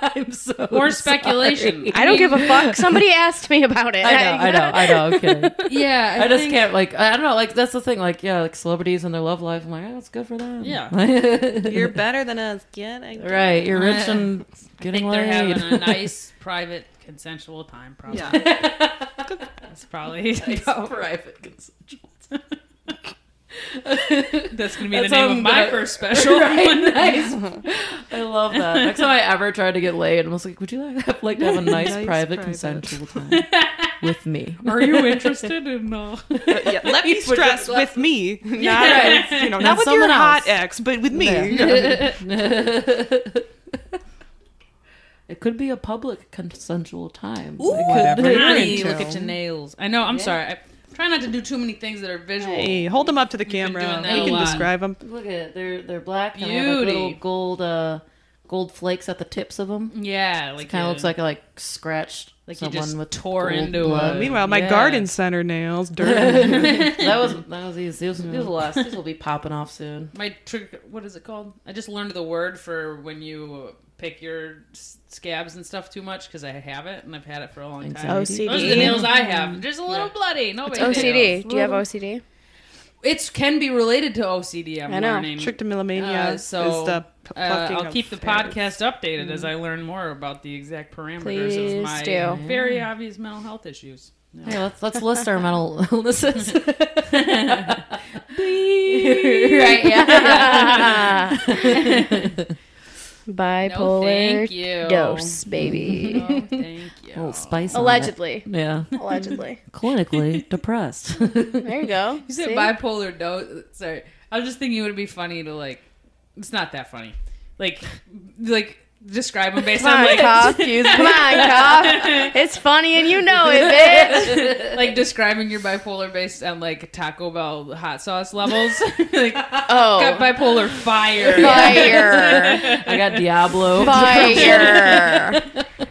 [SPEAKER 2] I'm so
[SPEAKER 5] or speculation.
[SPEAKER 1] I don't give a
[SPEAKER 2] [laughs]
[SPEAKER 1] fuck. Somebody asked me about it.
[SPEAKER 2] I know, I know, I know.
[SPEAKER 1] [laughs]
[SPEAKER 2] I'm kidding.
[SPEAKER 5] Yeah,
[SPEAKER 2] I just
[SPEAKER 5] think-
[SPEAKER 2] can't like I don't know like that's the thing like yeah like celebrities and their love life I'm like oh that's good for them [laughs]
[SPEAKER 5] Yeah.
[SPEAKER 6] You're better than us. Get it?
[SPEAKER 5] [laughs]
[SPEAKER 2] right you're rich and
[SPEAKER 5] I
[SPEAKER 2] getting
[SPEAKER 5] think they're
[SPEAKER 2] laid
[SPEAKER 1] [laughs]
[SPEAKER 5] having a
[SPEAKER 2] [laughs]
[SPEAKER 5] nice, private, consensual time. Probably. [laughs] That's probably [laughs]
[SPEAKER 2] private consensual
[SPEAKER 5] that's gonna be
[SPEAKER 2] That's
[SPEAKER 5] the
[SPEAKER 2] how
[SPEAKER 5] name
[SPEAKER 2] I'm
[SPEAKER 5] of my
[SPEAKER 2] gonna- [laughs]
[SPEAKER 5] first special.
[SPEAKER 2] right nice I love that next time I ever tried to get laid I'm just like would you like have, like
[SPEAKER 5] [laughs]
[SPEAKER 2] to have a nice,
[SPEAKER 6] Nice
[SPEAKER 2] private,
[SPEAKER 6] private.
[SPEAKER 2] consensual time with me
[SPEAKER 5] [laughs] Are you interested in? Uh...
[SPEAKER 6] Yeah, [laughs] let me
[SPEAKER 2] Put your
[SPEAKER 6] stress
[SPEAKER 5] [laughs]
[SPEAKER 6] with me, not you know,
[SPEAKER 2] Not
[SPEAKER 6] not with your
[SPEAKER 2] someone
[SPEAKER 6] hot
[SPEAKER 2] else.
[SPEAKER 6] ex, but with me. [laughs]
[SPEAKER 2] it could be a public consensual time
[SPEAKER 5] Ooh,
[SPEAKER 6] Whatever you're
[SPEAKER 5] Connie,
[SPEAKER 6] into.
[SPEAKER 5] look at your nails. I know. I'm sorry. I try not to do too many things that are visual.
[SPEAKER 6] Hey, hold them up to the
[SPEAKER 5] been
[SPEAKER 6] camera.
[SPEAKER 5] doing that
[SPEAKER 6] We
[SPEAKER 5] a
[SPEAKER 6] can
[SPEAKER 5] lot.
[SPEAKER 6] describe them.
[SPEAKER 2] Look at it. They're they're black. And they have like
[SPEAKER 5] Beauty.
[SPEAKER 2] little gold uh, gold flakes at the tips of them.
[SPEAKER 5] Yeah, like uh,
[SPEAKER 2] Kind
[SPEAKER 5] you-
[SPEAKER 2] of looks like I like scratched
[SPEAKER 5] Like you
[SPEAKER 2] someone
[SPEAKER 5] just
[SPEAKER 2] with
[SPEAKER 5] tore
[SPEAKER 2] gold
[SPEAKER 5] into
[SPEAKER 2] blood.
[SPEAKER 5] a-
[SPEAKER 6] Meanwhile, my
[SPEAKER 5] Yeah.
[SPEAKER 6] garden
[SPEAKER 5] [laughs]
[SPEAKER 6] center nails, dirt.
[SPEAKER 2] that was that was easy. These, these will last. These will be popping off soon.
[SPEAKER 5] my trick. What is it called? I just learned the word for when you pick your s- scabs and stuff too much because I have it and I've had it for a long time.
[SPEAKER 2] Anxiety. Mm.
[SPEAKER 5] Those are the nails I have. Just a little bloody. No big deal.
[SPEAKER 1] OCD. Do you have OCD?
[SPEAKER 5] It can be related to OCD. I'm
[SPEAKER 1] I know.
[SPEAKER 5] learning.
[SPEAKER 6] Trichotillomania
[SPEAKER 5] Uh, so
[SPEAKER 6] is the p-
[SPEAKER 5] uh,
[SPEAKER 6] plucking
[SPEAKER 5] I'll
[SPEAKER 6] of
[SPEAKER 5] keep the
[SPEAKER 6] hairs.
[SPEAKER 5] podcast updated as I learn more about the exact parameters
[SPEAKER 1] Mm-hmm. Please
[SPEAKER 5] of my
[SPEAKER 1] do.
[SPEAKER 5] very obvious mental health issues. Yeah.
[SPEAKER 2] Hey, let's let's list our mental [laughs] illnesses.
[SPEAKER 1] right? [laughs] Yeah. Bipolar
[SPEAKER 5] thank you. [laughs]
[SPEAKER 1] dose, baby.
[SPEAKER 5] Oh, thank you.
[SPEAKER 2] Little spice. on it.
[SPEAKER 5] [laughs]
[SPEAKER 1] Allegedly.
[SPEAKER 2] Yeah.
[SPEAKER 1] Allegedly.
[SPEAKER 2] Clinically depressed.
[SPEAKER 1] There you go.
[SPEAKER 5] You said
[SPEAKER 1] See?
[SPEAKER 5] bipolar dose. Sorry, I was just thinking it would be funny to like. It's not that funny. Like, like describe them based
[SPEAKER 1] Come
[SPEAKER 5] on
[SPEAKER 1] on,
[SPEAKER 5] like
[SPEAKER 1] cough. Use- Come on, cough. It's funny and you know it,
[SPEAKER 5] [laughs]
[SPEAKER 1] bitch.
[SPEAKER 5] [laughs] like describing your bipolar based on like Taco Bell hot sauce levels. [laughs] like, got
[SPEAKER 1] Oh,
[SPEAKER 5] bipolar fire.
[SPEAKER 1] fire.
[SPEAKER 2] I got [laughs] Diablo.
[SPEAKER 5] [laughs]
[SPEAKER 1] Fire.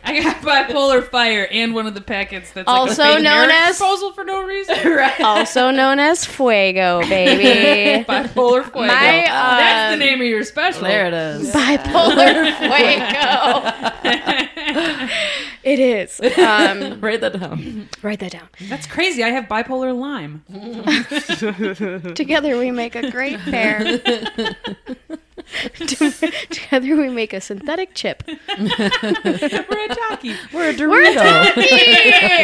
[SPEAKER 5] I got bipolar fire and one of the packets that's
[SPEAKER 1] Also
[SPEAKER 5] like a fake
[SPEAKER 1] known
[SPEAKER 5] marriage
[SPEAKER 1] as-
[SPEAKER 5] proposal for no
[SPEAKER 2] [laughs]
[SPEAKER 5] reason.
[SPEAKER 1] also known as fuego, baby.
[SPEAKER 5] bipolar fuego.
[SPEAKER 1] My,
[SPEAKER 5] that's
[SPEAKER 1] um,
[SPEAKER 5] the name of your special.
[SPEAKER 2] uh, There it is.
[SPEAKER 1] Bipolar fuego.
[SPEAKER 5] [laughs]
[SPEAKER 1] [laughs] It is. Um,
[SPEAKER 2] Write that down.
[SPEAKER 1] write that down.
[SPEAKER 5] That's crazy. I have bipolar
[SPEAKER 2] [laughs]
[SPEAKER 5] lime.
[SPEAKER 1] Together we make a great
[SPEAKER 5] [laughs]
[SPEAKER 1] pair. [laughs] Together we make a synthetic
[SPEAKER 5] [laughs]
[SPEAKER 1] chip.
[SPEAKER 5] We're a talkie.
[SPEAKER 2] We're a Dorito.
[SPEAKER 1] We're a talkie.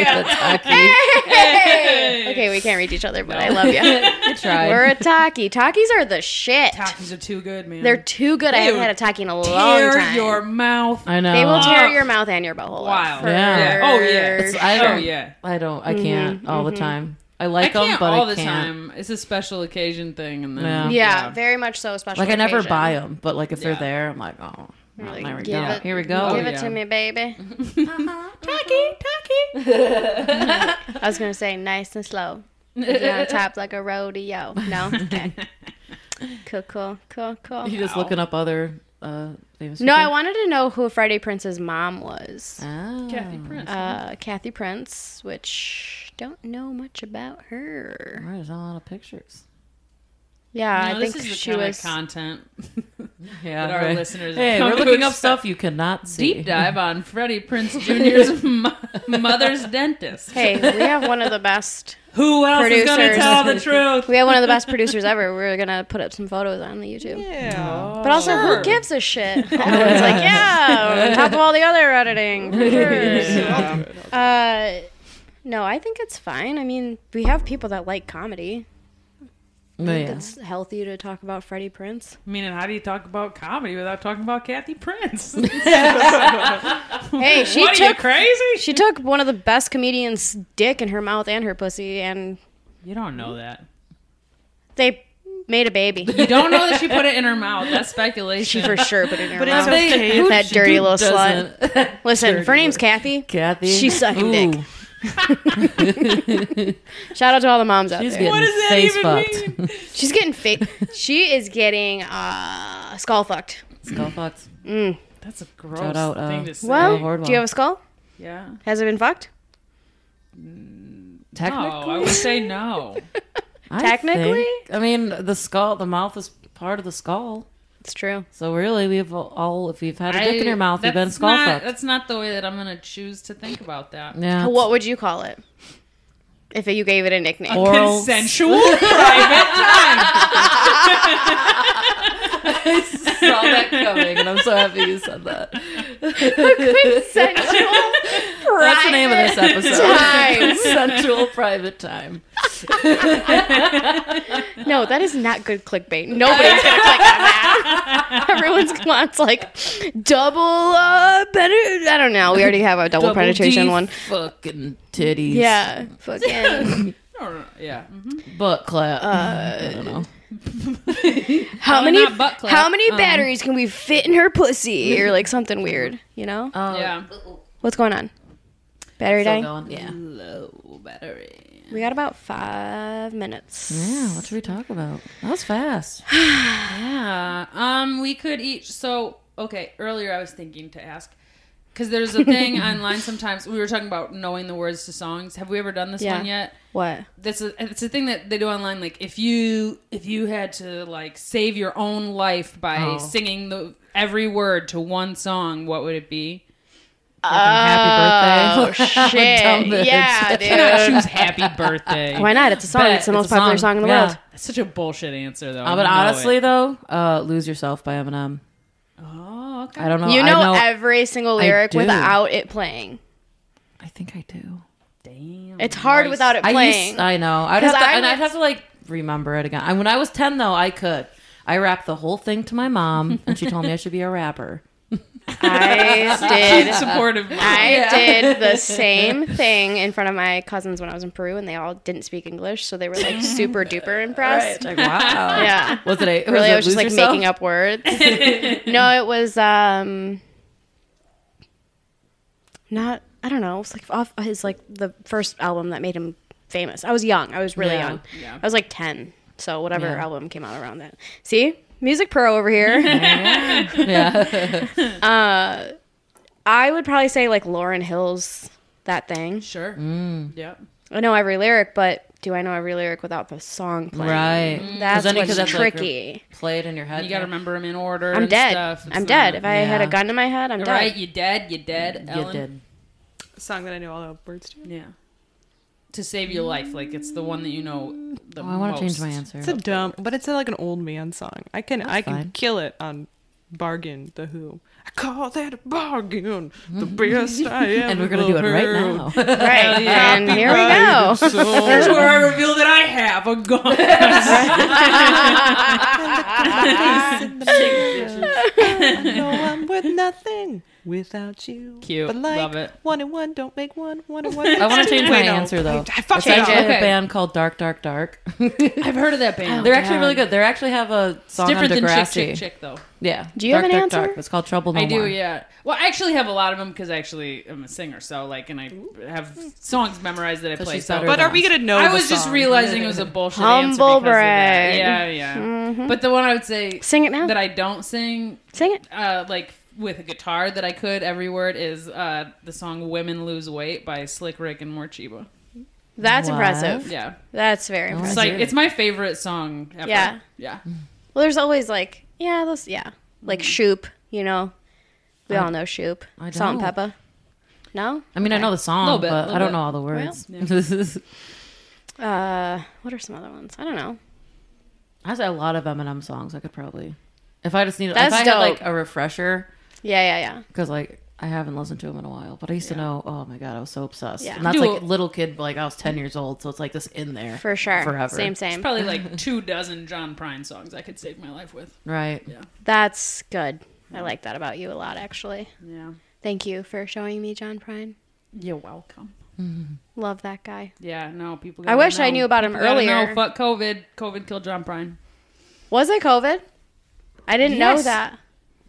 [SPEAKER 2] That's Aki.
[SPEAKER 1] Hey! Okay, we can't reach each other, but I love
[SPEAKER 5] [laughs]
[SPEAKER 1] you.
[SPEAKER 2] You tried.
[SPEAKER 1] We're a taki. Takis are the shit.
[SPEAKER 5] Talkies are too good, man.
[SPEAKER 1] They're too good. I haven't
[SPEAKER 5] Dude,
[SPEAKER 1] had a taki in a long
[SPEAKER 5] tear
[SPEAKER 1] time.
[SPEAKER 5] your mouth.
[SPEAKER 2] I know.
[SPEAKER 1] they will tear
[SPEAKER 5] Oh.
[SPEAKER 1] your mouth and your butthole.
[SPEAKER 5] Wow.
[SPEAKER 1] out for
[SPEAKER 2] Yeah.
[SPEAKER 5] Oh yeah.
[SPEAKER 1] sure.
[SPEAKER 2] I
[SPEAKER 5] oh
[SPEAKER 2] don't.
[SPEAKER 5] yeah.
[SPEAKER 2] I don't. I can't all the time. Mm-hmm, I
[SPEAKER 5] I
[SPEAKER 2] like them,
[SPEAKER 5] can't
[SPEAKER 2] but
[SPEAKER 5] all
[SPEAKER 2] I
[SPEAKER 5] the
[SPEAKER 2] can't.
[SPEAKER 5] time. It's a special occasion thing, and then
[SPEAKER 2] Yeah.
[SPEAKER 1] Yeah, very much so. a Special.
[SPEAKER 2] Like I never
[SPEAKER 1] occasion.
[SPEAKER 2] buy them, but like if
[SPEAKER 5] Yeah.
[SPEAKER 2] they're there, I'm like, oh,
[SPEAKER 1] Like,
[SPEAKER 2] there we
[SPEAKER 1] give
[SPEAKER 2] go.
[SPEAKER 1] it-
[SPEAKER 2] Here
[SPEAKER 5] Oh,
[SPEAKER 2] we go.
[SPEAKER 1] Give it
[SPEAKER 5] yeah.
[SPEAKER 1] to me, baby.
[SPEAKER 4] Taki, taki.
[SPEAKER 1] I was gonna say nice and slow. Yeah, on top like a rodeo. No. Okay. cool, cool, cool, cool.
[SPEAKER 2] You just looking up other uh, famous.
[SPEAKER 1] No, I
[SPEAKER 2] people?
[SPEAKER 1] wanted to know who Freddie Prince's mom was.
[SPEAKER 2] Ah.
[SPEAKER 5] Kathy Prince.
[SPEAKER 1] uh, Kathy Prince, which don't know much about her.
[SPEAKER 2] There's a lot of pictures.
[SPEAKER 1] Yeah,
[SPEAKER 5] No,
[SPEAKER 1] I think
[SPEAKER 5] this is the
[SPEAKER 1] she
[SPEAKER 5] kind
[SPEAKER 1] was.
[SPEAKER 5] of content [laughs]
[SPEAKER 2] Yeah,
[SPEAKER 5] that our [laughs]
[SPEAKER 2] right.
[SPEAKER 5] listeners.
[SPEAKER 2] Hey,
[SPEAKER 5] come
[SPEAKER 2] we're
[SPEAKER 5] to
[SPEAKER 2] looking up
[SPEAKER 5] expect.
[SPEAKER 2] stuff you cannot see.
[SPEAKER 5] Deep dive [laughs] on Freddie Prince [laughs] Jr.'s mo- mother's dentist.
[SPEAKER 1] hey, we have one of the best.
[SPEAKER 5] Who else is going to
[SPEAKER 1] Producers.
[SPEAKER 5] tell
[SPEAKER 2] [laughs]
[SPEAKER 5] the
[SPEAKER 2] Oh,
[SPEAKER 5] truth?
[SPEAKER 1] We have one of the best producers ever. We're gonna put up some photos on the YouTube. But also,
[SPEAKER 5] Sure.
[SPEAKER 1] who gives a shit? Everyone's like, yeah, on top of all the other editing. for
[SPEAKER 2] [laughs]
[SPEAKER 1] sure.
[SPEAKER 6] Yeah.
[SPEAKER 1] Uh, no, I think it's fine. I mean, we have people that like comedy.
[SPEAKER 2] Oh,
[SPEAKER 1] I think
[SPEAKER 2] yeah.
[SPEAKER 1] it's healthy to talk about Freddie Prince.
[SPEAKER 5] I mean, and how do you talk about comedy without talking about Kathy [laughs] Prince?
[SPEAKER 1] Hey, she
[SPEAKER 5] [laughs] what are you
[SPEAKER 1] took
[SPEAKER 5] crazy?
[SPEAKER 1] she took one of the best comedians' dick in her mouth and her pussy, and
[SPEAKER 5] You don't know that.
[SPEAKER 1] they made a baby.
[SPEAKER 2] [laughs]
[SPEAKER 5] You don't know
[SPEAKER 1] [laughs]
[SPEAKER 5] that she put it in her mouth. [laughs] That's speculation.
[SPEAKER 1] She for sure put it in her mouth.
[SPEAKER 2] Hey,
[SPEAKER 1] That
[SPEAKER 2] who-
[SPEAKER 1] dirty
[SPEAKER 2] who
[SPEAKER 1] little slut.
[SPEAKER 2] doesn't?
[SPEAKER 1] Listen, her name's Kathy.
[SPEAKER 2] [laughs] Kathy.
[SPEAKER 1] She's sucking dick.
[SPEAKER 2] Ooh,
[SPEAKER 1] Shout out to all the moms out
[SPEAKER 2] She's
[SPEAKER 1] there.
[SPEAKER 2] getting
[SPEAKER 5] does that
[SPEAKER 2] face
[SPEAKER 5] even
[SPEAKER 2] fucked.
[SPEAKER 1] She's getting fa- [laughs] she is getting uh, skull fucked.
[SPEAKER 2] [laughs] Skull fucked.
[SPEAKER 5] That's a gross
[SPEAKER 2] Shout out, uh,
[SPEAKER 5] thing to say.
[SPEAKER 1] Well,
[SPEAKER 2] Hardwell.
[SPEAKER 1] do you have a skull?
[SPEAKER 5] yeah.
[SPEAKER 1] Has it been fucked?
[SPEAKER 5] No,
[SPEAKER 2] Technically,
[SPEAKER 5] Oh, I would say
[SPEAKER 2] [laughs]
[SPEAKER 5] no.
[SPEAKER 2] I
[SPEAKER 1] Technically?
[SPEAKER 2] think- I mean the skull. The mouth is part of the skull.
[SPEAKER 1] It's true.
[SPEAKER 2] So really, we've all if you've had a dick in your mouth,
[SPEAKER 5] I-
[SPEAKER 2] you've been
[SPEAKER 5] that's
[SPEAKER 2] skull
[SPEAKER 5] not-
[SPEAKER 2] fucked.
[SPEAKER 5] That's not the way that I'm going to choose to think about that.
[SPEAKER 2] Yeah.
[SPEAKER 1] What would you call it if you gave it a nickname? [laughs]
[SPEAKER 5] [laughs]
[SPEAKER 2] Oral.
[SPEAKER 5] Consensual private time. [laughs]
[SPEAKER 2] saw that coming, and I'm so happy you said that.
[SPEAKER 1] Sensual
[SPEAKER 2] That's the name of this episode.
[SPEAKER 1] time.
[SPEAKER 2] [laughs] Sensual private time.
[SPEAKER 1] No, that is not good clickbait. Nobody's gonna click on that. Everyone's wants like double uh, better. I don't know. We already have a double, penetration
[SPEAKER 2] D
[SPEAKER 1] one.
[SPEAKER 2] Fucking titties.
[SPEAKER 1] Yeah, fucking.
[SPEAKER 5] I don't know. Yeah.
[SPEAKER 2] Butt clap.
[SPEAKER 1] Uh,
[SPEAKER 2] I don't know.
[SPEAKER 1] How many?
[SPEAKER 5] not butt clap.
[SPEAKER 1] How many batteries can we fit in her pussy? Or like something weird. You know?
[SPEAKER 2] Oh,
[SPEAKER 5] Yeah.
[SPEAKER 1] What's going on? Battery
[SPEAKER 2] Still
[SPEAKER 1] dying.
[SPEAKER 2] going. Yeah.
[SPEAKER 5] Low battery.
[SPEAKER 1] We got about five minutes.
[SPEAKER 2] Yeah. What should we talk about? That was fast.
[SPEAKER 5] Yeah. Um, we could each. So, okay, earlier I was thinking to ask because there's a
[SPEAKER 1] [laughs]
[SPEAKER 5] thing online sometimes. We were talking about knowing the words to songs. Have we ever done this
[SPEAKER 1] Yeah.
[SPEAKER 5] one yet?
[SPEAKER 1] What?
[SPEAKER 5] That's a, it's a thing that they do online. Like if you if you had to like save your own life by
[SPEAKER 2] Oh.
[SPEAKER 5] singing the every word to one song, what would it be?
[SPEAKER 2] [laughs] happy
[SPEAKER 1] Uh, Oh,
[SPEAKER 2] birthday.
[SPEAKER 1] shit.
[SPEAKER 2] Dumb bitch.
[SPEAKER 1] Yeah, dude.
[SPEAKER 5] Cannot choose happy
[SPEAKER 1] [laughs]
[SPEAKER 5] birthday.
[SPEAKER 1] Why not? It's a song.
[SPEAKER 2] Bet.
[SPEAKER 1] It's the
[SPEAKER 2] It's
[SPEAKER 1] most
[SPEAKER 2] a
[SPEAKER 1] popular
[SPEAKER 2] song.
[SPEAKER 1] song in the
[SPEAKER 2] Yeah.
[SPEAKER 1] world.
[SPEAKER 5] That's such a bullshit answer, though.
[SPEAKER 2] Uh,
[SPEAKER 5] You
[SPEAKER 2] but
[SPEAKER 5] know
[SPEAKER 2] honestly,
[SPEAKER 5] it.
[SPEAKER 2] though, uh, "Lose Yourself" by Eminem.
[SPEAKER 5] oh, okay.
[SPEAKER 2] I don't know.
[SPEAKER 1] You
[SPEAKER 2] I
[SPEAKER 1] know, every single
[SPEAKER 2] I
[SPEAKER 1] lyric
[SPEAKER 2] do.
[SPEAKER 1] without it playing.
[SPEAKER 2] I think I do.
[SPEAKER 5] Damn.
[SPEAKER 1] It's hard without it
[SPEAKER 2] I,
[SPEAKER 1] playing.
[SPEAKER 2] used, I know. I'd
[SPEAKER 1] 'Cause
[SPEAKER 2] have to,
[SPEAKER 1] I
[SPEAKER 2] and I'd
[SPEAKER 1] was-
[SPEAKER 2] have to like remember it again. I, when I was ten, though, I could. I rapped the whole thing to my mom, and she told me I should be a rapper.
[SPEAKER 1] I,
[SPEAKER 5] She's
[SPEAKER 1] did. [laughs]
[SPEAKER 5] supportive.
[SPEAKER 2] [laughs]
[SPEAKER 1] I did the same thing in front of my cousins when I was in Peru, and they all didn't speak English, so they were like super duper impressed.
[SPEAKER 2] Like, wow.
[SPEAKER 1] Yeah.
[SPEAKER 2] Was it
[SPEAKER 1] [laughs]
[SPEAKER 2] a,
[SPEAKER 1] Really, I was just like making up words.
[SPEAKER 2] [laughs]
[SPEAKER 1] no, it was um, not. I don't know. It was like off his like the first album that made him famous. I was young. I was really
[SPEAKER 2] Yeah.
[SPEAKER 1] young.
[SPEAKER 5] Yeah.
[SPEAKER 1] I was like ten. So whatever
[SPEAKER 2] Yeah.
[SPEAKER 1] album came out around that. See, music pro over here.
[SPEAKER 2] [laughs]
[SPEAKER 1] [laughs] Uh,
[SPEAKER 2] Yeah.
[SPEAKER 1] I would probably say like Lauren Hill's that thing.
[SPEAKER 5] Sure.
[SPEAKER 1] Mm.
[SPEAKER 5] Yep.
[SPEAKER 1] I know every lyric, but do I know every lyric without the song playing?
[SPEAKER 2] right. 'Cause
[SPEAKER 1] That's
[SPEAKER 2] then you
[SPEAKER 1] what's
[SPEAKER 2] could have to, like,
[SPEAKER 1] tricky.
[SPEAKER 2] play it in your head.
[SPEAKER 5] You got to remember them in order.
[SPEAKER 1] I'm
[SPEAKER 5] and
[SPEAKER 1] dead.
[SPEAKER 5] Stuff. It's
[SPEAKER 1] I'm dead.
[SPEAKER 5] not-
[SPEAKER 1] If I had a
[SPEAKER 2] Yeah.
[SPEAKER 1] gun to my head, I'm
[SPEAKER 5] You're
[SPEAKER 1] dead.
[SPEAKER 5] right. You dead. You dead.
[SPEAKER 2] You
[SPEAKER 5] Ellen.
[SPEAKER 2] did.
[SPEAKER 6] [laughs] A song that I know all the words to.
[SPEAKER 5] Yeah. To save your life, like it's the one that you know the
[SPEAKER 2] Oh, I
[SPEAKER 5] want to
[SPEAKER 2] change my answer.
[SPEAKER 6] It's a dumb, but it's like an old man song. I can I can
[SPEAKER 2] fine.
[SPEAKER 6] kill it on bargain the who. I call that a bargain. The best I
[SPEAKER 2] [laughs]
[SPEAKER 6] ever.
[SPEAKER 2] and we're gonna do it right now.
[SPEAKER 5] [laughs]
[SPEAKER 1] Right. [laughs] And here we go.
[SPEAKER 5] [laughs]
[SPEAKER 6] So
[SPEAKER 5] That's where I reveal that I have a
[SPEAKER 2] [laughs]
[SPEAKER 5] gun.
[SPEAKER 6] no, I'm worth nothing without you.
[SPEAKER 5] Cute.
[SPEAKER 6] But like,
[SPEAKER 5] Love it.
[SPEAKER 6] One and one don't make one. One and one. makes
[SPEAKER 2] I want to
[SPEAKER 6] two.
[SPEAKER 2] change my
[SPEAKER 6] Wait, no.
[SPEAKER 2] answer though.
[SPEAKER 6] I
[SPEAKER 2] it's
[SPEAKER 6] fucked it
[SPEAKER 2] actually
[SPEAKER 1] up.
[SPEAKER 2] like
[SPEAKER 5] Okay.
[SPEAKER 2] a band called Dark Dark Dark.
[SPEAKER 5] [laughs] I've heard of that band.
[SPEAKER 2] They're actually really good. They actually have a
[SPEAKER 5] It's
[SPEAKER 2] song
[SPEAKER 5] different
[SPEAKER 2] on
[SPEAKER 5] than
[SPEAKER 2] Degrassi. Oh,
[SPEAKER 5] chick, chick, chick, though.
[SPEAKER 2] Yeah.
[SPEAKER 1] Do you
[SPEAKER 2] Dark,
[SPEAKER 1] have an
[SPEAKER 2] Dark,
[SPEAKER 1] answer?
[SPEAKER 2] Dark. It's called Trouble No
[SPEAKER 5] I do,
[SPEAKER 2] More.
[SPEAKER 5] yeah. Well, I actually have a lot of them because I actually am a singer, so like, and I have songs memorized that I
[SPEAKER 2] So
[SPEAKER 5] play.
[SPEAKER 2] she's
[SPEAKER 5] So,
[SPEAKER 2] better
[SPEAKER 6] But are we gonna know?
[SPEAKER 5] I
[SPEAKER 6] the
[SPEAKER 5] was just
[SPEAKER 6] song?
[SPEAKER 5] realizing it was a bullshit answer
[SPEAKER 1] Humble
[SPEAKER 5] because of that.
[SPEAKER 1] brag.
[SPEAKER 5] Yeah, yeah.
[SPEAKER 2] Mm-hmm.
[SPEAKER 5] But the one I would say
[SPEAKER 1] Sing it now.
[SPEAKER 5] that I don't sing,
[SPEAKER 1] Sing it.
[SPEAKER 5] uh, like with a guitar that I could every word is uh, the song "Women Lose Weight" by Slick Rick and Morchiba.
[SPEAKER 1] That's
[SPEAKER 2] What?
[SPEAKER 1] impressive.
[SPEAKER 5] Yeah,
[SPEAKER 1] That's very impressive.
[SPEAKER 5] it's
[SPEAKER 2] I
[SPEAKER 5] like
[SPEAKER 2] do.
[SPEAKER 5] it's my favorite song. Ever.
[SPEAKER 1] Yeah.
[SPEAKER 5] yeah.
[SPEAKER 1] Well, there's always like, yeah, those, yeah, like
[SPEAKER 5] Mm.
[SPEAKER 1] Shoop. You know, we all know Shoop.
[SPEAKER 2] I
[SPEAKER 1] Salt and
[SPEAKER 2] don't.
[SPEAKER 1] Peppa. No.
[SPEAKER 2] I mean, I know the song,
[SPEAKER 5] Little bit,
[SPEAKER 2] but
[SPEAKER 5] little
[SPEAKER 2] I don't
[SPEAKER 5] bit.
[SPEAKER 2] know all the words.
[SPEAKER 5] [laughs]
[SPEAKER 2] [laughs]
[SPEAKER 1] Uh, what are some other ones? I don't know.
[SPEAKER 2] I say a lot of Eminem songs. I could probably, if I just need,
[SPEAKER 1] That's
[SPEAKER 2] if I
[SPEAKER 1] dope.
[SPEAKER 2] had like a refresher,
[SPEAKER 1] Yeah, yeah, yeah.
[SPEAKER 2] because like I haven't listened to him in a while. But I used to know. Oh my god, I was so obsessed.
[SPEAKER 1] Yeah.
[SPEAKER 2] And that's
[SPEAKER 5] Do
[SPEAKER 2] like
[SPEAKER 5] a-
[SPEAKER 2] little kid, like I was ten years old, so it's like this in there
[SPEAKER 1] For sure.
[SPEAKER 2] forever.
[SPEAKER 1] Same, same.
[SPEAKER 5] Probably like two dozen John Prine songs I could save my life with.
[SPEAKER 2] Right.
[SPEAKER 1] That's good. I like that about you a lot, actually.
[SPEAKER 5] Yeah.
[SPEAKER 1] Thank you for showing me John Prine.
[SPEAKER 5] You're welcome.
[SPEAKER 1] Love that guy.
[SPEAKER 5] Yeah, no, people.
[SPEAKER 1] I
[SPEAKER 5] gotta
[SPEAKER 1] wish I
[SPEAKER 5] know.
[SPEAKER 1] knew about him
[SPEAKER 5] People gotta
[SPEAKER 1] earlier.
[SPEAKER 5] know, fuck COVID. COVID killed John Prine.
[SPEAKER 1] Was it COVID? I didn't know
[SPEAKER 5] Yes.
[SPEAKER 1] that.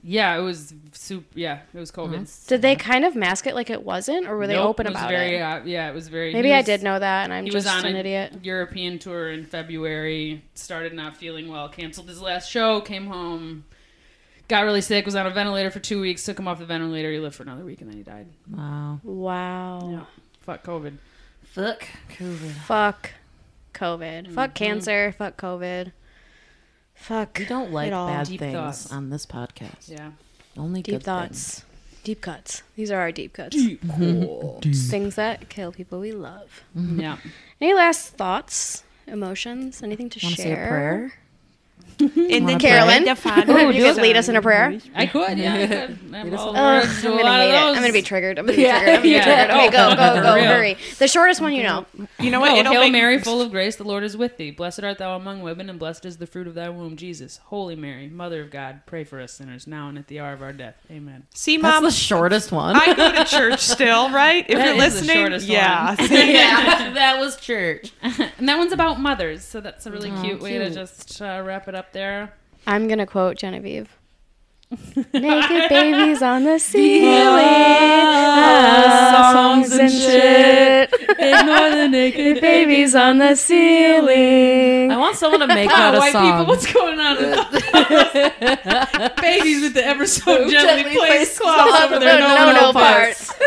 [SPEAKER 5] Yeah, it was super. Yeah, it was COVID.
[SPEAKER 1] Did they kind of mask it like it wasn't, or were they
[SPEAKER 5] Nope,
[SPEAKER 1] open
[SPEAKER 5] it was
[SPEAKER 1] about
[SPEAKER 5] very,
[SPEAKER 1] it?
[SPEAKER 5] Uh, yeah, it was very.
[SPEAKER 1] Maybe
[SPEAKER 5] he
[SPEAKER 1] I
[SPEAKER 5] was-
[SPEAKER 1] did know that, and I'm
[SPEAKER 5] He
[SPEAKER 1] just
[SPEAKER 5] was on
[SPEAKER 1] an
[SPEAKER 5] a
[SPEAKER 1] idiot.
[SPEAKER 5] European tour in February. Started not feeling well. Canceled his last show. Came home. Got really sick. Was on a ventilator for two weeks. Took him off the ventilator. He lived for another week, and then he died.
[SPEAKER 2] Wow.
[SPEAKER 1] Wow.
[SPEAKER 5] Fuck COVID.
[SPEAKER 2] Fuck COVID.
[SPEAKER 1] Fuck COVID.
[SPEAKER 5] Mm,
[SPEAKER 1] Fuck cancer. Fuck COVID. Fuck.
[SPEAKER 2] We don't like
[SPEAKER 1] it all.
[SPEAKER 2] bad
[SPEAKER 5] Deep
[SPEAKER 2] things
[SPEAKER 5] thoughts.
[SPEAKER 2] on this podcast.
[SPEAKER 5] Yeah.
[SPEAKER 2] Only
[SPEAKER 1] deep
[SPEAKER 2] good things.
[SPEAKER 1] thoughts. Deep cuts. These are our deep cuts.
[SPEAKER 2] Mhm.
[SPEAKER 1] Things that kill people we love. [laughs]
[SPEAKER 5] yeah.
[SPEAKER 1] Any last thoughts, emotions, anything to
[SPEAKER 2] Want to
[SPEAKER 1] share?
[SPEAKER 2] say a prayer?
[SPEAKER 4] In the
[SPEAKER 2] Wanna
[SPEAKER 1] Carolyn,
[SPEAKER 4] the fun.
[SPEAKER 1] [laughs] Ooh, you could lead us in a prayer.
[SPEAKER 5] I could. Yeah. I could. I'm all
[SPEAKER 1] Ugh,
[SPEAKER 5] words
[SPEAKER 1] I'm
[SPEAKER 5] to a
[SPEAKER 1] gonna
[SPEAKER 5] lot
[SPEAKER 1] hate
[SPEAKER 5] of
[SPEAKER 1] it.
[SPEAKER 5] those.
[SPEAKER 1] I'm gonna be triggered. I'm gonna be triggered. I'm gonna be
[SPEAKER 5] Yeah.
[SPEAKER 1] triggered. Okay,
[SPEAKER 5] [laughs]
[SPEAKER 1] go, go,
[SPEAKER 5] for
[SPEAKER 1] go,
[SPEAKER 5] real.
[SPEAKER 1] hurry. The shortest one you know.
[SPEAKER 6] You know what?
[SPEAKER 5] Oh,
[SPEAKER 6] It'll
[SPEAKER 5] Hail
[SPEAKER 6] make-
[SPEAKER 5] Mary, full of grace, the Lord is with thee. Blessed art thou among women, and blessed is the fruit of thy womb, Jesus. Holy Mary, Mother of God, pray for us sinners, now and at the hour of our death. Amen.
[SPEAKER 6] See,
[SPEAKER 2] That's
[SPEAKER 6] mom,
[SPEAKER 2] the shortest
[SPEAKER 1] [laughs]
[SPEAKER 2] one. [laughs]
[SPEAKER 6] I go to church still, right? If
[SPEAKER 5] That
[SPEAKER 6] you're
[SPEAKER 5] is the
[SPEAKER 6] listening,
[SPEAKER 5] shortest
[SPEAKER 6] yeah.
[SPEAKER 2] yeah, that
[SPEAKER 1] [laughs]
[SPEAKER 2] was church.
[SPEAKER 5] And that one's about mothers, so that's a really
[SPEAKER 1] Oh,
[SPEAKER 5] cute, way to
[SPEAKER 2] cute.
[SPEAKER 5] just uh, wrap it up there.
[SPEAKER 1] I'm gonna quote Genevieve. Naked babies on the ceiling,
[SPEAKER 2] uh,
[SPEAKER 1] ah, songs and shit.
[SPEAKER 5] Ignore the naked
[SPEAKER 1] Babies on the ceiling.
[SPEAKER 2] I want someone to make
[SPEAKER 5] Oh,
[SPEAKER 2] that a
[SPEAKER 5] white people,
[SPEAKER 1] Um,
[SPEAKER 2] song.
[SPEAKER 5] what's
[SPEAKER 1] [laughs]
[SPEAKER 5] going on? [laughs] with- Babies with the ever so gently placed claws over their
[SPEAKER 1] no,
[SPEAKER 5] no-no
[SPEAKER 1] no
[SPEAKER 5] parts.
[SPEAKER 1] [laughs]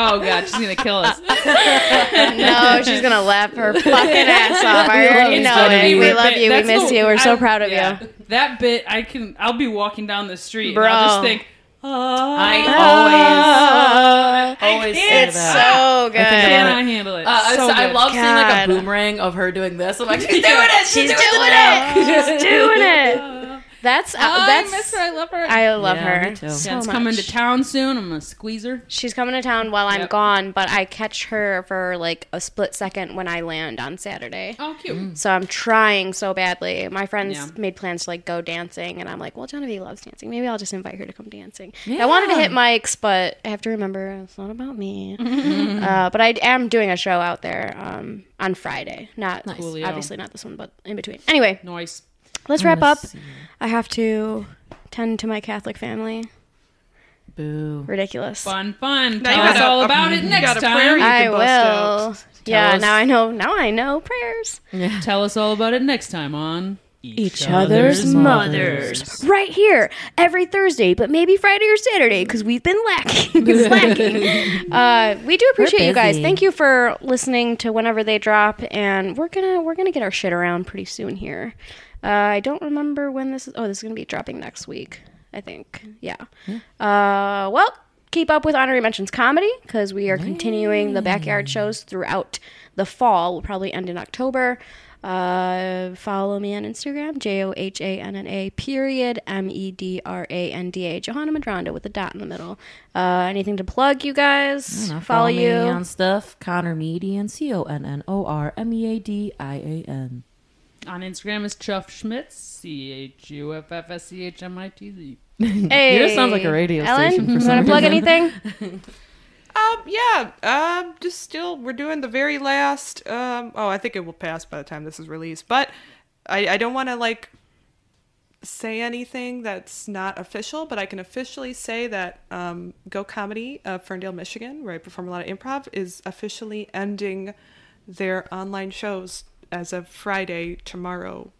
[SPEAKER 5] Oh, God, she's going to kill us.
[SPEAKER 1] no, she's gonna laugh her fucking ass off. I already
[SPEAKER 2] you,
[SPEAKER 1] know it.
[SPEAKER 2] Genevieve.
[SPEAKER 1] We
[SPEAKER 5] That
[SPEAKER 1] love
[SPEAKER 5] bit-
[SPEAKER 1] you. We
[SPEAKER 5] that's
[SPEAKER 1] miss
[SPEAKER 5] the-
[SPEAKER 1] you. We're so
[SPEAKER 5] I-
[SPEAKER 1] proud of
[SPEAKER 5] yeah.
[SPEAKER 1] you.
[SPEAKER 5] That bit, I can. I'll be walking down the street, and I'll just
[SPEAKER 1] Bro.
[SPEAKER 5] think, "Ah,
[SPEAKER 2] I always, always say
[SPEAKER 1] It's
[SPEAKER 2] that.
[SPEAKER 1] so
[SPEAKER 2] I think
[SPEAKER 1] good.
[SPEAKER 2] about
[SPEAKER 5] Cannot handle it.
[SPEAKER 2] Uh,
[SPEAKER 5] so
[SPEAKER 2] so I
[SPEAKER 5] good.
[SPEAKER 2] love seeing like a
[SPEAKER 1] God.
[SPEAKER 2] boomerang of her doing this. I'm
[SPEAKER 1] [laughs]
[SPEAKER 2] like, she's doing it. She's,
[SPEAKER 1] She's
[SPEAKER 2] doing,
[SPEAKER 1] doing it. She's doing it. That's uh, that's.
[SPEAKER 5] I miss her. I love her.
[SPEAKER 1] I love
[SPEAKER 2] Yeah,
[SPEAKER 1] her
[SPEAKER 2] me too.
[SPEAKER 1] so
[SPEAKER 5] Dad's
[SPEAKER 1] much.
[SPEAKER 5] coming to town soon. I'm gonna squeeze her.
[SPEAKER 1] She's coming to town while I'm
[SPEAKER 5] Yep.
[SPEAKER 1] gone, but I catch her for like a split second when I land on Saturday.
[SPEAKER 5] Oh, cute.
[SPEAKER 1] So I'm trying so badly. My friends
[SPEAKER 5] Yeah.
[SPEAKER 1] made plans to like go dancing, and I'm like, well, Genevieve loves dancing. Maybe I'll just invite her to come dancing. I wanted to hit Mike's, but I have to remember it's not about me.
[SPEAKER 5] Mm-hmm.
[SPEAKER 1] uh, but I am doing a show out there um, on Friday. Not
[SPEAKER 5] Coolio.
[SPEAKER 1] obviously not this one, but in between. Anyway,
[SPEAKER 5] Noise.
[SPEAKER 1] let's wrap up. I have to tend to my Catholic family.
[SPEAKER 2] Boo.
[SPEAKER 1] Ridiculous.
[SPEAKER 5] Fun, fun.
[SPEAKER 6] Now you
[SPEAKER 5] Tell us
[SPEAKER 6] got a-
[SPEAKER 5] all
[SPEAKER 6] a-
[SPEAKER 5] about it
[SPEAKER 6] you
[SPEAKER 5] next
[SPEAKER 6] got a
[SPEAKER 5] time.
[SPEAKER 6] prayer you
[SPEAKER 1] I
[SPEAKER 6] can bust out.
[SPEAKER 1] will. Yeah,
[SPEAKER 2] us.
[SPEAKER 1] now I know. Now I know prayers.
[SPEAKER 5] Tell us all about it next time on
[SPEAKER 1] Each other's mothers. Right here every Thursday, but maybe Friday or Saturday because we've been lacking. [laughs] slacking. Uh, we do appreciate you guys.
[SPEAKER 2] busy.
[SPEAKER 1] Thank you for listening to whenever they drop, and we're gonna we're gonna get our shit around pretty soon here. Uh, I don't remember when this is. Oh, this is gonna be dropping next week. I think. Yeah. Uh, well. Keep up with honorary mentions comedy because we are continuing the backyard shows throughout the fall. We'll probably end in October. Uh, follow me on Instagram, J O H A N N A period M E D R A N D A, Johanna Madranda with a dot in the middle. Uh, anything to plug, you guys? Follow,
[SPEAKER 2] me
[SPEAKER 1] you.
[SPEAKER 2] on stuff. Connor Median. C O N N O R M E A D I A N.
[SPEAKER 5] On Instagram is Chuff Schmitz. C H U F F S C H M I T Z.
[SPEAKER 1] Hey,
[SPEAKER 2] Yours sounds like a radio
[SPEAKER 1] Ellen,
[SPEAKER 2] station for
[SPEAKER 1] you wanna
[SPEAKER 2] some
[SPEAKER 1] plug
[SPEAKER 2] reason.
[SPEAKER 1] anything?
[SPEAKER 6] [laughs] Um, yeah, um, just still, we're doing the very last. Um, oh, I think it will pass by the time this is released, but I, I don't want to like say anything that's not official, but I can officially say that um, Go Comedy of Ferndale, Michigan, where I perform a lot of improv, is officially ending their online shows as of Friday tomorrow.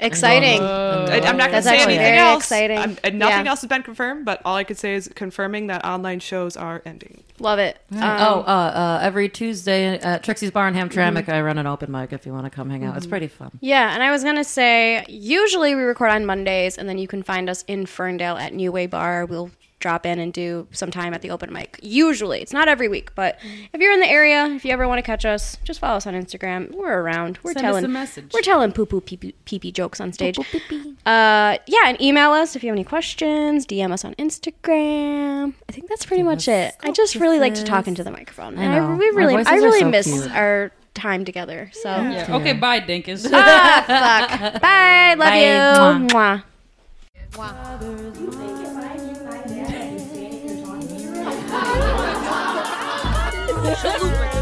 [SPEAKER 1] Exciting.
[SPEAKER 6] I, I'm not going to
[SPEAKER 1] That's
[SPEAKER 6] say
[SPEAKER 1] actually
[SPEAKER 6] anything
[SPEAKER 1] very
[SPEAKER 6] else.
[SPEAKER 1] exciting.
[SPEAKER 6] I'm- and nothing
[SPEAKER 1] Yeah.
[SPEAKER 6] else has been confirmed, but all I could say is confirming that online shows are ending.
[SPEAKER 1] Love it. Um,
[SPEAKER 2] oh, uh, uh, every Tuesday at Trixie's Bar in Hamtramck, I run an open mic if you want to come hang out.
[SPEAKER 1] Mm-hmm.
[SPEAKER 2] It's pretty fun.
[SPEAKER 1] Yeah, and I was gonna say usually we record on Mondays, and then you can find us in Ferndale at New Way Bar. We'll drop in and do some time at the open mic. Usually, it's not every week, but if you're in the area, if you ever want to catch us, just follow us on Instagram. We're around. We're
[SPEAKER 5] Send us
[SPEAKER 1] telling
[SPEAKER 5] a message.
[SPEAKER 1] We're telling poo poo pee pee- pee pee jokes on stage. Uh, yeah, and email us if you have any questions. DM us on Instagram. I think that's pretty much it. I just really like to talk into the microphone. and I
[SPEAKER 2] know.
[SPEAKER 1] we
[SPEAKER 2] Our
[SPEAKER 1] really,
[SPEAKER 2] voices
[SPEAKER 1] I
[SPEAKER 2] are
[SPEAKER 1] really
[SPEAKER 2] so
[SPEAKER 1] miss
[SPEAKER 2] cute.
[SPEAKER 1] our time together. So.
[SPEAKER 5] Yeah. Okay, bye, Dinkus.
[SPEAKER 1] Ah, [laughs] fuck. Bye. Love you. Mwah.
[SPEAKER 7] Chalupa